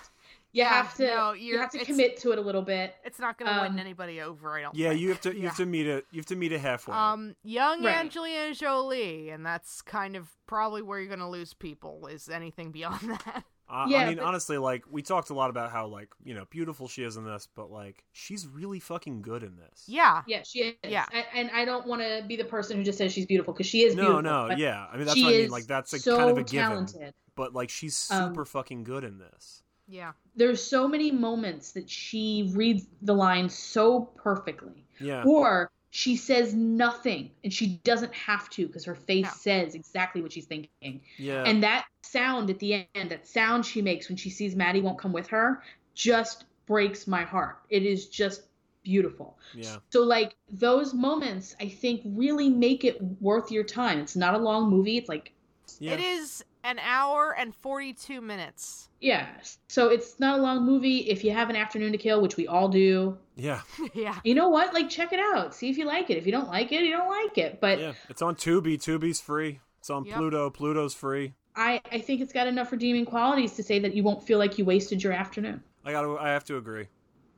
Speaker 1: You
Speaker 3: Yeah,
Speaker 1: have to
Speaker 3: no,
Speaker 1: you
Speaker 3: you're-
Speaker 1: have to
Speaker 3: it's-
Speaker 1: commit to it a little bit.
Speaker 3: It's not going to
Speaker 1: um,
Speaker 3: win anybody over, I don't
Speaker 2: Yeah,
Speaker 3: think.
Speaker 2: you have to you have to
Speaker 3: Yeah.
Speaker 2: meet a you have to meet a halfway.
Speaker 3: Um, young
Speaker 1: Right.
Speaker 3: Angelina Jolie, and that's kind of probably where you're going to lose people, is anything beyond that.
Speaker 2: I, I
Speaker 1: Yeah,
Speaker 2: mean,
Speaker 1: but-
Speaker 2: honestly, like we talked a lot about how like you know beautiful she is in this, but like she's really fucking good in this.
Speaker 3: Yeah.
Speaker 1: Yeah, she is.
Speaker 3: Yeah.
Speaker 1: I, and I don't want to be the person who just says she's beautiful because she is
Speaker 2: No,
Speaker 1: beautiful.
Speaker 2: no,
Speaker 1: but
Speaker 2: yeah. I mean, that's
Speaker 1: she
Speaker 2: what I mean.
Speaker 1: is
Speaker 2: Like that's a
Speaker 1: so
Speaker 2: kind of a given,
Speaker 1: talented.
Speaker 2: but like she's
Speaker 1: Um,
Speaker 2: super fucking good in this.
Speaker 3: Yeah.
Speaker 1: There's so many moments that she reads the line so perfectly,
Speaker 2: Yeah,
Speaker 1: or she says nothing and she doesn't have to because her face
Speaker 3: No.
Speaker 1: says exactly what she's thinking.
Speaker 2: yeah.
Speaker 1: And that sound at the end, that sound she makes when she sees Maddie won't come with her, just breaks my heart. It is just beautiful.
Speaker 2: Yeah.
Speaker 1: So like those moments I think really make it worth your time. It's not a long movie. It's like
Speaker 2: yeah.
Speaker 3: It is an hour and 42 minutes.
Speaker 1: yeah. So it's not a long movie if you have an afternoon to kill, which we all do.
Speaker 2: yeah,
Speaker 3: yeah.
Speaker 1: You know what? Like check it out. See if you like it. If you don't like it, you don't like it. But
Speaker 2: yeah. It's on Tubi. Tubi's free. It's on
Speaker 3: Yep.
Speaker 2: Pluto. Pluto's free.
Speaker 1: I I think it's got enough redeeming qualities to say that you won't feel like you wasted your afternoon.
Speaker 2: I got. to I have to agree.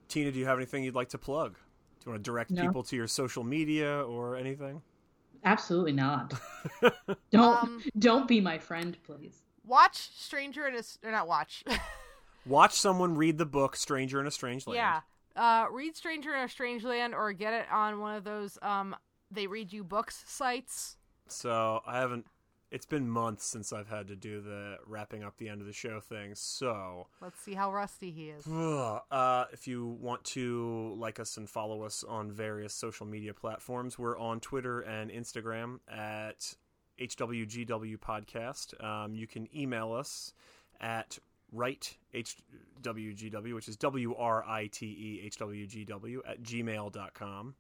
Speaker 2: Tina, do you have anything you'd like to plug? Do you want to direct
Speaker 1: No.
Speaker 2: people to your social media or anything?
Speaker 1: Absolutely not. don't
Speaker 3: Um,
Speaker 1: don't be my friend, please.
Speaker 3: Watch Stranger in a S- or not watch.
Speaker 2: Watch someone read the book "Stranger in a Strange Land."
Speaker 3: yeah. Uh, read Stranger in a Strange Land or get it on one of those um they read you books sites.
Speaker 2: So I haven't. It's been months since I've had to do the wrapping up the end of the show thing. So
Speaker 3: Let's see how rusty he is.
Speaker 2: uh, if you want to like us and follow us on various social media platforms, we're on Twitter and Instagram at HWGW Podcast. Um, you can email us at right HWGW, which is W R I T E H W G W at gmail.com.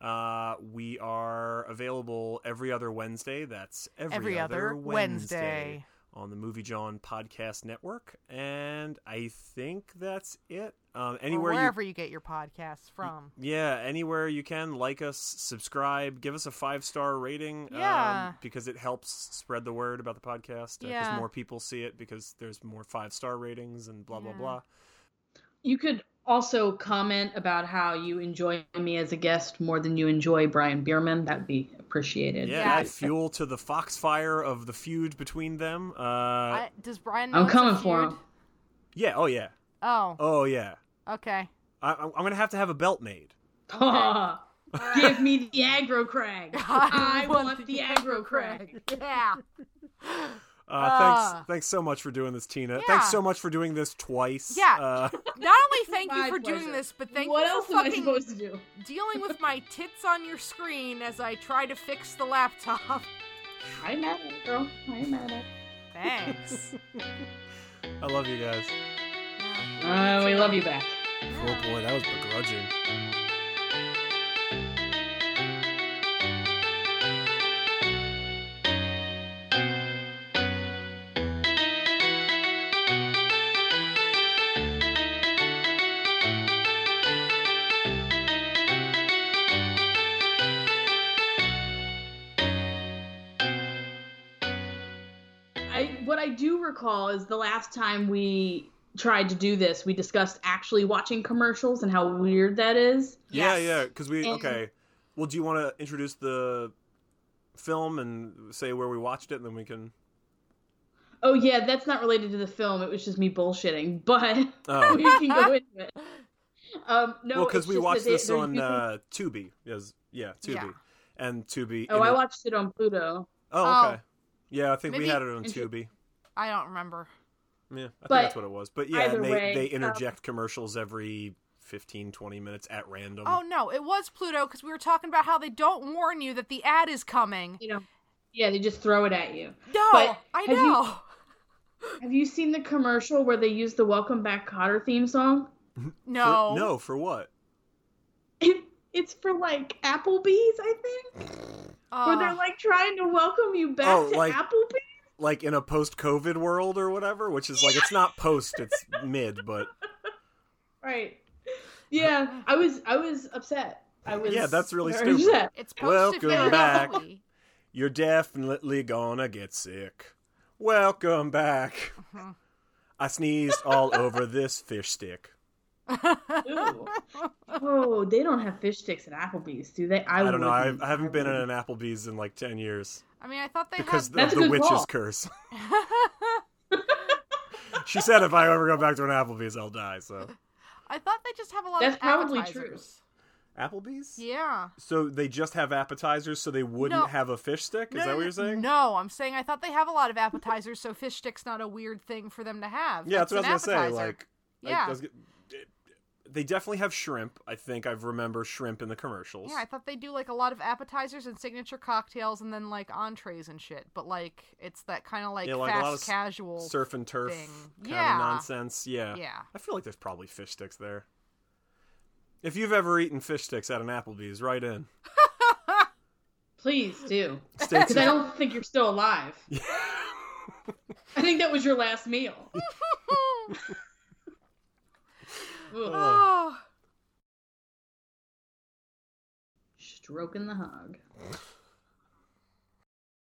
Speaker 2: Uh, we are available every other Wednesday. That's every,
Speaker 3: Every other Wednesday.
Speaker 2: on the Movie John Podcast Network, and I think that's it. Um, anywhere
Speaker 3: or
Speaker 2: you,
Speaker 3: wherever you... get your podcasts from.
Speaker 2: yeah, anywhere you can, like us, subscribe, give us a five star rating,
Speaker 3: Yeah.
Speaker 2: um, because it helps spread the word about the podcast. because
Speaker 3: Yeah.
Speaker 2: more people see it because there's more five star ratings and blah blah
Speaker 3: Yeah.
Speaker 2: blah.
Speaker 1: You could also comment about how you enjoy me as a guest more than you enjoy Brian Bierman. That would be appreciated.
Speaker 2: Yeah,
Speaker 3: Yeah.
Speaker 2: add fuel to the foxfire of the feud between them. Uh,
Speaker 3: I, does Brian? Know
Speaker 1: I'm
Speaker 3: it's a
Speaker 1: coming for
Speaker 3: feud?
Speaker 1: him.
Speaker 2: yeah, oh yeah,
Speaker 3: Oh,
Speaker 2: oh yeah.
Speaker 3: okay.
Speaker 2: I, I'm gonna have to have a belt made.
Speaker 1: Give me the aggro crag. I want the aggro crag.
Speaker 3: Yeah.
Speaker 2: Uh,
Speaker 3: Ah.
Speaker 2: thanks, thanks so much for doing this, Tina.
Speaker 3: Yeah.
Speaker 2: Thanks so much for doing this twice.
Speaker 3: Yeah.
Speaker 2: Uh,
Speaker 3: Not only thank you
Speaker 1: My
Speaker 3: for
Speaker 1: pleasure.
Speaker 3: doing this, but thank
Speaker 1: what
Speaker 3: you
Speaker 1: else
Speaker 3: for
Speaker 1: am I
Speaker 3: fucking
Speaker 1: supposed to do?
Speaker 3: dealing with my tits on your screen as I try to fix the laptop.
Speaker 1: I'm mad at it, girl. I'm mad at
Speaker 3: Thanks.
Speaker 2: I love you guys.
Speaker 1: it. Uh, we love you back.
Speaker 2: Oh boy, that was begrudging.
Speaker 1: I what I do recall is the last time we tried to do this, we discussed actually watching commercials and how weird that is.
Speaker 2: Yeah,
Speaker 3: Yes.
Speaker 2: yeah. Because we
Speaker 1: And-
Speaker 2: okay. Well, do you want to introduce the film and say where we watched it, and then we can?
Speaker 1: Oh yeah, that's not related to the film. It was just me bullshitting, but
Speaker 2: Oh,
Speaker 1: we can go into it. Um, no,
Speaker 2: well, because
Speaker 1: it's
Speaker 2: we
Speaker 1: just
Speaker 2: watched
Speaker 1: that they-
Speaker 2: this
Speaker 1: they're
Speaker 2: on
Speaker 1: using-
Speaker 2: uh, Tubi. Yes, yeah, Tubi
Speaker 3: Yeah.
Speaker 2: and Tubi.
Speaker 1: oh,
Speaker 2: in
Speaker 1: I
Speaker 2: a-
Speaker 1: watched it on Pluto,
Speaker 2: Oh, okay.
Speaker 3: Oh.
Speaker 2: Yeah, I think we
Speaker 3: Maybe-
Speaker 2: had it on
Speaker 1: Inter-
Speaker 2: Tubi.
Speaker 3: I don't remember.
Speaker 2: Yeah, I think
Speaker 1: But
Speaker 2: that's what it was. But yeah,
Speaker 1: either
Speaker 2: and they
Speaker 1: way,
Speaker 2: they
Speaker 1: um,
Speaker 2: interject commercials every 15, 20 minutes at random.
Speaker 3: Oh no, it was Pluto because we were talking about how they don't warn you that the ad is coming.
Speaker 1: you know. Yeah, they just throw it at you.
Speaker 3: No,
Speaker 1: But
Speaker 3: I
Speaker 1: have you-
Speaker 3: know.
Speaker 1: Have you seen the commercial where they use the Welcome Back Cotter theme song?
Speaker 2: For-
Speaker 3: No.
Speaker 2: no, for what?
Speaker 1: It, it's for like Applebee's, I think, where they're
Speaker 3: Uh,
Speaker 1: like trying to welcome you back
Speaker 2: Oh,
Speaker 1: to
Speaker 2: like-
Speaker 1: Applebee's.
Speaker 2: like in a post COVID world or whatever, which is like it's not post, it's mid, but
Speaker 1: Right. Yeah, I was I was upset. I was
Speaker 2: Yeah, that's really
Speaker 1: very
Speaker 2: stupid.
Speaker 1: upset.
Speaker 3: it's posted
Speaker 2: Welcome
Speaker 3: for
Speaker 2: back.
Speaker 3: Napoli.
Speaker 2: you're definitely gonna get sick. Welcome back.
Speaker 3: Mhm.
Speaker 2: I sneezed all over this fish stick.
Speaker 1: Ooh. Oh, they don't have fish sticks at Applebee's, do they?
Speaker 2: I, don't know. I,
Speaker 1: wouldn't.
Speaker 2: I haven't been in an Applebee's in like 10 years
Speaker 3: I mean, I thought they
Speaker 2: because
Speaker 3: had.
Speaker 2: of
Speaker 1: That's a
Speaker 2: the
Speaker 1: good
Speaker 2: witch's
Speaker 1: call.
Speaker 2: curse. She said if I ever go back to an Applebee's, I'll die. So
Speaker 3: I thought they just have a lot
Speaker 10: That's
Speaker 3: of
Speaker 10: probably
Speaker 3: appetizers.
Speaker 2: Applebee's.
Speaker 3: Yeah.
Speaker 2: So they just have appetizers, so they wouldn't
Speaker 3: No.
Speaker 2: have a fish stick. Is
Speaker 3: no,
Speaker 2: that
Speaker 3: no,
Speaker 2: what
Speaker 3: no,
Speaker 2: you're saying?
Speaker 3: No, I'm saying I thought they have a lot of appetizers, so fish sticks not a weird thing for them to have.
Speaker 2: Yeah, that's,
Speaker 3: It's
Speaker 2: what I was
Speaker 3: an
Speaker 2: gonna say.
Speaker 3: appetizer.
Speaker 2: Like, I-
Speaker 3: Yeah.
Speaker 2: I was g- they definitely have shrimp. I think I remember shrimp in the commercials.
Speaker 3: Yeah, I thought they do like a lot of appetizers and signature cocktails, and then like entrees and shit. But like, it's that kind of like
Speaker 2: Yeah, like a lot
Speaker 3: fast
Speaker 2: of s-
Speaker 3: casual.
Speaker 2: Surf and turf
Speaker 3: thing.
Speaker 2: kind
Speaker 3: Yeah.
Speaker 2: of nonsense. Yeah.
Speaker 3: yeah,
Speaker 2: I feel like there's probably fish sticks there. If you've ever eaten fish sticks at an Applebee's, right in.
Speaker 10: Please do.
Speaker 2: Stay
Speaker 10: Because I
Speaker 2: tuned.
Speaker 10: don't think you're still alive. I think that was your last meal.
Speaker 2: Oh.
Speaker 10: Ugh.
Speaker 3: Oh,
Speaker 10: Stroking the hog.